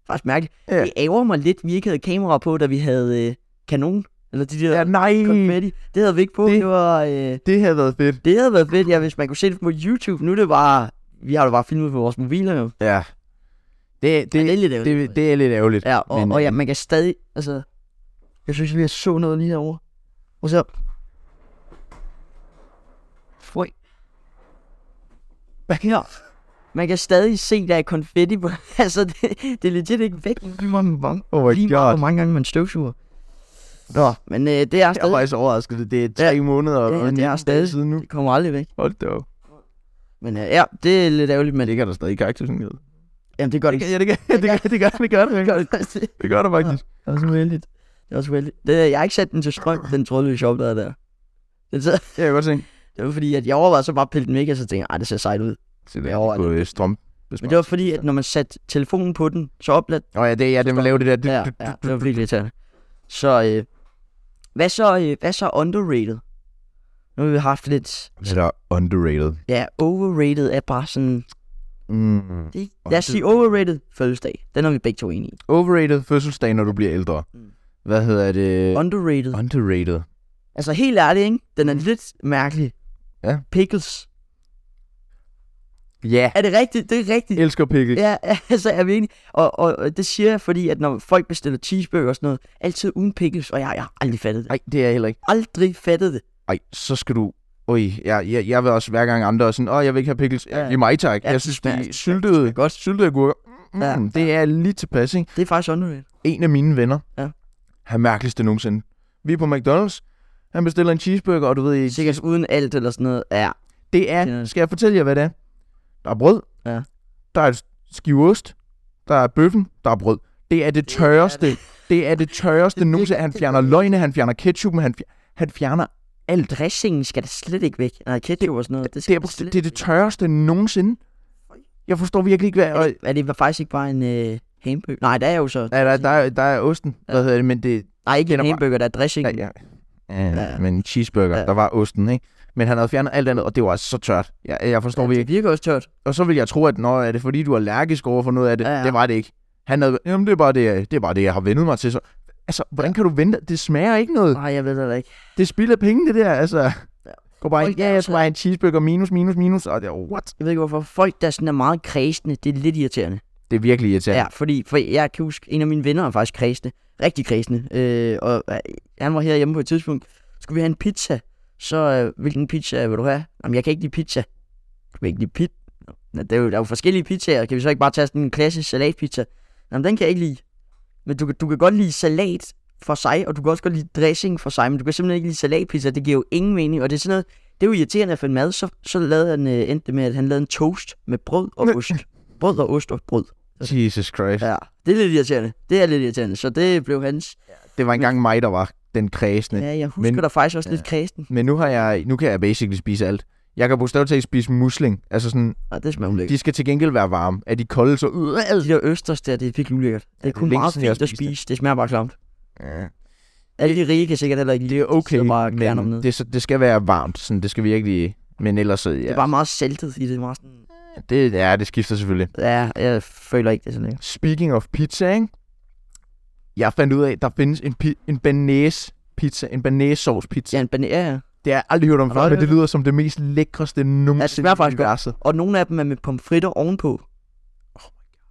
[SPEAKER 1] Faktisk mærkeligt.
[SPEAKER 2] Ja.
[SPEAKER 1] Ja. Det ærger mig lidt, vi ikke havde kamera på, da vi havde øh, kanon. Eller de der
[SPEAKER 2] Ja,
[SPEAKER 1] ja,
[SPEAKER 2] nej,
[SPEAKER 1] konfetti. Det havde vi ikke på.
[SPEAKER 2] Det-
[SPEAKER 1] Det, det, var, øh,
[SPEAKER 2] det havde været fedt.
[SPEAKER 1] det havde været fedt, ja, hvis man kunne se det på YouTube. Nu er det bare... Vi har det bare filmet på vores mobiler jo.
[SPEAKER 2] Ja. Det, det,
[SPEAKER 1] Ja, det er
[SPEAKER 2] det,
[SPEAKER 1] lidt ærgerligt.
[SPEAKER 2] det, det er lidt ærgerligt.
[SPEAKER 1] Ja, og,
[SPEAKER 2] men- øh,
[SPEAKER 1] men, og ja, man kan stadig... Altså, jeg synes, vi har så noget lige herovre. Og så... Fui. Hvad her? Man kan stadig se, der er konfetti på... altså, det, det er legit ikke væk. Det var en bong.
[SPEAKER 2] Oh my
[SPEAKER 1] Lige meget,
[SPEAKER 2] god.
[SPEAKER 1] hvor mange gange man støvsuger. Nå, men øh, det er
[SPEAKER 2] Jeg er
[SPEAKER 1] stadig...
[SPEAKER 2] faktisk overrasket. Det er tre måneder og
[SPEAKER 1] Ja, ja,
[SPEAKER 2] og
[SPEAKER 1] det er
[SPEAKER 2] ni
[SPEAKER 1] stadig-
[SPEAKER 2] dage siden nu.
[SPEAKER 1] Det kommer aldrig væk.
[SPEAKER 2] Hold da op.
[SPEAKER 1] Men øh, ja, det er lidt ærgerligt,
[SPEAKER 2] Men
[SPEAKER 1] men...
[SPEAKER 2] det kan der stadig karaktersen. Det
[SPEAKER 1] Jamen, det gør det
[SPEAKER 2] kan,
[SPEAKER 1] ikke.
[SPEAKER 2] ja, det kan, det kan, det gør det, gør det, det gør det.
[SPEAKER 1] det
[SPEAKER 2] Det gør det faktisk.
[SPEAKER 1] er også uheldigt. Det er også uheldigt. Det, jeg har ikke sat den til strøm, den trådløse oplader der. Den sidder
[SPEAKER 2] Det kan jeg godt se.
[SPEAKER 1] Det var fordi, at jeg overvejede så bare at pille den væk, og så tænkte jeg, "Ej, det ser sejt ud.
[SPEAKER 2] Så det
[SPEAKER 1] Jeg overvejer
[SPEAKER 2] er på øh, strøm.
[SPEAKER 1] Men det var fordi, at når man satte telefonen på den, så oplad...
[SPEAKER 2] Åh oh, ja, det er ja, det, man laver det der. Du,
[SPEAKER 1] Ja,
[SPEAKER 2] du,
[SPEAKER 1] ja,
[SPEAKER 2] du,
[SPEAKER 1] det
[SPEAKER 2] du,
[SPEAKER 1] var virkelig irriterende. Så, øh, hvad så, øh, hvad så underrated? Nu har vi haft lidt...
[SPEAKER 2] Det er underrated.
[SPEAKER 1] Ja, overrated er bare sådan...
[SPEAKER 2] Mm.
[SPEAKER 1] Det, lad os sige overrated fødselsdag. Den er vi begge to enige i.
[SPEAKER 2] Overrated fødselsdag, når du bliver ældre.
[SPEAKER 1] Mm.
[SPEAKER 2] Hvad hedder det?
[SPEAKER 1] Underrated.
[SPEAKER 2] Underrated.
[SPEAKER 1] Altså helt ærligt, ikke? Den er lidt mærkelig.
[SPEAKER 2] Ja.
[SPEAKER 1] Pickles.
[SPEAKER 2] Ja.
[SPEAKER 1] Er det rigtigt? Det er rigtigt.
[SPEAKER 2] Elsker pickles.
[SPEAKER 1] Ja, altså er vi enige. Og, og, og det siger jeg, fordi at når folk bestiller cheeseburger og sådan noget, altid uden pickles, og jeg, jeg har aldrig fattet det.
[SPEAKER 2] Nej, det er jeg heller ikke.
[SPEAKER 1] Aldrig fattet det.
[SPEAKER 2] Ej, så skal du Ui, jeg, jeg, jeg vil også hver gang andre er sådan, åh, jeg vil ikke have pickles. Ja,
[SPEAKER 1] Ja.
[SPEAKER 2] Giv mig tak.
[SPEAKER 1] Ja,
[SPEAKER 2] Ja, jeg synes,
[SPEAKER 1] smager-
[SPEAKER 2] de syltede, godt syltede agurker. Mm,
[SPEAKER 1] Ja.
[SPEAKER 2] ja. Det er lige tilpas, ikke?
[SPEAKER 1] Det er faktisk underligt.
[SPEAKER 2] En af mine venner,
[SPEAKER 1] Ja.
[SPEAKER 2] han mærkeligste nogensinde. Vi er på McDonald's, han bestiller en cheeseburger, og du ved, i-
[SPEAKER 1] Sikkert uden alt eller sådan noget. Ja,
[SPEAKER 2] det er,
[SPEAKER 1] Ja.
[SPEAKER 2] skal jeg fortælle jer, hvad det er? Der er brød,
[SPEAKER 1] Ja.
[SPEAKER 2] der er et skive ost, der er bøffen, der er brød. Det er det
[SPEAKER 1] er
[SPEAKER 2] tørreste, det, det er det tørreste
[SPEAKER 1] Det- det-
[SPEAKER 2] nogensinde. Han fjerner løgne, han fjerner ketchupen, han, fjer- han fjerner alt.
[SPEAKER 1] dressingen skal da slet ikke væk. Nej, ketchup og sådan noget. Det,
[SPEAKER 2] Det
[SPEAKER 1] skal
[SPEAKER 2] er,
[SPEAKER 1] da slet
[SPEAKER 2] det er det tørreste nogensinde. Jeg forstår virkelig ikke, hvad...
[SPEAKER 1] Er
[SPEAKER 2] Og,
[SPEAKER 1] det, er det faktisk ikke bare en øh, hamburger? Nej, der er jo så...
[SPEAKER 2] nej, der, der, er- der er osten, hvad hedder det, men det...
[SPEAKER 1] Nej, ikke
[SPEAKER 2] den
[SPEAKER 1] en
[SPEAKER 2] er bare-
[SPEAKER 1] hamburger, der er dressing.
[SPEAKER 2] Ja,
[SPEAKER 1] Ja,
[SPEAKER 2] ja. Ja,
[SPEAKER 1] Ja.
[SPEAKER 2] men en cheeseburger,
[SPEAKER 1] Ja.
[SPEAKER 2] der var osten, ikke? Men han havde fjernet alt andet, og det var altså så tørt. Jeg, jeg forstår virkelig
[SPEAKER 1] det virker også tørt.
[SPEAKER 2] Og så vil jeg tro, at når er det fordi, du er allergisk over for noget af det.
[SPEAKER 1] Ja,
[SPEAKER 2] Ja,
[SPEAKER 1] ja.
[SPEAKER 2] ja. Det var det ikke. Han havde, jamen, det er, bare det, jeg- det er bare det, jeg har vendet mig til. Så, altså, hvordan kan du vente? Det smager ikke noget.
[SPEAKER 1] Nej, jeg ved det da ikke.
[SPEAKER 2] Det spilder penge, det der. Altså, gå bare ind.
[SPEAKER 1] Folk er
[SPEAKER 2] Ja, jeg
[SPEAKER 1] altså-
[SPEAKER 2] skal have en cheeseburger minus, minus, minus. Og det er, what?
[SPEAKER 1] Jeg ved ikke, hvorfor folk, der sådan er meget kredsende, det er lidt irriterende.
[SPEAKER 2] Det er virkelig irriterende.
[SPEAKER 1] Ja, fordi for jeg kan huske, en af mine venner er faktisk kredsende. Rigtig kredsende. Øh, og øh, han var herhjemme på et tidspunkt. Skulle vi have en pizza? Så øh, hvilken pizza vil du have? Jamen, jeg kan ikke lide pizza. Du kan ikke lide pizza? Nå, der, er jo, der er jo forskellige pizzaer. Kan vi så ikke bare tage sådan en klassisk salatpizza? Jamen, den kan jeg ikke lide. Men du, kan- du kan godt lide salat for sig, og du kan også godt lide dressing for sig, men du kan simpelthen ikke lide salatpizza. Det giver jo ingen mening, og det er sådan noget, det er jo irriterende for en mad. Så, så lavede han, øh, endte det med, at han lavede en toast med brød og ost. Brød og ost og brød.
[SPEAKER 2] Jesus Christ. Ja.
[SPEAKER 1] Ja, det er lidt irriterende. Det er lidt irriterende, så det blev hans.
[SPEAKER 2] Det var engang mig, der var den kredsende. Ja.
[SPEAKER 1] Ja, jeg husker
[SPEAKER 2] men-
[SPEAKER 1] dig faktisk også ja. lidt kredsen.
[SPEAKER 2] Men nu, har jeg, nu kan jeg basically spise alt. Jeg kan bogstaveligt talt spise musling. Altså sådan,
[SPEAKER 1] Nej, det smager ulækkert.
[SPEAKER 2] de skal til gengæld være varme. Er de kolde, så... Øh,
[SPEAKER 1] De, de der østers der, det er virkelig ulækkert. Det er
[SPEAKER 2] det er
[SPEAKER 1] kun
[SPEAKER 2] længe
[SPEAKER 1] meget
[SPEAKER 2] siden, jeg har
[SPEAKER 1] fint at
[SPEAKER 2] spist det.
[SPEAKER 1] spise. Det smager bare klamt.
[SPEAKER 2] Ja.
[SPEAKER 1] Alle de rige kan sikkert heller ikke lide.
[SPEAKER 2] Det er okay,
[SPEAKER 1] sidder bare og kværner dem
[SPEAKER 2] men
[SPEAKER 1] ned.
[SPEAKER 2] det, er så- det skal være varmt. Sådan, det skal virkelig... Men ellers... så- Ja.
[SPEAKER 1] Det er bare meget saltet i det. Meget sådan,
[SPEAKER 2] Det, ja, det skifter selvfølgelig.
[SPEAKER 1] ja, jeg føler ikke det er så lækkert.
[SPEAKER 2] Speaking of pizza, ikke? Jeg fandt ud af, at der findes en, pi- en banæs pizza, en banæs sauce pizza.
[SPEAKER 1] Ja,
[SPEAKER 2] Ja.
[SPEAKER 1] en banan, ja, ja.
[SPEAKER 2] Det har jeg aldrig hørt om
[SPEAKER 1] Har du
[SPEAKER 2] før,
[SPEAKER 1] aldrig
[SPEAKER 2] men det
[SPEAKER 1] hørt om
[SPEAKER 2] lyder som det mest lækreste nogensinde
[SPEAKER 1] smager faktisk godt.
[SPEAKER 2] universet.
[SPEAKER 1] Og nogle af dem er med pomfritter ovenpå. Oh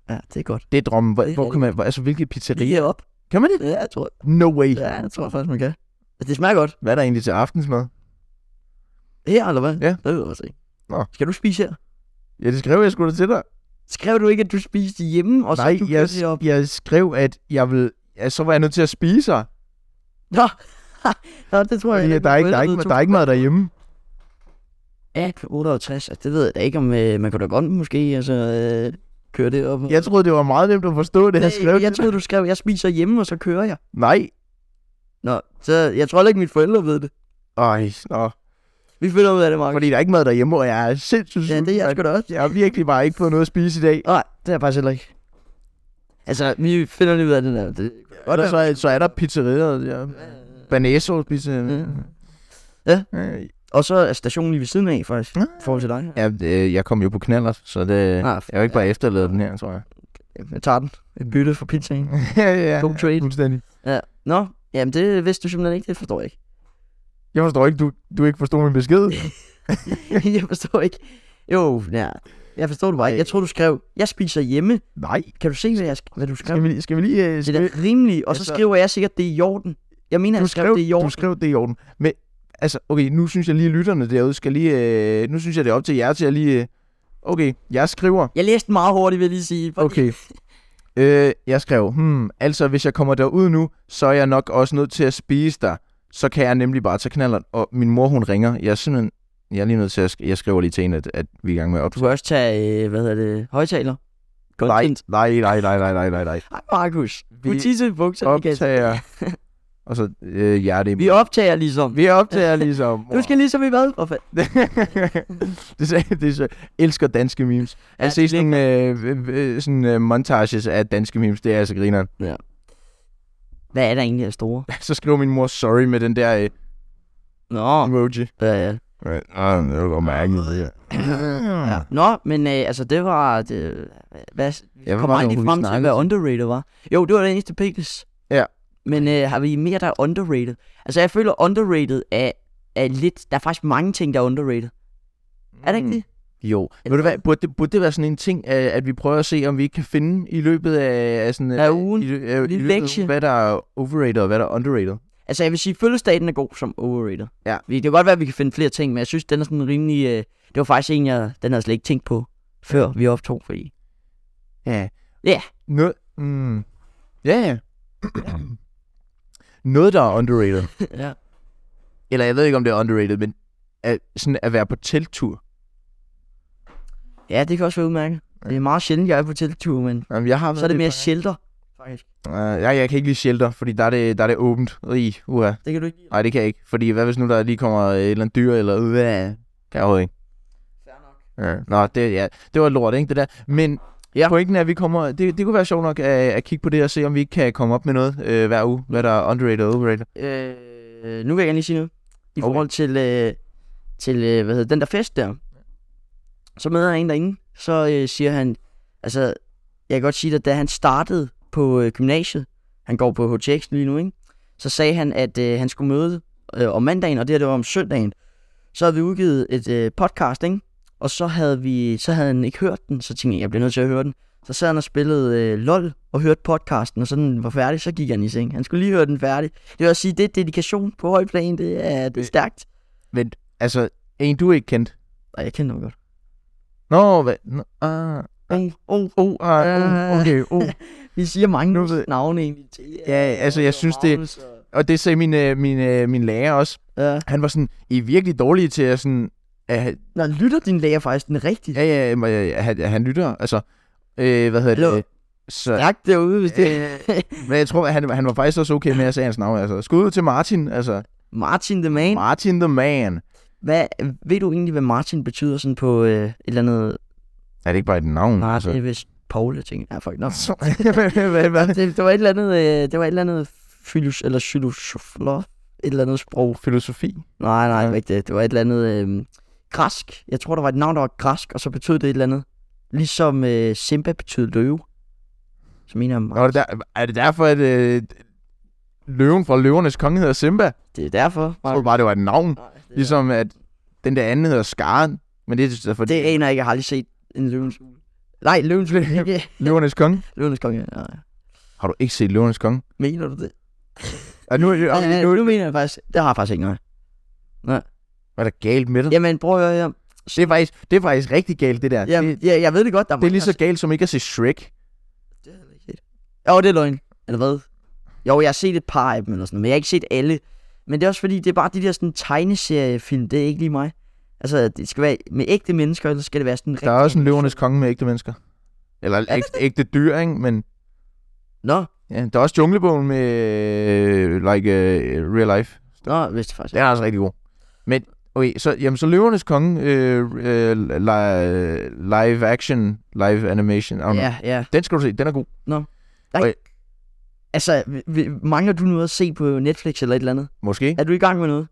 [SPEAKER 1] Ja, det er godt.
[SPEAKER 2] Det er drømmen. Hvor,
[SPEAKER 1] Det er
[SPEAKER 2] hvor
[SPEAKER 1] det.
[SPEAKER 2] kan man, hvor, altså, hvilke pizzerier?
[SPEAKER 1] Lige op.
[SPEAKER 2] Kan man det?
[SPEAKER 1] Ja, jeg tror,
[SPEAKER 2] No way.
[SPEAKER 1] ja, jeg tror faktisk, man kan. Altså, Det smager godt.
[SPEAKER 2] Hvad er der egentlig til aftensmad?
[SPEAKER 1] Her, eller hvad?
[SPEAKER 2] Ja.
[SPEAKER 1] Det ved jeg også ikke.
[SPEAKER 2] Nå.
[SPEAKER 1] Skal du spise her?
[SPEAKER 2] Ja, det skrev jeg sgu da til dig.
[SPEAKER 1] Skrev du ikke, at du spiste hjemme, og så
[SPEAKER 2] Nej,
[SPEAKER 1] du
[SPEAKER 2] jeg,
[SPEAKER 1] kørte herop?
[SPEAKER 2] jeg skrev, at jeg vil... Ja, så var jeg nødt til at spise her.
[SPEAKER 1] Nå, Nå det tror jeg.
[SPEAKER 2] Fordi øh, der er ikke, der er ikke, der er ikke mad derhjemme.
[SPEAKER 1] 68, altså, det ved jeg da ikke, om øh, man kunne da godt måske altså, øh, køre det op.
[SPEAKER 2] Jeg troede, det var meget nemt at forstå det, jeg skrev.
[SPEAKER 1] jeg, jeg troede, du skrev, jeg spiser hjemme, og så kører jeg.
[SPEAKER 2] Nej.
[SPEAKER 1] Nå, så jeg tror heller ikke, mine forældre ved det.
[SPEAKER 2] Ej, nå.
[SPEAKER 1] Vi finder ud af det, Mark.
[SPEAKER 2] Fordi der er ikke mad derhjemme, og jeg er sindssygt
[SPEAKER 1] Ja,
[SPEAKER 2] sulten,
[SPEAKER 1] det er jeg
[SPEAKER 2] mand.
[SPEAKER 1] sgu da også.
[SPEAKER 2] Jeg har virkelig bare ikke fået noget at spise i dag.
[SPEAKER 1] Nej, det er jeg faktisk heller ikke. Altså, vi finder lige ud af det der. Det,
[SPEAKER 2] Og der, så, er, så er der pizzerier. Ja. Banæsås pizza.
[SPEAKER 1] Ja.
[SPEAKER 2] Ja.
[SPEAKER 1] Ja.
[SPEAKER 2] Øh,
[SPEAKER 1] Og så er stationen lige ved siden af, faktisk.
[SPEAKER 2] Ja.
[SPEAKER 1] I forhold til dig.
[SPEAKER 2] Ah. Ja, øh, jeg kom jo på knaller, så det...
[SPEAKER 1] Ah,
[SPEAKER 2] Jeg har ikke bare efterladet den her, tror jeg.
[SPEAKER 1] Jeg tager den. En bytte for pizzaen.
[SPEAKER 2] ja, ja.
[SPEAKER 1] God trade.
[SPEAKER 2] Fuldstændig.
[SPEAKER 1] Ja. Nå, jamen det vidste du simpelthen ikke. Det forstår jeg ikke.
[SPEAKER 2] Jeg forstår ikke, du, du ikke forstod min besked.
[SPEAKER 1] jeg forstår ikke. Jo, ja. Jeg forstår det bare ikke. Jeg tror, du skrev, jeg spiser hjemme.
[SPEAKER 2] Nej.
[SPEAKER 1] Kan du se, hvad, jeg, sk- hvad du skrev?
[SPEAKER 2] Skal vi, skal vi lige... Øh,
[SPEAKER 1] Det
[SPEAKER 2] skal vi,
[SPEAKER 1] er da rimeligt, og så
[SPEAKER 2] Altså-
[SPEAKER 1] skriver jeg sikkert, det er i orden. Jeg mener,
[SPEAKER 2] du,
[SPEAKER 1] jeg skrev,
[SPEAKER 2] skrev,
[SPEAKER 1] det er i
[SPEAKER 2] du
[SPEAKER 1] orden.
[SPEAKER 2] skrev det i orden. Men, altså, okay, nu synes jeg lige, lytterne derude skal lige... Øh, nu synes jeg, det er op til jer til at lige... Øh, okay, jeg skriver...
[SPEAKER 1] Jeg læste den meget hurtigt, vil jeg lige sige. fordi-
[SPEAKER 2] Okay. Øh, jeg skrev, hmm, altså hvis jeg kommer derud nu, så er jeg nok også nødt til at spise der. Så kan jeg nemlig bare tage knallert. Og min mor, hun ringer. Jeg er simpelthen, jeg er lige nødt til at, sk- jeg skriver lige til hende, at, at vi er i gang med at
[SPEAKER 1] Du
[SPEAKER 2] optage.
[SPEAKER 1] kan også tage, øh, hvad hedder det, højtaler.
[SPEAKER 2] Nej,
[SPEAKER 1] Content.
[SPEAKER 2] nej, nej, nej, nej, nej, nej, nej.
[SPEAKER 1] Nej, Markus. Vi
[SPEAKER 2] Vi
[SPEAKER 1] tisse i bukserne, Niklas.
[SPEAKER 2] optager. Og så øh, hjerte i
[SPEAKER 1] Vi optager ligesom.
[SPEAKER 2] vi optager ligesom.
[SPEAKER 1] Du skal ligesom i hvad? For fanden.
[SPEAKER 2] det, er, det er så, elsker danske memes.
[SPEAKER 1] Ja,
[SPEAKER 2] Ja, at
[SPEAKER 1] det
[SPEAKER 2] se sådan, øh, øh, øh, sådan øh, montages af danske memes, det er altså grineren.
[SPEAKER 1] Hvad er der egentlig af store?
[SPEAKER 2] Så skriver min mor sorry med den der øh,
[SPEAKER 1] Nå,
[SPEAKER 2] emoji.
[SPEAKER 1] ja, ja.
[SPEAKER 2] Right. Ah, det var godt mærkeligt, det her.
[SPEAKER 1] ja. Nå, men øh, altså, det var... Det, hvad,
[SPEAKER 2] Jeg
[SPEAKER 1] kom aldrig frem til, hvad underrated var. Jo, det var den eneste pickles.
[SPEAKER 2] Ja.
[SPEAKER 1] Men øh, har vi mere, der er underrated? Altså, jeg føler, underrated er, er lidt... Der er faktisk mange ting, der er underrated. Er det ikke det?
[SPEAKER 2] Jo. Ved du hvad, burde det, burde det være sådan en ting, øh, at vi prøver at se, om vi ikke kan finde i løbet af, af sådan... øh,
[SPEAKER 1] Af ugen.
[SPEAKER 2] I, lø- øh, i
[SPEAKER 1] Lille
[SPEAKER 2] løbet af
[SPEAKER 1] lektie.
[SPEAKER 2] ugen, hvad der er overrated og hvad der er underrated.
[SPEAKER 1] Altså, jeg vil sige, følgestaten er god som overrated.
[SPEAKER 2] Ja.
[SPEAKER 1] Fordi det kan godt være, at vi kan finde flere ting, men jeg synes, den er sådan rimelig... Øh, det var faktisk en, jeg, den havde jeg slet ikke tænkt på, før vi optog, fordi...
[SPEAKER 2] Ja.
[SPEAKER 1] Ja.
[SPEAKER 2] Noget, mm, ja, ja. Noget, der er underrated.
[SPEAKER 1] ja.
[SPEAKER 2] Eller jeg ved ikke, om det er underrated, men at, sådan at være på telttur.
[SPEAKER 1] ja, det kan også være udmærket. Det er meget sjældent, jeg er på teltur, men
[SPEAKER 2] Jamen, jeg har været
[SPEAKER 1] så er det mere
[SPEAKER 2] et
[SPEAKER 1] shelter, faktisk.
[SPEAKER 2] par gange. Øh, jeg, jeg kan ikke lide shelter, fordi der er det, der er det åbent. I, uha.
[SPEAKER 1] Det kan du ikke lide.
[SPEAKER 2] Nej, det kan jeg ikke. Fordi hvad hvis nu der lige kommer et eller andet dyr, eller uha. Kan jeg overhovedet ikke.
[SPEAKER 1] Fair nok.
[SPEAKER 2] Ja. Nå, det, ja, det var lort, ikke det der. Men ja. pointen er, at vi kommer... Det, det kunne være sjovt nok at, at kigge på det og se, om vi ikke kan komme op med noget øh, hver uge. Hvad der er underrated og overrated.
[SPEAKER 1] Øh, nu vil jeg gerne lige sige noget. I
[SPEAKER 2] Okay.
[SPEAKER 1] okay. forhold til, øh, til øh, hvad hedder, den der fest der. Så møder jeg en derinde, så øh, siger han, altså, jeg kan godt sige dig, da han startede på øh, gymnasiet, han går på HTX lige nu, ikke? så sagde han, at øh, han skulle møde øh, om mandagen, og det her det var om søndagen. Så havde vi udgivet et øh, podcast, ikke? og så havde, vi, så havde han ikke hørt den, så tænkte jeg, jeg bliver nødt til at høre den. Så sad han og spillede øh, LOL og hørte podcasten, og så den var færdig, så gik han i seng. Han skulle lige høre den færdig. Det vil også sige, det er dedikation på høj plan, det er, det er
[SPEAKER 2] Øh.
[SPEAKER 1] stærkt.
[SPEAKER 2] Men altså, en du ikke kendte.
[SPEAKER 1] Og jeg kender ham godt.
[SPEAKER 2] Nå, hvad? Nå, ah,
[SPEAKER 1] Oh, oh.
[SPEAKER 2] oh, ah, oh, okay, oh.
[SPEAKER 1] Vi siger mange
[SPEAKER 2] Nu ved-
[SPEAKER 1] navne egentlig. til,
[SPEAKER 2] Ja, altså, jeg synes, det-
[SPEAKER 1] Magnus og-
[SPEAKER 2] Og det sagde min, øh, min, øh, min lærer også.
[SPEAKER 1] Ja.
[SPEAKER 2] Han var sådan, I er virkelig dårlige til at sådan... At,
[SPEAKER 1] Nå, lytter din læger faktisk den rigtige?
[SPEAKER 2] ja, ja, må jeg- at, han- at han lytter, altså... Øh, hvad hedder
[SPEAKER 1] Hallo.
[SPEAKER 2] det? øh, Så,
[SPEAKER 1] Stærkt derude, hvis det
[SPEAKER 2] men jeg tror, at han, han var faktisk også okay med at sige hans navn. Altså, skud ud til Martin, altså.
[SPEAKER 1] Martin the Man.
[SPEAKER 2] Martin the man.
[SPEAKER 1] Hvad, ved du egentlig, hvad Martin betyder sådan på øh, et eller andet...
[SPEAKER 2] Er det ikke bare et navn?
[SPEAKER 1] Nej, det er vist Paul, jeg tænker. Ja, fuck, nå.
[SPEAKER 2] Så- Hvad- hvad- hvad?
[SPEAKER 1] Det, det, var et eller andet... Øh, det var et eller andet filos, eller filosofler. Et eller andet sprog.
[SPEAKER 2] Filosofi.
[SPEAKER 1] Nej, nej,
[SPEAKER 2] Ja.
[SPEAKER 1] det var ikke det. Det var et eller andet... Øh, græsk. Jeg tror, der var et navn, der var græsk, og så betød det et eller andet. Ligesom øh, Simba betød løve. Så mener jeg,
[SPEAKER 2] Nå, er, det der, er det derfor, at øh, løven fra løvernes konge hedder Simba? Jeg
[SPEAKER 1] det er derfor. Mark.
[SPEAKER 2] troede bare, det var et navn.
[SPEAKER 1] Nej, det, ligesom...
[SPEAKER 2] Ligesom at den der anden hedder Skaren. Men det er derfor,
[SPEAKER 1] det aner jeg ikke. Jeg har aldrig set en løvens... Nej, løvens... ikke
[SPEAKER 2] løvernes konge.
[SPEAKER 1] løvens konge. Nej.
[SPEAKER 2] Har du ikke set løvernes konge?
[SPEAKER 1] Mener du det?
[SPEAKER 2] Er nu, er,
[SPEAKER 1] Okay,
[SPEAKER 2] nu,
[SPEAKER 1] nu, nu mener jeg faktisk, det har jeg faktisk ikke noget.
[SPEAKER 2] er der galt med det?
[SPEAKER 1] Jamen, prøv at høre her.
[SPEAKER 2] Det, er faktisk, det er faktisk rigtig galt, det der.
[SPEAKER 1] Jamen,
[SPEAKER 2] det,
[SPEAKER 1] ja, jeg ved det godt, der
[SPEAKER 2] det er ligesom lige så galt, som ikke at se Shrek.
[SPEAKER 1] Jo, det er løgn. Eller hvad? Jo, jeg har set et par af dem eller sådan noget, men jeg har ikke set alle. Men det er også fordi, det er bare de der sådan tegneseriefilm, det er ikke lige mig. Altså, det skal være med ægte mennesker, eller skal det være sådan
[SPEAKER 2] Der er også en løvernes konge med ægte mennesker. Eller ægte, ægte dyr, ikke? Men
[SPEAKER 1] Nå,
[SPEAKER 2] Ja, der er også junglebogen med øh, like øh, real life.
[SPEAKER 1] nå, vidste jeg faktisk.
[SPEAKER 2] Den
[SPEAKER 1] Ja.
[SPEAKER 2] er også rigtig god. Men okay, så, jamen, så Løvernes Konge øh, øh, li- live action, live animation. I don't know.
[SPEAKER 1] Ja, ja.
[SPEAKER 2] Den skal du se, den er god.
[SPEAKER 1] Altså, vi- vi- mangler du noget at se på Netflix eller et eller andet?
[SPEAKER 2] Måske.
[SPEAKER 1] Er du i gang med noget?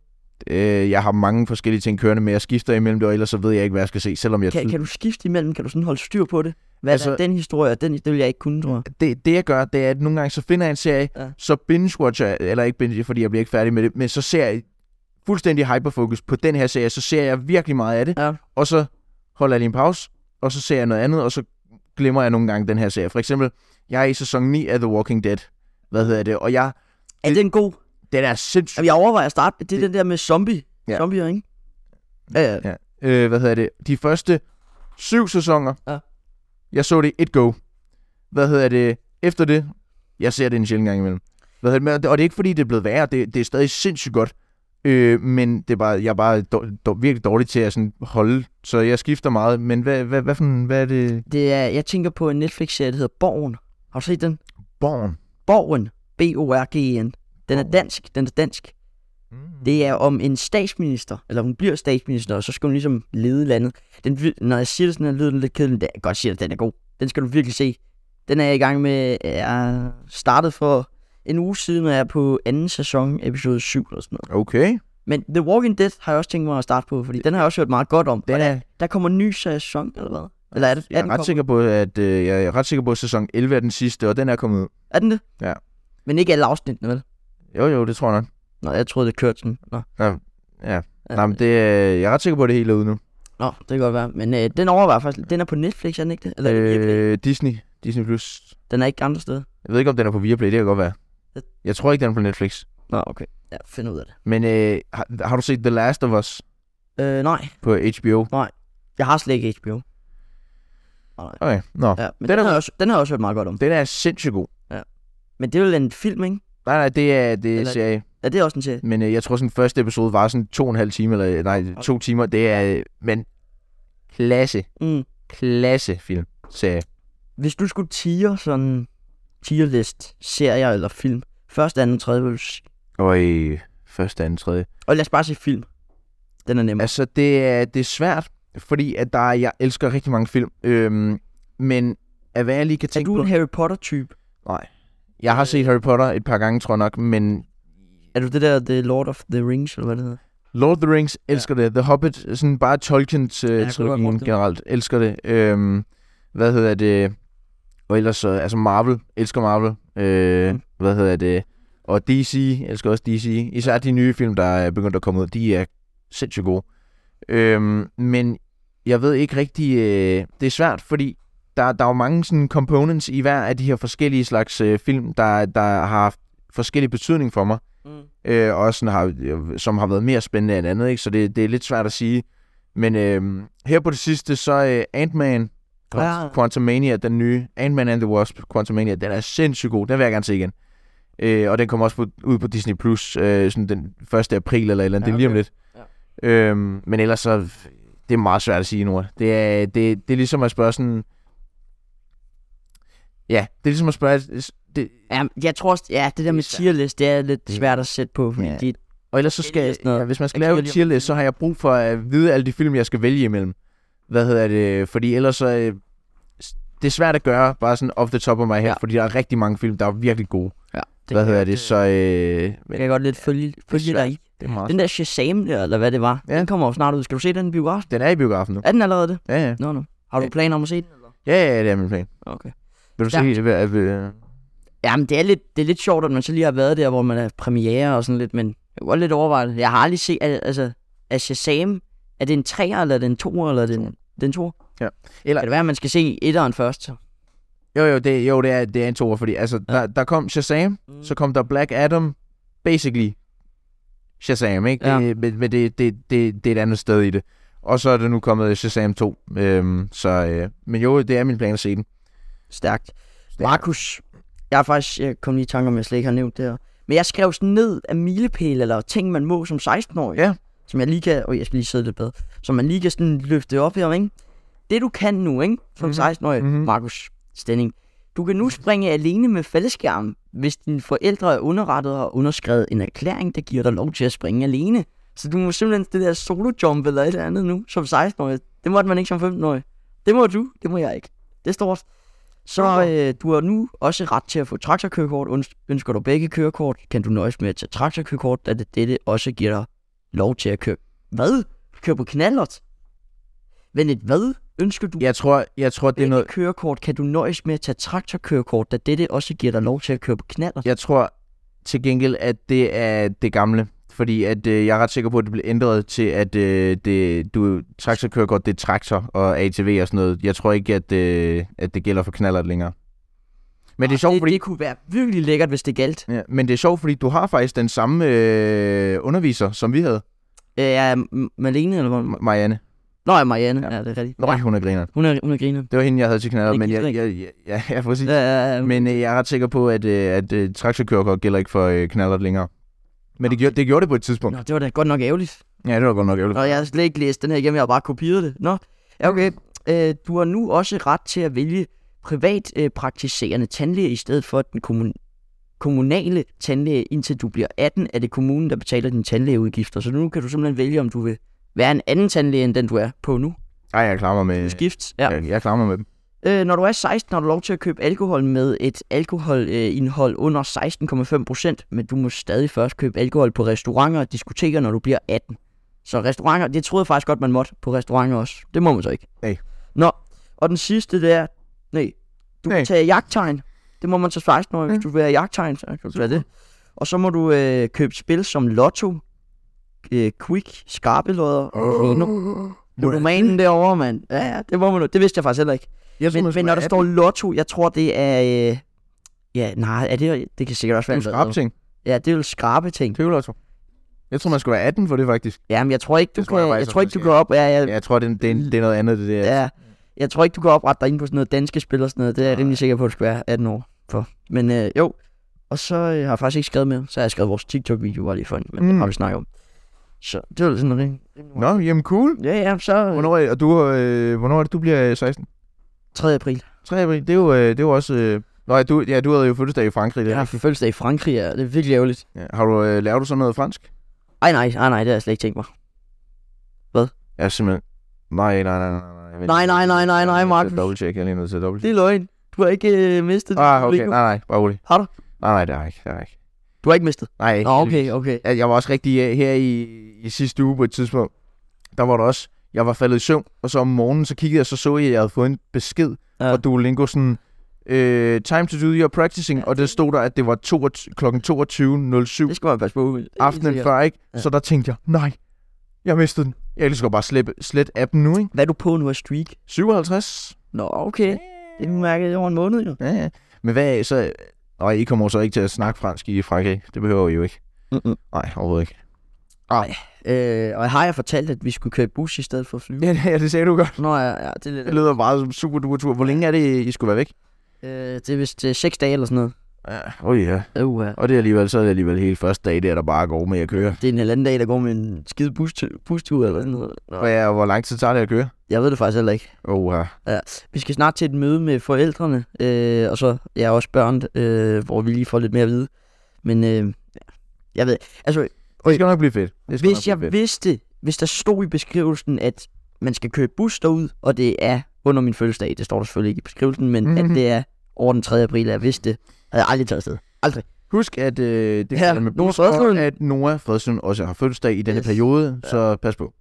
[SPEAKER 2] Øh, jeg har mange forskellige ting kørende med, jeg skifter imellem det, og ellers så ved jeg ikke, hvad jeg skal se, selvom jeg...
[SPEAKER 1] Kan, kan du skifte imellem? Kan du sådan holde styr på det? Hvad altså,
[SPEAKER 2] Altså-
[SPEAKER 1] er den historie, og den, det vil jeg ikke kunne, tror jeg.
[SPEAKER 2] det, det jeg gør, det er, at nogle gange så finder jeg en serie,
[SPEAKER 1] Ja.
[SPEAKER 2] ja. så binge-watcher, jeg- eller ikke binge, fordi jeg bliver ikke færdig med det, men så ser jeg fuldstændig hyperfokus på den her serie, så ser jeg virkelig meget af det,
[SPEAKER 1] Ja.
[SPEAKER 2] og så holder jeg lige en pause, og så ser jeg noget andet, og så glemmer jeg nogle gange den her serie. For eksempel, jeg er i sæson 9 af The Walking Dead, hvad hedder det, og jeg,
[SPEAKER 1] Er
[SPEAKER 2] Det-
[SPEAKER 1] den god?
[SPEAKER 2] den er sindssyg,
[SPEAKER 1] Jamen, jeg overvejer at starte. Det er
[SPEAKER 2] Det-
[SPEAKER 1] den der med zombie.
[SPEAKER 2] Ja.
[SPEAKER 1] Ja. Zombier, ikke? Ja, ja.
[SPEAKER 2] øh, hvad hedder det, de første syv sæsoner,
[SPEAKER 1] Ja.
[SPEAKER 2] jeg så det i et go. Hvad hedder det, efter det, jeg ser det en sjældent gang imellem. Hvad hedder det, men- og det er ikke fordi, det er blevet værre, det, det er stadig sindssygt godt. Øh, men det er bare, jeg er bare dår, dår, virkelig dårlig til at sådan holde, så jeg skifter meget. Men hvad, hvad, hvad, for, en- hvad er det?
[SPEAKER 1] Det er, jeg tænker på en Netflix-serie, der hedder Borgen. Har du set den?
[SPEAKER 2] Born.
[SPEAKER 1] Borgen. B-O-R-G-E-N. Den er
[SPEAKER 2] Borgen.
[SPEAKER 1] dansk. Den er dansk. Det er om en statsminister, eller hun bliver statsminister, og så skal hun ligesom lede landet. Den, vil- når jeg siger det sådan, her, lyder den lidt kedelig, men det- jeg kan godt sige, at den er god. Den skal du virkelig se. Den er jeg i gang med, jeg startede for en uge siden, og jeg er på anden sæson, episode 7 eller sådan noget.
[SPEAKER 2] Okay.
[SPEAKER 1] Men The Walking Dead har jeg også tænkt mig at starte på, fordi den har jeg også hørt meget godt om.
[SPEAKER 2] Den er,
[SPEAKER 1] Der kommer en ny sæson, eller hvad? Eller er, det,
[SPEAKER 2] jeg
[SPEAKER 1] er,
[SPEAKER 2] er
[SPEAKER 1] den,
[SPEAKER 2] ret
[SPEAKER 1] kommet?
[SPEAKER 2] sikker på, at øh, jeg er ret sikker på, at sæson 11 er den sidste, og den er kommet ud.
[SPEAKER 1] er den det?
[SPEAKER 2] Ja.
[SPEAKER 1] Men ikke alle afsnittene, vel?
[SPEAKER 2] Jo, jo, det tror jeg nok.
[SPEAKER 1] Nå, jeg troede, det kørte sådan. Nå, Ja.
[SPEAKER 2] Nej, men det, øh, jeg er ret sikker på, at det hele er ude nu.
[SPEAKER 1] Nå det kan godt være. Men øh, den overvejer faktisk. Den er på Netflix, er den ikke det? Eller øh...
[SPEAKER 2] Øh, Disney. Disney Plus.
[SPEAKER 1] den er ikke andre steder.
[SPEAKER 2] Jeg ved ikke, om den er på Viaplay, det kan godt være. Jeg tror ikke, den er på Netflix.
[SPEAKER 1] Nå, okay. Jeg finder ud af det.
[SPEAKER 2] Men øh, har, har du set The Last of Us
[SPEAKER 1] Øh, nej,
[SPEAKER 2] på HBO?
[SPEAKER 1] jeg har slet ikke HBO.
[SPEAKER 2] Okay, nå.
[SPEAKER 1] Ja, men
[SPEAKER 2] Den
[SPEAKER 1] den,
[SPEAKER 2] er-
[SPEAKER 1] har jeg også, den har jeg også hørt meget godt om.
[SPEAKER 2] Den er sindssygt god.
[SPEAKER 1] Men det er jo en film, ikke?
[SPEAKER 2] Nej, nej, det er, det er
[SPEAKER 1] Eller-
[SPEAKER 2] serie.
[SPEAKER 1] Er det også en serie?
[SPEAKER 2] Men øh, jeg tror, sådan første episode var sådan to og en halv time, eller øh, nej, okay. to timer. Det er, øh, men klasse,
[SPEAKER 1] Mm.
[SPEAKER 2] klasse film, serie.
[SPEAKER 1] Hvis du skulle tier sådan tierlist serier eller film, første, anden, tredje, vil du sige?
[SPEAKER 2] Og i første, anden, tredje.
[SPEAKER 1] Og lad os bare se film. Den er nemmere.
[SPEAKER 2] Altså, det er, det er svært, fordi at der er, jeg elsker rigtig mange film. Øhm, men at hvad jeg lige kan
[SPEAKER 1] Er
[SPEAKER 2] tænke
[SPEAKER 1] du
[SPEAKER 2] på...
[SPEAKER 1] en Harry Potter-type?
[SPEAKER 2] Jeg har set Harry Potter et par gange, tror jeg nok, men
[SPEAKER 1] Er du det der The Lord of the Rings, eller hvad det hedder?
[SPEAKER 2] Lord of the Rings elsker ja. det. The Hobbit, sådan bare Tolkiens
[SPEAKER 1] jeg
[SPEAKER 2] øh,
[SPEAKER 1] kunne godt
[SPEAKER 2] trilogien
[SPEAKER 1] forestille mig.
[SPEAKER 2] generelt, elsker det. Øhm, hvad hedder det? Og ellers, øh, altså Marvel, elsker Marvel. Øh,
[SPEAKER 1] Mm.
[SPEAKER 2] mm. Hvad hedder det? Og DC, elsker også DC. Især de nye film, der er begyndt at komme ud, de er sindssygt gode. Øhm, men jeg ved ikke rigtig, øh, det er svært, fordi der, der er jo mange sådan components i hver af de her forskellige slags øh, film, der, der har haft forskellig betydning for mig
[SPEAKER 1] Mm.
[SPEAKER 2] øh, og sådan har, øh, som har været mere spændende end andet, ikke? så det, det er lidt svært at sige. Men øh, her på det sidste, så øh, Ant-Man,
[SPEAKER 1] Ja.
[SPEAKER 2] Quant- Quantumania, den nye, Ant-Man and the Wasp, Quantumania, den er sindssygt god, den vil jeg gerne se igen. Øh, og den kommer også på, ud på Disney+, Plus øh, sådan den 1. april eller et eller andet,
[SPEAKER 1] Ja,
[SPEAKER 2] ja, okay. det er lige om
[SPEAKER 1] okay.
[SPEAKER 2] lidt. Ja. Øhm, men ellers så, det er meget svært at sige nu. Det er, det, det er ligesom at spørge sådan, ja, det er ligesom at spørge, det,
[SPEAKER 1] Ja, jeg tror også, ja, det der med
[SPEAKER 2] Det er
[SPEAKER 1] tierlist, det er lidt
[SPEAKER 2] Det-
[SPEAKER 1] svært at sætte på, fordi
[SPEAKER 2] Ja.
[SPEAKER 1] de,
[SPEAKER 2] Og ellers så skal
[SPEAKER 1] Tierlisten og-
[SPEAKER 2] ja, hvis man skal
[SPEAKER 1] Jeg
[SPEAKER 2] lave en
[SPEAKER 1] kigger lige om-
[SPEAKER 2] tierlist, så har jeg brug for at vide alle de film, jeg skal vælge imellem. Hvad hedder det? Fordi ellers så... øh, s- Det er svært at gøre, bare sådan off the top of my head,
[SPEAKER 1] Ja.
[SPEAKER 2] ja. fordi der er rigtig mange film, der er virkelig gode.
[SPEAKER 1] det
[SPEAKER 2] hvad
[SPEAKER 1] kan-
[SPEAKER 2] hedder det? Så... Øh, men,
[SPEAKER 1] kan jeg godt lidt følge, følge dig i.
[SPEAKER 2] det er meget. Den,
[SPEAKER 1] Den der Shazam der, eller hvad det var, ja.
[SPEAKER 2] Ja.
[SPEAKER 1] den kommer jo snart ud. Skal du se den i biografen?
[SPEAKER 2] den er i biografen nu.
[SPEAKER 1] Er den allerede det?
[SPEAKER 2] Ja, ja.
[SPEAKER 1] Nå, no, no. Har du
[SPEAKER 2] Ja.
[SPEAKER 1] planer om at se den? Eller?
[SPEAKER 2] Ja, ja, det er min plan.
[SPEAKER 1] Okay.
[SPEAKER 2] Vil du se...
[SPEAKER 1] Stærkt.
[SPEAKER 2] Ja. Vil, vil, øh,
[SPEAKER 1] Jamen, det er, lidt, det er lidt sjovt, at man så lige har været der, hvor man er premiere og sådan lidt, men jeg kan godt lidt overveje det. Jeg har aldrig set, al- altså, er Shazam, er det en 3'er, eller er det en 2'er, eller er det en, den 2'er?
[SPEAKER 2] Ja.
[SPEAKER 1] Eller...
[SPEAKER 2] Eller-
[SPEAKER 1] Kan det være, at man skal se 1'eren først? Så?
[SPEAKER 2] jo, jo, det, jo, det er, det er en toer, fordi altså,
[SPEAKER 1] Ja.
[SPEAKER 2] ja. der, der kom Shazam,
[SPEAKER 1] Mm.
[SPEAKER 2] så kom der Black Adam, basically Shazam, ikke?
[SPEAKER 1] Ja.
[SPEAKER 2] Ja. Det, men men det, det, det, det er et andet sted i det. Og så er det nu kommet Shazam 2. Øhm, så, øh, men jo, det er min plan at se den.
[SPEAKER 1] Stærkt. Markus, jeg har faktisk jeg kom lige i tanke om, jeg slet ikke har nævnt det her. Men jeg skrev sådan ned af milepæle eller ting, man må som 16-årig.
[SPEAKER 2] Ja.
[SPEAKER 1] Som jeg lige kan, og jeg skal lige sidde lidt bedre. Som man lige kan sådan løfte op her, ikke? Det du kan nu, ikke? Som
[SPEAKER 2] Mhm.
[SPEAKER 1] 16-årig,
[SPEAKER 2] Mhm.
[SPEAKER 1] Markus Stenning. Du kan nu springe alene med faldskærm, hvis dine forældre er underrettet og har underskrevet en erklæring, der giver dig lov til at springe alene. Så du må simpelthen det der solo jump eller et eller andet nu, som 16-årig. Det måtte man ikke som 15-årig. Det må du, det må jeg ikke. Det er stort. Så øh, du har nu også ret til at få traktorkørekort. Øns- Ønsker du begge kørekort, kan du nøjes med at tage traktorkørekort, da det, dette også giver dig lov til at køre... Hvad? Køre på knallert? Men et hvad ønsker du?
[SPEAKER 2] Jeg tror, jeg tror, det er
[SPEAKER 1] begge
[SPEAKER 2] noget...
[SPEAKER 1] kørekort, kan du nøjes med at tage traktorkørekort, da dette også giver dig lov til at køre på knallert?
[SPEAKER 2] Jeg tror til gengæld, at det er det gamle. Fordi at, øh, jeg er ret sikker på, at det blev ændret til, at øh, det, du traktorkører godt, det er traktor og ATV og sådan noget. Jeg tror ikke, at, øh, at det gælder for knallert længere. Men det er sjovt,
[SPEAKER 1] Ah, det,
[SPEAKER 2] fordi
[SPEAKER 1] det kunne være virkelig lækkert, hvis det galt.
[SPEAKER 2] Ja, men det er sjovt, fordi du har faktisk den samme øh, underviser, som vi havde,
[SPEAKER 1] Øh, ja, M- Malene eller hvad?
[SPEAKER 2] M- Marianne.
[SPEAKER 1] Nå, ja, Marianne. Ja. ja, det er rigtigt.
[SPEAKER 2] Nå, ja. hun er griner.
[SPEAKER 1] Hun er, hun er griner.
[SPEAKER 2] Det var hende, jeg havde til knaller,
[SPEAKER 1] Det er
[SPEAKER 2] men jeg, jeg,
[SPEAKER 1] gift,
[SPEAKER 2] jeg, jeg, ja, præcis.
[SPEAKER 1] Ja, ja, ja.
[SPEAKER 2] Men øh, jeg er ret sikker på, at, øh, at øh, traktorkørekort gælder ikke for øh, knaller længere. Men det gjorde, det gjorde det på et tidspunkt.
[SPEAKER 1] Nå, det var da godt nok ærgerligt.
[SPEAKER 2] Ja, det var godt nok ærgerligt.
[SPEAKER 1] Nå, jeg har slet ikke læst den her igennem, jeg har bare kopieret det. Nå, ja, okay. Øh, du har nu også ret til at vælge privat øh, praktiserende tandlæge i stedet for den kommun- kommunale tandlæge, indtil du bliver 18, er det kommunen, der betaler dine tandlægeudgifter. Så nu kan du simpelthen vælge, om du vil være en anden tandlæge, end den du er på nu.
[SPEAKER 2] Ej, jeg klarer mig med,
[SPEAKER 1] Skift. Ja.
[SPEAKER 2] jeg, jeg klarer mig med dem.
[SPEAKER 1] Øh, når du er 16, har du lov til at købe alkohol med et alkoholindhold under 16,5 procent, men du må stadig først købe alkohol på restauranter og diskoteker, når du bliver 18. Så restauranter, det troede jeg faktisk godt, man måtte på restauranter også. Det må man så ikke.
[SPEAKER 2] Nej.
[SPEAKER 1] Nå, og den sidste, det er, nej, du nej.
[SPEAKER 2] Nej.
[SPEAKER 1] kan tage jagttegn. Det må man så 16 år, hvis du vil have jagttegn, så kan du tage det. Og så må du øh, købe spil som Lotto, øh, Quick, Skarpelodder og Keno. Ludomanen derovre, mand. Ja, ja, det må man jo. Det vidste jeg faktisk heller ikke.
[SPEAKER 2] Jeg
[SPEAKER 1] Men, men når der står lotto, jeg tror det er... Øh... Ja, nej, er det, det kan sikkert også være...
[SPEAKER 2] en
[SPEAKER 1] en lotto.
[SPEAKER 2] skrab ting.
[SPEAKER 1] Ja, det er jo skrabe ting.
[SPEAKER 2] Købelotto. Jeg tror, man skal være 18 for det, faktisk.
[SPEAKER 1] Jamen, jeg tror ikke, du
[SPEAKER 2] Det tror
[SPEAKER 1] kan... Jeg,
[SPEAKER 2] jeg faktisk
[SPEAKER 1] jeg
[SPEAKER 2] også,
[SPEAKER 1] tror ikke, du
[SPEAKER 2] man
[SPEAKER 1] kan op... Ja, jeg,
[SPEAKER 2] Ja, jeg tror, det, er- det, er, det er noget andet, det der.
[SPEAKER 1] Ja, jeg tror ikke, du kan oprette dig ind på sådan noget danske spil og sådan noget. Det er jeg
[SPEAKER 2] Nej.
[SPEAKER 1] rimelig sikker på, at du skal være 18 år for. Men øh, jo, og så øh, har jeg faktisk ikke skrevet med. Så har jeg skrevet vores TikTok-video bare lige for en, men mm. det
[SPEAKER 2] Mm.
[SPEAKER 1] har vi snakket om. Så det var sådan noget.
[SPEAKER 2] Nå, jamen cool.
[SPEAKER 1] Ja, ja, så øh,
[SPEAKER 2] Hvornår er, og du, øh, hvornår er det, du bliver øh, 16?
[SPEAKER 1] 3. april.
[SPEAKER 2] 3. april, det er jo, øh, det er jo også... Øh, Nå, ja, du, ja, du havde jo fødselsdag i Frankrig.
[SPEAKER 1] Jeg
[SPEAKER 2] Ja.
[SPEAKER 1] har fødselsdag i Frankrig, og det er virkelig ærgerligt.
[SPEAKER 2] Ja. Har du, øh, lavet du sådan noget fransk?
[SPEAKER 1] Ej nej, ej nej, det har jeg slet ikke tænkt mig.
[SPEAKER 2] Ja, simpelthen. Nej, nej, nej, nej, nej.
[SPEAKER 1] Nej, nej, nej, nej, nej, Markus.
[SPEAKER 2] Double check, jeg er lige nødt til at
[SPEAKER 1] Det
[SPEAKER 2] double check.
[SPEAKER 1] er løgn. Du har ikke øh, mistet
[SPEAKER 2] Ah, okay,
[SPEAKER 1] Rico.
[SPEAKER 2] nej, nej, bare rolig.
[SPEAKER 1] Har du?
[SPEAKER 2] Nej, nej, det har jeg ikke, det har jeg ikke.
[SPEAKER 1] Du har ikke mistet.
[SPEAKER 2] Nej,
[SPEAKER 1] Nå, okay, okay.
[SPEAKER 2] Jeg, jeg var også rigtig øh, her i, i sidste uge på et tidspunkt. Der var der også, jeg var faldet i søvn, og så om morgenen, så kiggede jeg, så så jeg, at jeg havde fået en besked
[SPEAKER 1] Ja.
[SPEAKER 2] fra Duolingo sådan, øh, time to do your practicing, og der stod der, at det var 22, kl. 22.07
[SPEAKER 1] Det skal man passe på. Det er helt
[SPEAKER 2] aftenen
[SPEAKER 1] sikkert.
[SPEAKER 2] før, ikke?
[SPEAKER 1] Ja.
[SPEAKER 2] Så der tænkte jeg, nej, jeg mistede den. Jeg kan lige så godt bare slippe, slet appen nu, ikke?
[SPEAKER 1] Hvad er du på nu af streak?
[SPEAKER 2] 57.
[SPEAKER 1] Nå, okay. Det er mærket over en måned jo.
[SPEAKER 2] Ja, ja. Men hvad så... Og I kommer jo så ikke til at snakke fransk i Frankrig. Det behøver I jo ikke.
[SPEAKER 1] Mm-mm.
[SPEAKER 2] Nej, overhovedet ikke.
[SPEAKER 1] Øh, og har jeg fortalt, at vi skulle køre i bus i stedet for at flyve?
[SPEAKER 2] Ja, ja, det sagde du godt.
[SPEAKER 1] Nå ja, ja det er lidt...
[SPEAKER 2] Det lyder bare som super duper tur. Hvor længe er det, I skulle være væk?
[SPEAKER 1] Øh, det er vist øh, 6 dage eller sådan noget.
[SPEAKER 2] Ja, oh ja.
[SPEAKER 1] Øh, uh,
[SPEAKER 2] Og det er alligevel, så er det alligevel hele første dag, der, der bare går med at køre.
[SPEAKER 1] det er en halvanden dag, der går med en skide bustur, bustur eller sådan noget. Nå,
[SPEAKER 2] Og ja, og hvor lang tid tager det at køre?
[SPEAKER 1] jeg ved det faktisk heller ikke.
[SPEAKER 2] Åh, ja.
[SPEAKER 1] Vi skal snart til et møde med forældrene, øh, og så ja, også børn, øh, hvor vi lige får lidt mere at vide. Men øh, ja, jeg ved... Altså,
[SPEAKER 2] Det skal nok blive fedt. Det skal nok
[SPEAKER 1] hvis
[SPEAKER 2] blive
[SPEAKER 1] jeg
[SPEAKER 2] fedt.
[SPEAKER 1] vidste, hvis der stod i beskrivelsen, at man skal køre i bus derud, og det er under min fødselsdag, det står der selvfølgelig ikke i beskrivelsen, men mm-hmm.
[SPEAKER 2] Mhm.
[SPEAKER 1] at det er over den 3. april, og jeg vidste det, havde jeg aldrig taget afsted.
[SPEAKER 2] Husk, at øh, det
[SPEAKER 1] Ja,
[SPEAKER 2] er med
[SPEAKER 1] Nora
[SPEAKER 2] bus,
[SPEAKER 1] Fredslund.
[SPEAKER 2] og at Nora Fredslund også har fødselsdag i denne
[SPEAKER 1] Yes.
[SPEAKER 2] periode, så pas på.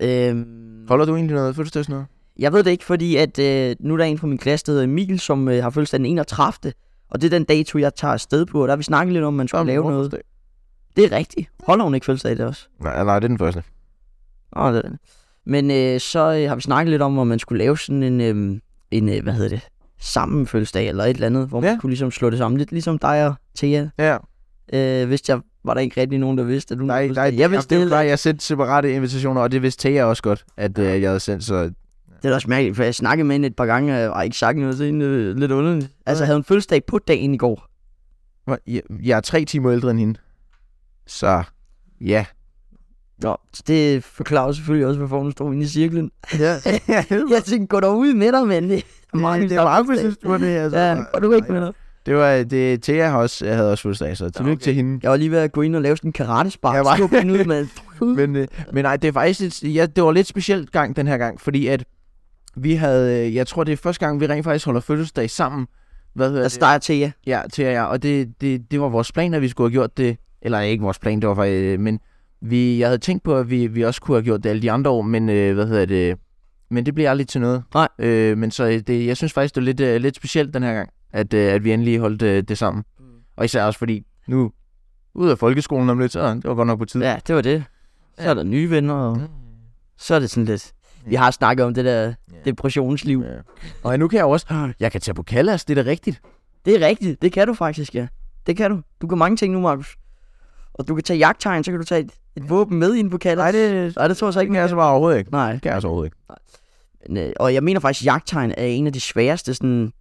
[SPEAKER 1] Øhm,
[SPEAKER 2] Holder du egentlig noget fødselsdag sådan noget?
[SPEAKER 1] Jeg ved det ikke, fordi at øh, nu er der en fra min klasse, der hedder Emil, som øh, har fødselsdag den 31. Og det er den dato, jeg tager afsted på, og der har vi snakket lidt om, at man skulle
[SPEAKER 2] Jamen,
[SPEAKER 1] lave
[SPEAKER 2] Nora
[SPEAKER 1] noget.
[SPEAKER 2] fødselsdag.
[SPEAKER 1] Det er rigtigt. Holder hun ikke fødselsdag det også?
[SPEAKER 2] Nej, nej, det er den første.
[SPEAKER 1] Åh, det er den. Men øh, så øh, har vi snakket lidt om, om man skulle lave sådan en, øh, en øh, hvad hedder det, sammenfødselsdag eller et eller andet, hvor man
[SPEAKER 2] Ja.
[SPEAKER 1] kunne ligesom slå det sammen. Lidt ligesom dig og Thea.
[SPEAKER 2] Ja,
[SPEAKER 1] Øh, vidste jeg, var der ikke rigtig nogen, der vidste, at du
[SPEAKER 2] Nej,
[SPEAKER 1] havde
[SPEAKER 2] nej,
[SPEAKER 1] fødselsdag? jeg vidste det,
[SPEAKER 2] det
[SPEAKER 1] heller
[SPEAKER 2] var, jeg sendte separate invitationer, og det vidste Thea også godt, at øh, jeg havde sendt, så...
[SPEAKER 1] ikke. Det er da også mærkeligt, for jeg snakkede med hende et par gange, og har ikke sagt noget til hende. Øh, lidt underligt. Altså,
[SPEAKER 2] Nej.
[SPEAKER 1] havde hun fødselsdag på dagen i går?
[SPEAKER 2] Hvor- Jeg, jeg er tre timer ældre end hende. Så, ja.
[SPEAKER 1] Nå, så det forklarer selvfølgelig også, hvorfor hun stod inde i cirklen.
[SPEAKER 2] Ja,
[SPEAKER 1] Jeg tænkte, gå derud med dig, mand. Det er meget
[SPEAKER 2] du var det, altså.
[SPEAKER 1] Ja, går du ikke med dig?
[SPEAKER 2] Det var, øh, det, Thea har også, jeg havde også fødselsdag, så tillykke
[SPEAKER 1] Ah, okay.
[SPEAKER 2] til hende.
[SPEAKER 1] Jeg var lige ved at gå ind og lave sådan en karatespark.
[SPEAKER 2] Jeg
[SPEAKER 1] Jeg
[SPEAKER 2] var-
[SPEAKER 1] var... Skub den ud, mand.
[SPEAKER 2] Men, øh, men nej, det er faktisk lidt, ja, det var lidt specielt gang den her gang, fordi at vi havde, øh, jeg tror det er første gang, vi rent faktisk holder fødselsdag sammen. Hvad hedder
[SPEAKER 1] Der
[SPEAKER 2] det?
[SPEAKER 1] starter til jer.
[SPEAKER 2] Ja, til jer. Og det, det, det var vores plan, at vi skulle have gjort det. Eller ikke vores plan, det var faktisk... øh, Men vi, jeg havde tænkt på, at vi, vi også kunne have gjort det alle de andre år, men øh, hvad hedder det... Men det blev aldrig til noget.
[SPEAKER 1] Nej.
[SPEAKER 2] Øh, men så øh, det, jeg synes faktisk, det var lidt, øh, lidt specielt den her gang, at, øh, at vi endelig holdt øh, det sammen.
[SPEAKER 1] Mm.
[SPEAKER 2] Og især også fordi, nu ud af folkeskolen om lidt, så det var godt nok på Mm. tid.
[SPEAKER 1] Ja, Mm. det var det. Så er der nye venner, og så er det sådan lidt... Vi har snakket om det der depressionsliv.
[SPEAKER 2] Ja. Og nu kan jeg jo
[SPEAKER 1] Ah.
[SPEAKER 2] også, jeg kan tage på Kallas, det er da rigtigt.
[SPEAKER 1] Det er rigtigt. Det kan du faktisk, ja. Det kan du. Du kan mange ting nu, Markus. Og du kan tage jagttegn, så kan du tage et, et våben med ind på kalder.
[SPEAKER 2] Nej, det,
[SPEAKER 1] Nej, det tror jeg så
[SPEAKER 2] det
[SPEAKER 1] ikke.
[SPEAKER 2] kan jeg så bare overhovedet ikke.
[SPEAKER 1] Nej.
[SPEAKER 2] Det kan jeg så overhovedet ikke.
[SPEAKER 1] Men, øh, Og jeg mener faktisk, at jagttegn er en af de sværeste sådan,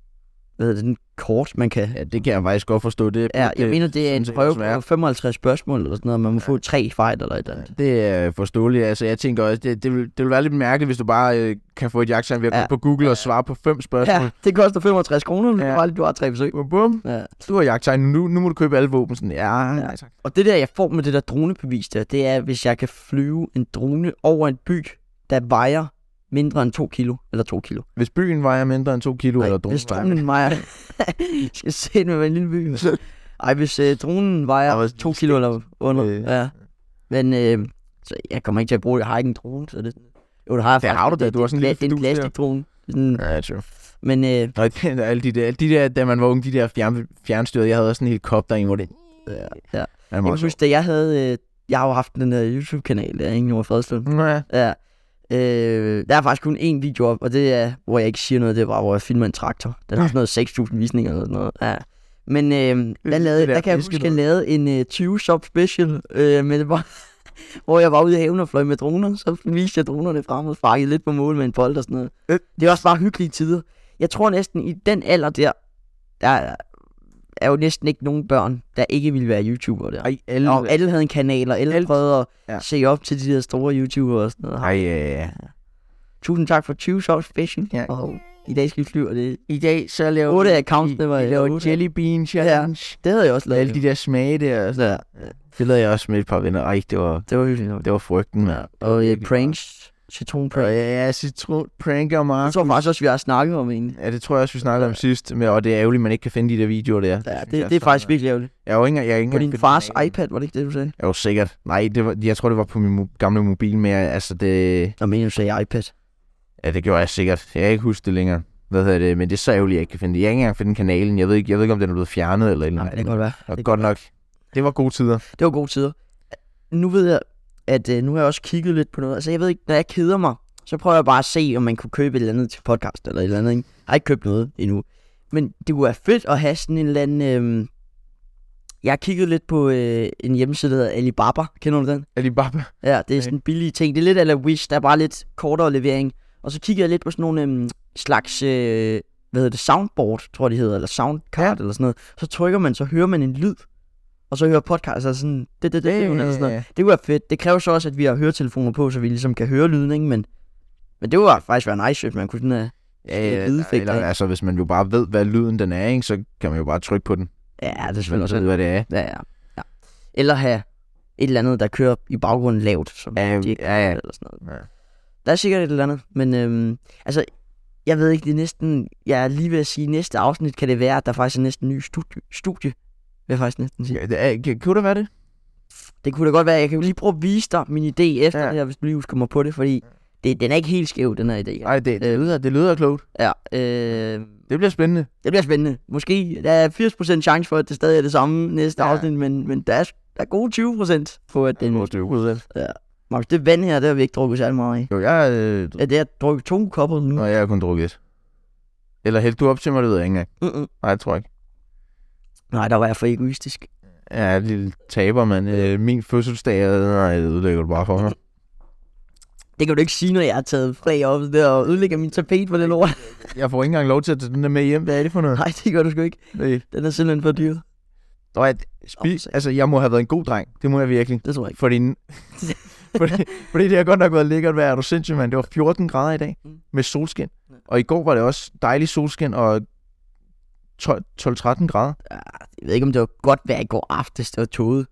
[SPEAKER 1] hvad hedder det, den kort, man kan...
[SPEAKER 2] Ja, det kan jeg faktisk godt forstå. Det,
[SPEAKER 1] Ja, jeg
[SPEAKER 2] det-
[SPEAKER 1] mener, det er en
[SPEAKER 2] sådan set
[SPEAKER 1] prøve
[SPEAKER 2] også være.
[SPEAKER 1] på 55 spørgsmål eller sådan noget, og man må få tre fejl eller et eller andet.
[SPEAKER 2] Det er forståeligt. Altså, jeg tænker også, det, det, vil, det vil være lidt mærkeligt, hvis du bare øh, kan få et jagttegn ved at
[SPEAKER 1] Ja.
[SPEAKER 2] ja. gå på Google og svare på fem spørgsmål.
[SPEAKER 1] Ja,
[SPEAKER 2] Ja.
[SPEAKER 1] det koster 65 kroner, men
[SPEAKER 2] Ja.
[SPEAKER 1] ja. du har tre besøg.
[SPEAKER 2] Bum, bum.
[SPEAKER 1] Ja.
[SPEAKER 2] Du har jagttegn. Nu, nu må du købe alle våben. Sådan, ja, nej tak.
[SPEAKER 1] Og det der, jeg får med det der dronebevis der, det er, hvis jeg kan flyve en drone over en by, der vejer mindre end 2 kilo, eller 2 kilo.
[SPEAKER 2] Hvis byen vejer mindre end to kilo, eller dronen
[SPEAKER 1] hvis dronen vejer... Jeg skal se med en lille by. mand. Ej, hvis øh, dronen
[SPEAKER 2] Der
[SPEAKER 1] vejer
[SPEAKER 2] var
[SPEAKER 1] 2 kilo eller under.
[SPEAKER 2] Øh.
[SPEAKER 1] Øh. Ja. Men øh, så jeg kommer ikke til at bruge det. Jeg har ikke en drone, så det... Jo, det har jeg
[SPEAKER 2] Det har du da. Du har sådan en
[SPEAKER 1] en
[SPEAKER 2] lille
[SPEAKER 1] Det er en
[SPEAKER 2] fidus der.
[SPEAKER 1] plastikdrone. Sådan,
[SPEAKER 2] Ja, true.
[SPEAKER 1] men øh,
[SPEAKER 2] Nå, det er alle de der, alle de der, da man var ung, de der fjern, fjernstyret, jeg havde også en helikopter en, hvor det...
[SPEAKER 1] Ja, ja.
[SPEAKER 2] Er
[SPEAKER 1] jeg
[SPEAKER 2] meget sjovt.
[SPEAKER 1] husker, da jeg havde... Øh, jeg har jo haft den her YouTube-kanal, der er ingen over Fredslund.
[SPEAKER 2] Nå, ja.
[SPEAKER 1] Ja. Øh, der er faktisk kun én video op, og det er, hvor jeg ikke siger noget, det var, hvor jeg filmer en traktor. Den har sådan noget 6.000 visninger eller sådan noget. Ja. Men øh, der, lavede,
[SPEAKER 2] Øhm, det der
[SPEAKER 1] der, kan jeg
[SPEAKER 2] fiske
[SPEAKER 1] huske, at jeg
[SPEAKER 2] noget.
[SPEAKER 1] lavede en øh, 20 shop special, øh, men det var, hvor jeg var ude i haven og fløj med droner, så viste jeg dronerne frem og sparkede lidt på mål med en bold og sådan noget.
[SPEAKER 2] Øh.
[SPEAKER 1] Det er også bare hyggelige tider. Jeg tror næsten, i den alder der, der er jo næsten ikke nogen børn, der ikke ville være YouTuber der.
[SPEAKER 2] Ej, alle...
[SPEAKER 1] Og alle havde en kanal, og alle,
[SPEAKER 2] Mm. Alt.
[SPEAKER 1] prøvede at
[SPEAKER 2] Ja.
[SPEAKER 1] ja. se op til de der store YouTubere og sådan noget.
[SPEAKER 2] Ej, ja, ja.
[SPEAKER 1] Tusind tak for 20 Shop Special.
[SPEAKER 2] Ja.
[SPEAKER 1] Ja. Og i dag skal vi flyve, og det
[SPEAKER 2] I dag så laver
[SPEAKER 1] Otte
[SPEAKER 2] vi-
[SPEAKER 1] accounts,
[SPEAKER 2] I-
[SPEAKER 1] det var-
[SPEAKER 2] I laver
[SPEAKER 1] otte.
[SPEAKER 2] jelly bean challenge.
[SPEAKER 1] det havde jeg også
[SPEAKER 2] Ja.
[SPEAKER 1] lavet.
[SPEAKER 2] Alle de der smage der og sådan der. Det lavede jeg også med et par venner. Ej, det var,
[SPEAKER 1] Det var hyggeligt nok.
[SPEAKER 2] det var frygten, mand.
[SPEAKER 1] Og øh, pranks. Citronpranks.
[SPEAKER 2] Og ja, ja, citron, pranker,
[SPEAKER 1] Jeg
[SPEAKER 2] Mark.
[SPEAKER 1] tror faktisk også, vi har snakket om en.
[SPEAKER 2] Ja, det tror jeg også, vi snakkede om sidst. Med, og det er ærgerligt, man ikke kan finde de der videoer der.
[SPEAKER 1] Ja,
[SPEAKER 2] synes
[SPEAKER 1] det,
[SPEAKER 2] jeg
[SPEAKER 1] det er
[SPEAKER 2] så-
[SPEAKER 1] faktisk virkelig ærgerligt.
[SPEAKER 2] Jeg er jo ikke, jeg er ikke
[SPEAKER 1] På
[SPEAKER 2] engang
[SPEAKER 1] din
[SPEAKER 2] finde
[SPEAKER 1] fars
[SPEAKER 2] kanalen.
[SPEAKER 1] iPad, var det ikke det, du sagde?
[SPEAKER 2] Jo, sikkert. Nej, det var, jeg tror, det var på min mo- gamle mobil, men jeg, altså det...
[SPEAKER 1] Nå, men du sagde iPad.
[SPEAKER 2] Ja, det gjorde jeg sikkert. Jeg kan ikke huske det længere. Hvad hedder det? Men det er så ærgerligt, jeg ikke kan finde det. Jeg kan ikke engang finde kanalen. Jeg ved ikke, jeg ved ikke om den er blevet fjernet eller et eller
[SPEAKER 1] Nej, det
[SPEAKER 2] andet.
[SPEAKER 1] kan godt være.
[SPEAKER 2] Og
[SPEAKER 1] det
[SPEAKER 2] godt nok. Det var gode tider.
[SPEAKER 1] Det var gode tider. Nu ved jeg, at øh, nu har jeg også kigget lidt på noget. Altså, jeg ved ikke, når jeg keder mig, så prøver jeg bare at se, om man kunne købe et eller andet til podcast eller et eller andet. Ikke? Jeg har ikke købt noget endnu. Men det kunne være fedt at have sådan en eller anden... Øh... Jeg har kigget lidt på øh, en hjemmeside, der hedder Alibaba. Kender du den?
[SPEAKER 2] Alibaba.
[SPEAKER 1] Ja, det
[SPEAKER 2] Nej.
[SPEAKER 1] er sådan billige ting. Det er lidt ala Wish, der er bare lidt kortere levering. Og så kigger jeg lidt på sådan nogle øhm, slags, øh, hvad hedder det, soundboard, tror jeg, de hedder, eller soundcard eller sådan noget. Så trykker man, så hører man en lyd, og så hører podcast, altså sådan, det, det, det, det, eller sådan noget.
[SPEAKER 2] Ja,
[SPEAKER 1] Det kunne være fedt. Det kræver så også, at vi har høretelefoner på, så vi ligesom kan høre lyden, ikke? Men, men det kunne faktisk være nice, hvis man kunne sådan øh, have...
[SPEAKER 2] ja,
[SPEAKER 1] Lidt
[SPEAKER 2] ja,
[SPEAKER 1] lydeffekt,
[SPEAKER 2] eller,
[SPEAKER 1] ikke?
[SPEAKER 2] altså, hvis man jo bare ved, hvad lyden den er, ikke, så kan man jo bare trykke på den.
[SPEAKER 1] Ja, det er
[SPEAKER 2] Hvis man
[SPEAKER 1] selvfølgelig
[SPEAKER 2] også
[SPEAKER 1] også...
[SPEAKER 2] ved, hvad det er.
[SPEAKER 1] Ja, ja, ja. Eller have et eller andet, der kører i baggrunden lavt, som
[SPEAKER 2] Ja,
[SPEAKER 1] de ikke
[SPEAKER 2] Øhm, ja, ja.
[SPEAKER 1] eller sådan noget.
[SPEAKER 2] Ja.
[SPEAKER 1] Der er sikkert et eller andet, men øhm, altså, jeg ved ikke, det er næsten, jeg er lige ved at sige, at næste afsnit kan det være, at der faktisk er næsten en ny studie, studie vil jeg faktisk næsten sige.
[SPEAKER 2] Ja, det er, kan, kunne det være det?
[SPEAKER 1] Det kunne da godt være, jeg kan jo lige prøve at vise dig min idé efter
[SPEAKER 2] Ja.
[SPEAKER 1] ja. det her, hvis du lige husker mig på det, fordi det, den er ikke helt skæv, den her idé. her.
[SPEAKER 2] Nej, det, det, lyder, det lyder klogt.
[SPEAKER 1] Ja, øh,
[SPEAKER 2] Det bliver spændende.
[SPEAKER 1] det bliver spændende. Måske, der er 80% chance for, at det stadig er det samme næste
[SPEAKER 2] Ja.
[SPEAKER 1] ja. afsnit, men, men der, er, der er gode 20% på, at den...
[SPEAKER 2] det er
[SPEAKER 1] Markus, det vand her, det har vi ikke drukket særlig meget af.
[SPEAKER 2] Jo, jeg, øh,
[SPEAKER 1] Ja, det har jeg drukket to kopper nu.
[SPEAKER 2] Nå, jeg har kun drukket et. Eller hældte du op til mig, det ved jeg ikke engang.
[SPEAKER 1] Mm-mm.
[SPEAKER 2] Nej, jeg tror ikke.
[SPEAKER 1] Nej, der var jeg for egoistisk.
[SPEAKER 2] Jeg er en lille taber, mand. Øh, min fødselsdag, øh, nej, det ødelægger du bare for mig.
[SPEAKER 1] Det kan du ikke sige, når jeg har taget flag op der og ødelægger min tapet for det lort.
[SPEAKER 2] Jeg får ikke engang lov til at tage den der med hjem. Hvad er det for noget?
[SPEAKER 1] Nej, det gør du sgu ikke.
[SPEAKER 2] Nej.
[SPEAKER 1] Den er simpelthen for dyr.
[SPEAKER 2] Nå, jeg, spi- altså, jeg må have været en god dreng. Det må jeg virkelig.
[SPEAKER 1] Det tror jeg ikke.
[SPEAKER 2] Fordi, fordi, fordi det har godt nok været lækkert vejr. Er du sindssyg, mand? Det var 14 grader i dag
[SPEAKER 1] Mm.
[SPEAKER 2] med solskin. Og i går var det også dejlig solskin og 12 12-13 grader.
[SPEAKER 1] Jeg ved ikke, om det var godt vejr i går aftes, det var tåget.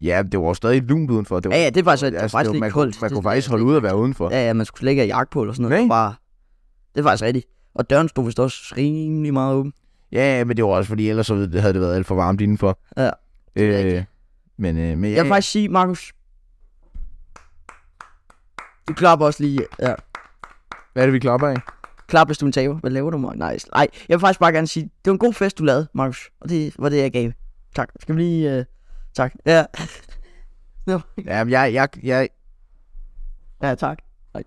[SPEAKER 2] Ja, det var jo stadig lunt udenfor. Det var,
[SPEAKER 1] Ja, ja, det er faktisk, det er
[SPEAKER 2] altså,
[SPEAKER 1] faktisk
[SPEAKER 2] det var,
[SPEAKER 1] lidt
[SPEAKER 2] man,
[SPEAKER 1] koldt.
[SPEAKER 2] Man
[SPEAKER 1] Det-
[SPEAKER 2] kunne
[SPEAKER 1] det-
[SPEAKER 2] faktisk holde ud at være udenfor.
[SPEAKER 1] Ja, ja, man skulle slet ikke have jakke på eller sådan noget.
[SPEAKER 2] Nej.
[SPEAKER 1] Det var Bare, det er faktisk rigtigt. Og døren stod vist også rimelig meget åben.
[SPEAKER 2] Ja, ja, men det var også fordi, ellers så ved- havde det været alt for varmt indenfor.
[SPEAKER 1] Ja, det er
[SPEAKER 2] Øh, men, øh, men
[SPEAKER 1] Jeg vil faktisk sige, Markus, du klapper også lige. Ja.
[SPEAKER 2] hvad er det, vi klapper af?
[SPEAKER 1] Klap, hvis du er en taber. Hvad laver du, Markus? Nej, nej, jeg vil faktisk bare gerne sige, det var en god fest, du lavede, Markus. Og det var det, jeg gav. Tak. Skal vi lige... Uh... Tak. Ja. Nå,
[SPEAKER 2] Ja, jeg, jeg, jeg,
[SPEAKER 1] Ja, tak. Nej.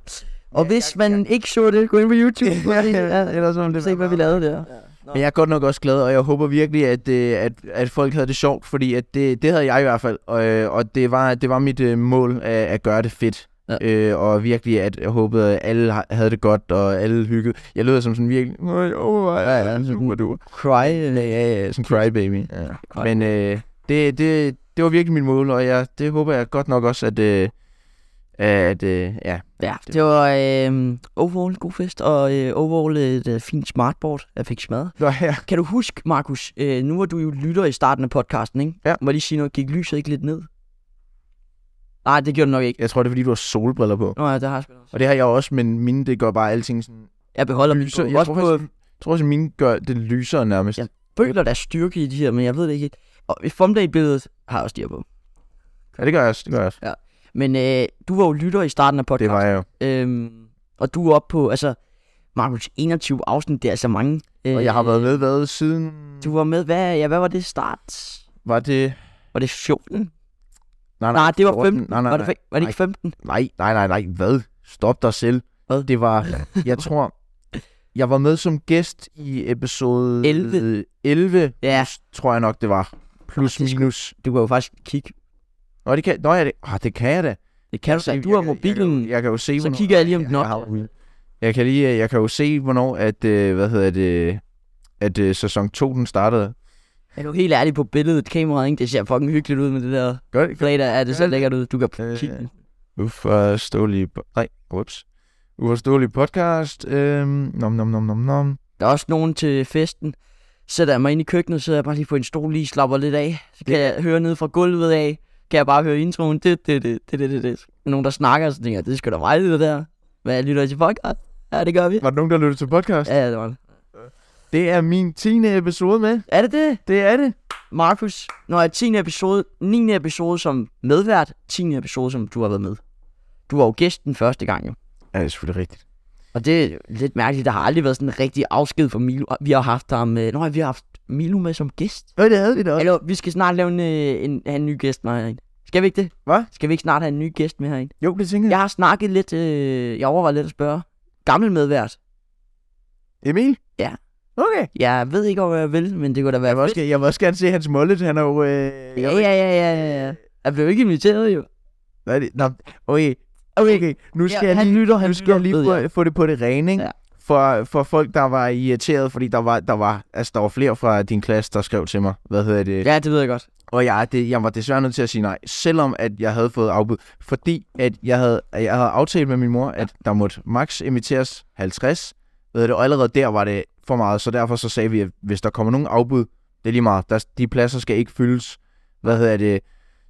[SPEAKER 1] Og ja, hvis man ikke så det, gå ind på YouTube
[SPEAKER 2] Ja,
[SPEAKER 1] og se, ja,
[SPEAKER 2] eller sådan, det
[SPEAKER 1] se hvad vi lavede der.
[SPEAKER 2] Men jeg er godt nok også glad, og jeg håber virkelig, at, øh, at, at folk havde det sjovt, fordi at det, det havde jeg i hvert fald, og, øh, og det, var, det var mit øh, mål at, at gøre det fedt.
[SPEAKER 1] Ja.
[SPEAKER 2] Øh, og virkelig, at jeg håbede, at alle har- havde det godt, og alle hyggede. Jeg lød som sådan virkelig, "Nå, jeg overvejer,
[SPEAKER 1] Ja, ja, sådan-
[SPEAKER 2] super du.
[SPEAKER 1] Cry.
[SPEAKER 2] Ja, ja, ja, som crybaby. Ja.
[SPEAKER 1] Cry.
[SPEAKER 2] Men øh, det, det, det var virkelig min mål, og jeg, det håber jeg godt nok også, at, øh, at øh, ja.
[SPEAKER 1] Ja, det var øh, overall en god fest, og øh, overall et øh, fint smartboard, jeg fik smadret.
[SPEAKER 2] Nå, ja.
[SPEAKER 1] Kan du huske, Markus, øh, nu var du jo lytter i starten af podcasten, ikke?
[SPEAKER 2] Ja.
[SPEAKER 1] Må jeg lige sige noget, gik lyset ikke lidt ned? Nej, det gjorde det nok ikke.
[SPEAKER 2] Jeg tror, det er, fordi du har solbriller på.
[SPEAKER 1] Nå ja, det har jeg sgu da også.
[SPEAKER 2] Og det har jeg også, men mine, det gør bare alting sådan...
[SPEAKER 1] Jeg beholder min
[SPEAKER 2] lyser.
[SPEAKER 1] på.
[SPEAKER 2] Jeg
[SPEAKER 1] Også
[SPEAKER 2] tror,
[SPEAKER 1] på,
[SPEAKER 2] faktisk, jeg tror også, at mine gør det lysere nærmest.
[SPEAKER 1] Ja. føler der er styrke i de her, men jeg ved det ikke helt. Og Formdag-billedet har jeg også styr på.
[SPEAKER 2] Ja, det gør jeg også. Det, gør jeg også.
[SPEAKER 1] Men øh, du var jo lytter i starten af podcasten.
[SPEAKER 2] det var jeg jo.
[SPEAKER 1] Øhm, og du er oppe på, altså, Markus, 21 afsnit, det er altså mange. Øh,
[SPEAKER 2] Og jeg har været med hvad siden...
[SPEAKER 1] Du var med, hvad, ja, hvad var det start?
[SPEAKER 2] Var det...
[SPEAKER 1] Var det 14?
[SPEAKER 2] Nej,
[SPEAKER 1] Nej, det var
[SPEAKER 2] 14.
[SPEAKER 1] 15.
[SPEAKER 2] Nej, nej,
[SPEAKER 1] var, det,
[SPEAKER 2] nej.
[SPEAKER 1] fe- var det ikke 15?
[SPEAKER 2] Nej, nej, nej, nej. Hvad? Stop dig selv.
[SPEAKER 1] Hvad?
[SPEAKER 2] Det var... Jeg tror... Jeg var med som gæst i episode
[SPEAKER 1] 11.
[SPEAKER 2] 11
[SPEAKER 1] Ja.
[SPEAKER 2] plus, tror jeg nok, det var. Plus
[SPEAKER 1] Det skal-
[SPEAKER 2] minus.
[SPEAKER 1] Du kan jo faktisk kigge.
[SPEAKER 2] Nå, det kan, nå, ja, det, oh, det kan jeg da.
[SPEAKER 1] Det kan du da.
[SPEAKER 2] Jeg-
[SPEAKER 1] Du har
[SPEAKER 2] jeg- Jeg, jeg,
[SPEAKER 1] mobilen,
[SPEAKER 2] kan- jeg kan jo se,
[SPEAKER 1] så
[SPEAKER 2] hvornår-
[SPEAKER 1] kigger jeg lige om den
[SPEAKER 2] jeg
[SPEAKER 1] op.
[SPEAKER 2] har- Jeg kan, lige, jeg kan jo se, hvornår at, øh, hvad hedder det, at øh, sæson 2 den startede.
[SPEAKER 1] Er du helt ærlig på billedet, kameraet, ikke? Det ser fucking hyggeligt ud med det der
[SPEAKER 2] Gør det?
[SPEAKER 1] flag der. Er det så
[SPEAKER 2] Ja.
[SPEAKER 1] lækkert ud? Du kan
[SPEAKER 2] Øh,
[SPEAKER 1] kigge den.
[SPEAKER 2] Uforståelig... po- Nej, whoops. Uforståelig podcast. Øhm, nom, nom, nom, nom, nom.
[SPEAKER 1] Der er også nogen til festen. Sætter jeg mig ind i køkkenet, sidder jeg bare lige på en stol, lige slapper lidt af. Så kan jeg høre ned fra gulvet af. Kan jeg bare høre introen. Det, det, det, det, det, det, det. Nogen, der snakker, så tænker jeg, det skal da mig, det der. Hvad lytter I til podcast? Ja, det gør vi.
[SPEAKER 2] Var der nogen, der lyttede til podcast?
[SPEAKER 1] Ja, ja, det var det.
[SPEAKER 2] Det er min tiende episode med.
[SPEAKER 1] Er det det?
[SPEAKER 2] Det er det.
[SPEAKER 1] Markus, når jeg er 10. episode, 9. episode som medvært, 10. episode som du har været med. Du var jo gæst den første gang jo.
[SPEAKER 2] Ja, det er selvfølgelig rigtigt.
[SPEAKER 1] Og det er lidt mærkeligt, der har aldrig været sådan en rigtig afsked for Milo. Vi har haft ham, øh, nej, vi har haft Milo med som gæst.
[SPEAKER 2] Nå, det havde vi da
[SPEAKER 1] Hallo, vi skal snart lave en, øh, en, have en ny gæst med herinde. Skal vi ikke det?
[SPEAKER 2] Hvad?
[SPEAKER 1] Skal vi ikke snart have en ny gæst med herinde?
[SPEAKER 2] Jo, det tænker jeg.
[SPEAKER 1] Jeg har snakket lidt, øh, jeg overvejer lidt at spørge. Gammel medvært.
[SPEAKER 2] Emil?
[SPEAKER 1] Ja.
[SPEAKER 2] Okay.
[SPEAKER 1] Jeg ved ikke, om jeg vil, men det kunne da være
[SPEAKER 2] Jeg vil, også,
[SPEAKER 1] fedt.
[SPEAKER 2] gerne- jeg vil også gerne se hans mullet. Han er jo... Øh,
[SPEAKER 1] Ja, ja, ja, ja, ja, ja. Jeg blev ikke inviteret jo.
[SPEAKER 2] Hvad er det? Nå, okay. Okay, okay. nu skal
[SPEAKER 1] Ja,
[SPEAKER 2] jeg
[SPEAKER 1] han
[SPEAKER 2] lige,
[SPEAKER 1] lytter, han
[SPEAKER 2] nu skal jeg
[SPEAKER 1] lytter,
[SPEAKER 2] lige
[SPEAKER 1] ved
[SPEAKER 2] få, få det på det rene, ikke?
[SPEAKER 1] Ja.
[SPEAKER 2] Ja. For, for folk, der var irriteret, fordi der var, der var, altså, der var flere fra din klasse, der skrev til mig, hvad hedder det,
[SPEAKER 1] Ja, det ved jeg godt.
[SPEAKER 2] Og jeg, det, jeg var desværre nødt til at sige nej, selvom at jeg havde fået afbud. Fordi at jeg havde, at jeg havde aftalt med min mor, at der måtte max inviteres 50. Ved det, og allerede der var det for meget, så derfor så sagde vi, at hvis der kommer nogen afbud, det er lige meget. Der, de pladser skal ikke fyldes. Hvad hedder det?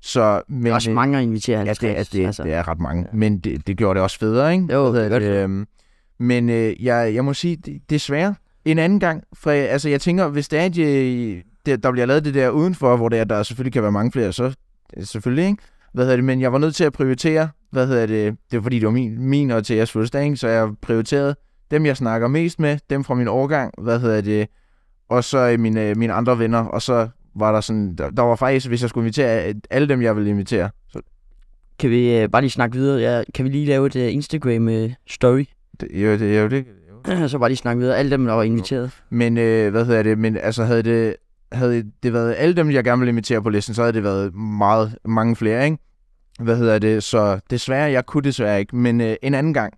[SPEAKER 2] Så, men,
[SPEAKER 1] Det er også
[SPEAKER 2] øh,
[SPEAKER 1] mange at invitere. altså.
[SPEAKER 2] Ja, det, er,
[SPEAKER 1] 50,
[SPEAKER 2] det, er, det er ret mange. Ja. Men det, det gjorde det også federe, ikke?
[SPEAKER 1] Jo,
[SPEAKER 2] Hvad
[SPEAKER 1] det
[SPEAKER 2] hedder
[SPEAKER 1] gør
[SPEAKER 2] Øhm, men øh, jeg, jeg må sige, det, desværre, en anden gang, fra, altså jeg tænker, hvis det er, at øh, det, der bliver lavet det der udenfor, hvor det er, der selvfølgelig kan være mange flere, så øh, selvfølgelig, ikke? Hvad hedder det? Men jeg var nødt til at prioritere, hvad hedder det? Det var fordi, det var min, min og Theas fødselsdag, ikke? Så jeg prioriterede dem, jeg snakker mest med, dem fra min årgang, hvad hedder det? Og så øh, mine, øh, mine andre venner, og så var der sådan, der, der var faktisk, hvis jeg skulle invitere øh, alle dem, jeg ville invitere, så
[SPEAKER 1] Kan vi øh, bare lige snakke videre? Ja, kan vi lige lave et øh, Instagram-story?
[SPEAKER 2] Det, jo, det, jo, det.
[SPEAKER 1] så bare lige snakke videre. Alle dem, der var inviteret.
[SPEAKER 2] Men øh, hvad hedder det? Men altså, havde det, havde det været alle dem, jeg gerne ville invitere på listen, så havde det været meget, mange flere, ikke? Hvad hedder det? Så desværre, jeg kunne desværre ikke, men øh, en anden gang.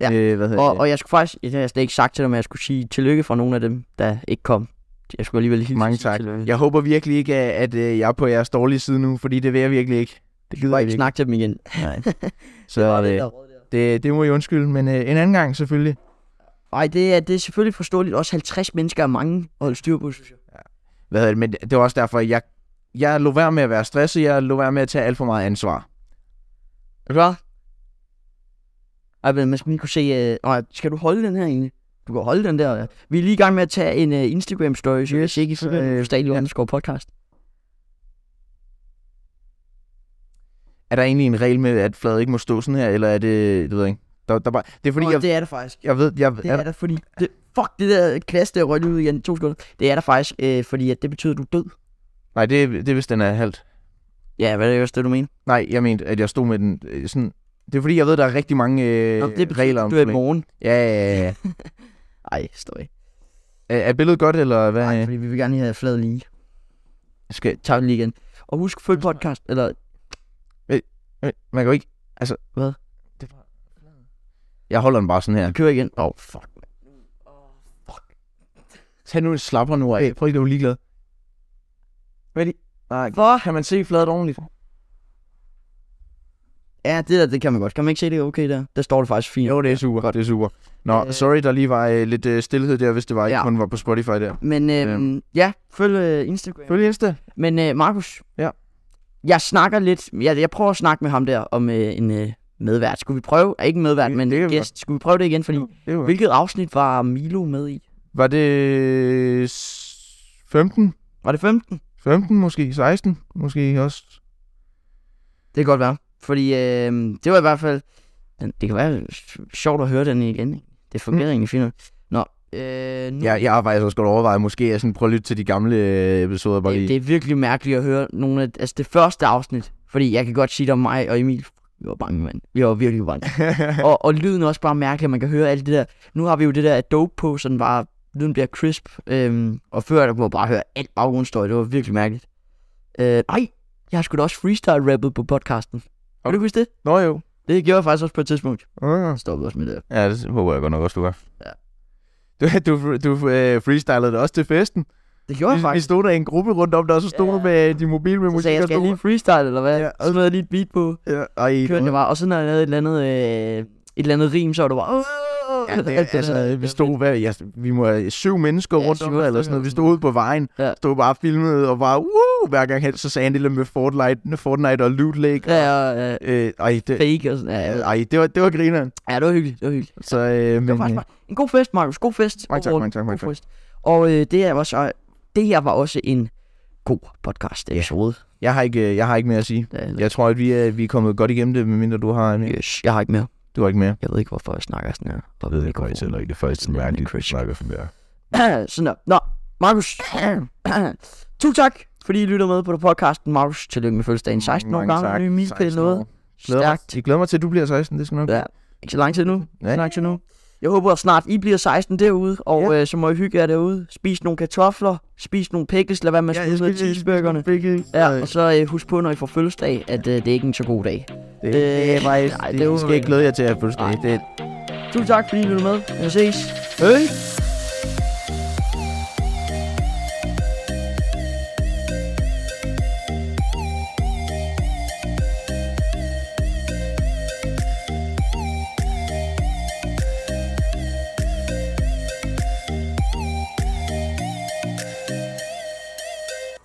[SPEAKER 1] Ja.
[SPEAKER 2] Øh, hvad hedder
[SPEAKER 1] Og,
[SPEAKER 2] det?
[SPEAKER 1] og jeg skulle faktisk, jeg har slet ikke sagt til dem, at jeg skulle sige tillykke for nogle af dem, der ikke kom. Jeg skulle alligevel hilse
[SPEAKER 2] Mange
[SPEAKER 1] og sige
[SPEAKER 2] tak.
[SPEAKER 1] Tillykke.
[SPEAKER 2] Jeg håber virkelig ikke, at, at øh, jeg er på jeres dårlige side nu, fordi det vil jeg virkelig ikke. Det
[SPEAKER 1] Jeg
[SPEAKER 2] gider
[SPEAKER 1] må
[SPEAKER 2] jeg
[SPEAKER 1] ikke
[SPEAKER 2] ikke.
[SPEAKER 1] snakke til dem igen.
[SPEAKER 2] Nej. Så det, det, det må I undskylde, men øh, en anden gang selvfølgelig.
[SPEAKER 1] Nej, det er, det er selvfølgelig forståeligt. Også 50 mennesker er mange at holde styr på, synes jeg.
[SPEAKER 2] Hvad hedder det? Men det var også derfor, jeg, jeg lå være med at være stresset, jeg lå være med at tage alt for meget ansvar.
[SPEAKER 1] Er du klar? Ej, men man skal lige kunne se... Øh, nej, skal du holde den her egentlig? Du kan holde den der. Ja. Vi er lige i gang med at tage en øh, Instagram-story, så yes, hvis ikke, så øh, Stadio
[SPEAKER 2] ja.
[SPEAKER 1] underscore podcast.
[SPEAKER 2] Er der egentlig en regel med, at fladet ikke må stå sådan her, eller er det, det ved jeg ikke. Der, der bare, det er fordi,
[SPEAKER 1] Fordi
[SPEAKER 2] jeg,
[SPEAKER 1] det er det faktisk.
[SPEAKER 2] jeg ved, jeg,
[SPEAKER 1] Det er der, fordi... Det, fuck, det der klasse, der røg ud igen. To sekunder. Det er der faktisk, øh, fordi at det betyder, at du er død.
[SPEAKER 2] nej, det, er- det er hvis den er halvt.
[SPEAKER 1] Ja, hvad er det også det, du mener?
[SPEAKER 2] Nej, jeg mente, at jeg stod med den øh, sådan, det er fordi, jeg ved, der er rigtig mange øh,
[SPEAKER 1] Nå, det betyder,
[SPEAKER 2] regler
[SPEAKER 1] at
[SPEAKER 2] om
[SPEAKER 1] du er i
[SPEAKER 2] flag.
[SPEAKER 1] morgen.
[SPEAKER 2] Ja, ja, ja, ja.
[SPEAKER 1] Ej, støj.
[SPEAKER 2] Er, er billedet godt, eller hvad?
[SPEAKER 1] Nej,
[SPEAKER 2] Nej,
[SPEAKER 1] fordi vi vil gerne lige have flad lige.
[SPEAKER 2] skal,
[SPEAKER 1] Tag den lige igen. Og husk, følg podcast, eller...
[SPEAKER 2] øh, man kan jo ikke, altså,
[SPEAKER 1] Hvad?
[SPEAKER 2] Det var, jeg holder den bare sådan her.
[SPEAKER 1] Kør igen. Åh, oh, fuck.
[SPEAKER 2] Tag nu en slapper nu af. Øh, Prøv ikke, du er ligeglad. Ready? Nej,
[SPEAKER 1] Hvor?
[SPEAKER 2] kan man se fladet ordentligt?
[SPEAKER 1] Ja, det der, det kan man godt. Kan man ikke se, det er okay der? Der står det faktisk fint.
[SPEAKER 2] Jo, det er super. Det er super. Nå,
[SPEAKER 1] Øh,
[SPEAKER 2] sorry, der lige var øh, lidt øh, stillhed der, hvis det var ikke
[SPEAKER 1] Ja.
[SPEAKER 2] kun var på Spotify der.
[SPEAKER 1] Men øhm, ja, følg øh, Instagram.
[SPEAKER 2] Følg Insta.
[SPEAKER 1] Men øh, Markus,
[SPEAKER 2] Ja.
[SPEAKER 1] jeg snakker lidt, jeg, jeg prøver at snakke med ham der om øh, en øh, medvært. Skulle vi prøve, ah, ikke en medvært,
[SPEAKER 2] Det-
[SPEAKER 1] men
[SPEAKER 2] det kan
[SPEAKER 1] en
[SPEAKER 2] vi
[SPEAKER 1] gæst, skulle vi prøve det igen? Fordi
[SPEAKER 2] Det var.
[SPEAKER 1] hvilket afsnit var Milo med i?
[SPEAKER 2] var det s- 15?
[SPEAKER 1] Var det 15?
[SPEAKER 2] 15 måske? 16 måske også?
[SPEAKER 1] Det kan godt være. Fordi øh, det var i hvert fald... Den, det kan være øh, sjovt at høre den igen. Ikke? Det fungerer mm. egentlig fint. nok. Nå, øh, nu,
[SPEAKER 2] Ja, jeg har faktisk også godt overvejet, måske at sådan prøve at lytte til de gamle øh, episoder bare
[SPEAKER 1] det,
[SPEAKER 2] lige.
[SPEAKER 1] det er virkelig mærkeligt at høre nogle af... Altså det første afsnit. Fordi jeg kan godt sige det om mig og Emil. Vi var bange, mand. Vi var virkelig bange. og, og lyden er også bare mærkelig, man kan høre alt det der. Nu har vi jo det der Adobe på, så den bare, lyden bliver crisp. Øhm, og før der kunne man bare høre alt baggrundsstøj, det var virkelig mærkeligt. Øh, nej, jeg har sgu da også freestyle-rappet på podcasten. Kan
[SPEAKER 2] Okay.
[SPEAKER 1] du huske det?
[SPEAKER 2] Nå jo.
[SPEAKER 1] Det gjorde jeg faktisk også på et tidspunkt.
[SPEAKER 2] Uh.
[SPEAKER 1] Så stoppede også med det.
[SPEAKER 2] Ja, det håber jeg godt nok også, du er.
[SPEAKER 1] Ja.
[SPEAKER 2] Du, du, du øh, freestylede det også til festen.
[SPEAKER 1] Det gjorde jeg
[SPEAKER 2] Vi, vi
[SPEAKER 1] faktisk.
[SPEAKER 2] stod der i en gruppe rundt om der, og så stod
[SPEAKER 1] Ja.
[SPEAKER 2] du med din mobil med
[SPEAKER 1] Så
[SPEAKER 2] musik.
[SPEAKER 1] sagde jeg,
[SPEAKER 2] og
[SPEAKER 1] skal jeg
[SPEAKER 2] stod-
[SPEAKER 1] lige freestyle, eller hvad?
[SPEAKER 2] Ja.
[SPEAKER 1] Ja. Og så havde jeg lige et beat på.
[SPEAKER 2] Ja, ej,
[SPEAKER 1] Kørte jeg bare. Og så når jeg lavede et eller andet, øh, et eller andet rim, så var det bare... "Åh!"
[SPEAKER 2] Ja,
[SPEAKER 1] Alt
[SPEAKER 2] det, er-
[SPEAKER 1] der.
[SPEAKER 2] altså, vi stod, hvad, ja, vi må øh, syv mennesker
[SPEAKER 1] Ja,
[SPEAKER 2] rundt om
[SPEAKER 1] syv
[SPEAKER 2] eller sådan noget.
[SPEAKER 1] stykker.
[SPEAKER 2] Vi stod ude på vejen,
[SPEAKER 1] Ja.
[SPEAKER 2] stod bare og filmede, og bare, woo, hver gang hen, så sagde han det der med Fortnite, Fortnite og Loot Lake.
[SPEAKER 1] Ja, og øh,
[SPEAKER 2] Øh, ej, det,
[SPEAKER 1] fake og sådan. Ja, ja.
[SPEAKER 2] ej, det var, det var grineren.
[SPEAKER 1] ja, det var hyggeligt. Det var hyggeligt.
[SPEAKER 2] Så, øh,
[SPEAKER 1] Det
[SPEAKER 2] men,
[SPEAKER 1] var faktisk bare en god fest, Markus. God fest.
[SPEAKER 2] Mange tak,
[SPEAKER 1] overall.
[SPEAKER 2] mange tak, mange
[SPEAKER 1] God
[SPEAKER 2] tak.
[SPEAKER 1] fest. Og øh, det, her var så, det her var også en god podcast episode.
[SPEAKER 2] øh, jeg, har ikke, øh, jeg har ikke mere at sige.
[SPEAKER 1] Yeah.
[SPEAKER 2] Jeg tror, at vi er, vi er kommet godt igennem det, medmindre du har mere.
[SPEAKER 1] Yes, jeg har ikke mere.
[SPEAKER 2] Du har ikke mere.
[SPEAKER 1] Jeg ved ikke, hvorfor jeg snakker sådan her. Jeg
[SPEAKER 2] ikke det første
[SPEAKER 1] Det er mærkeligt, du cringe.
[SPEAKER 2] snakker for mere.
[SPEAKER 1] sådan der. Nå, Markus. Tusind tak, fordi I lytter med på podcasten. Markus, tillykke med fødselsdagen. 16 år gammel, ny milepæl noget. Stærkt.
[SPEAKER 2] Jeg glæder mig til, at du bliver 16, det skal nok.
[SPEAKER 1] Ja. Ikke så lang tid nu.
[SPEAKER 2] Ja.
[SPEAKER 1] Ja. Lang tid nu. Jeg håber at snart, I bliver 16 derude, og ja. øh, så må I hygge jer derude. Spis nogle kartofler, spis nogle pickles, lad være med at smide ja, cheeseburgerne. Ja, og så øh, husk på, når I får fødselsdag, at øh, det er ikke en så god dag.
[SPEAKER 2] Det, det er faktisk,
[SPEAKER 1] nej,
[SPEAKER 2] det,
[SPEAKER 1] det er
[SPEAKER 2] det, skal
[SPEAKER 1] uventet.
[SPEAKER 2] ikke glæde jer til at have fødselsdag.
[SPEAKER 1] Nej.
[SPEAKER 2] Det,
[SPEAKER 1] Tusind tak, fordi I lyttede med. Vi ses.
[SPEAKER 2] Hey!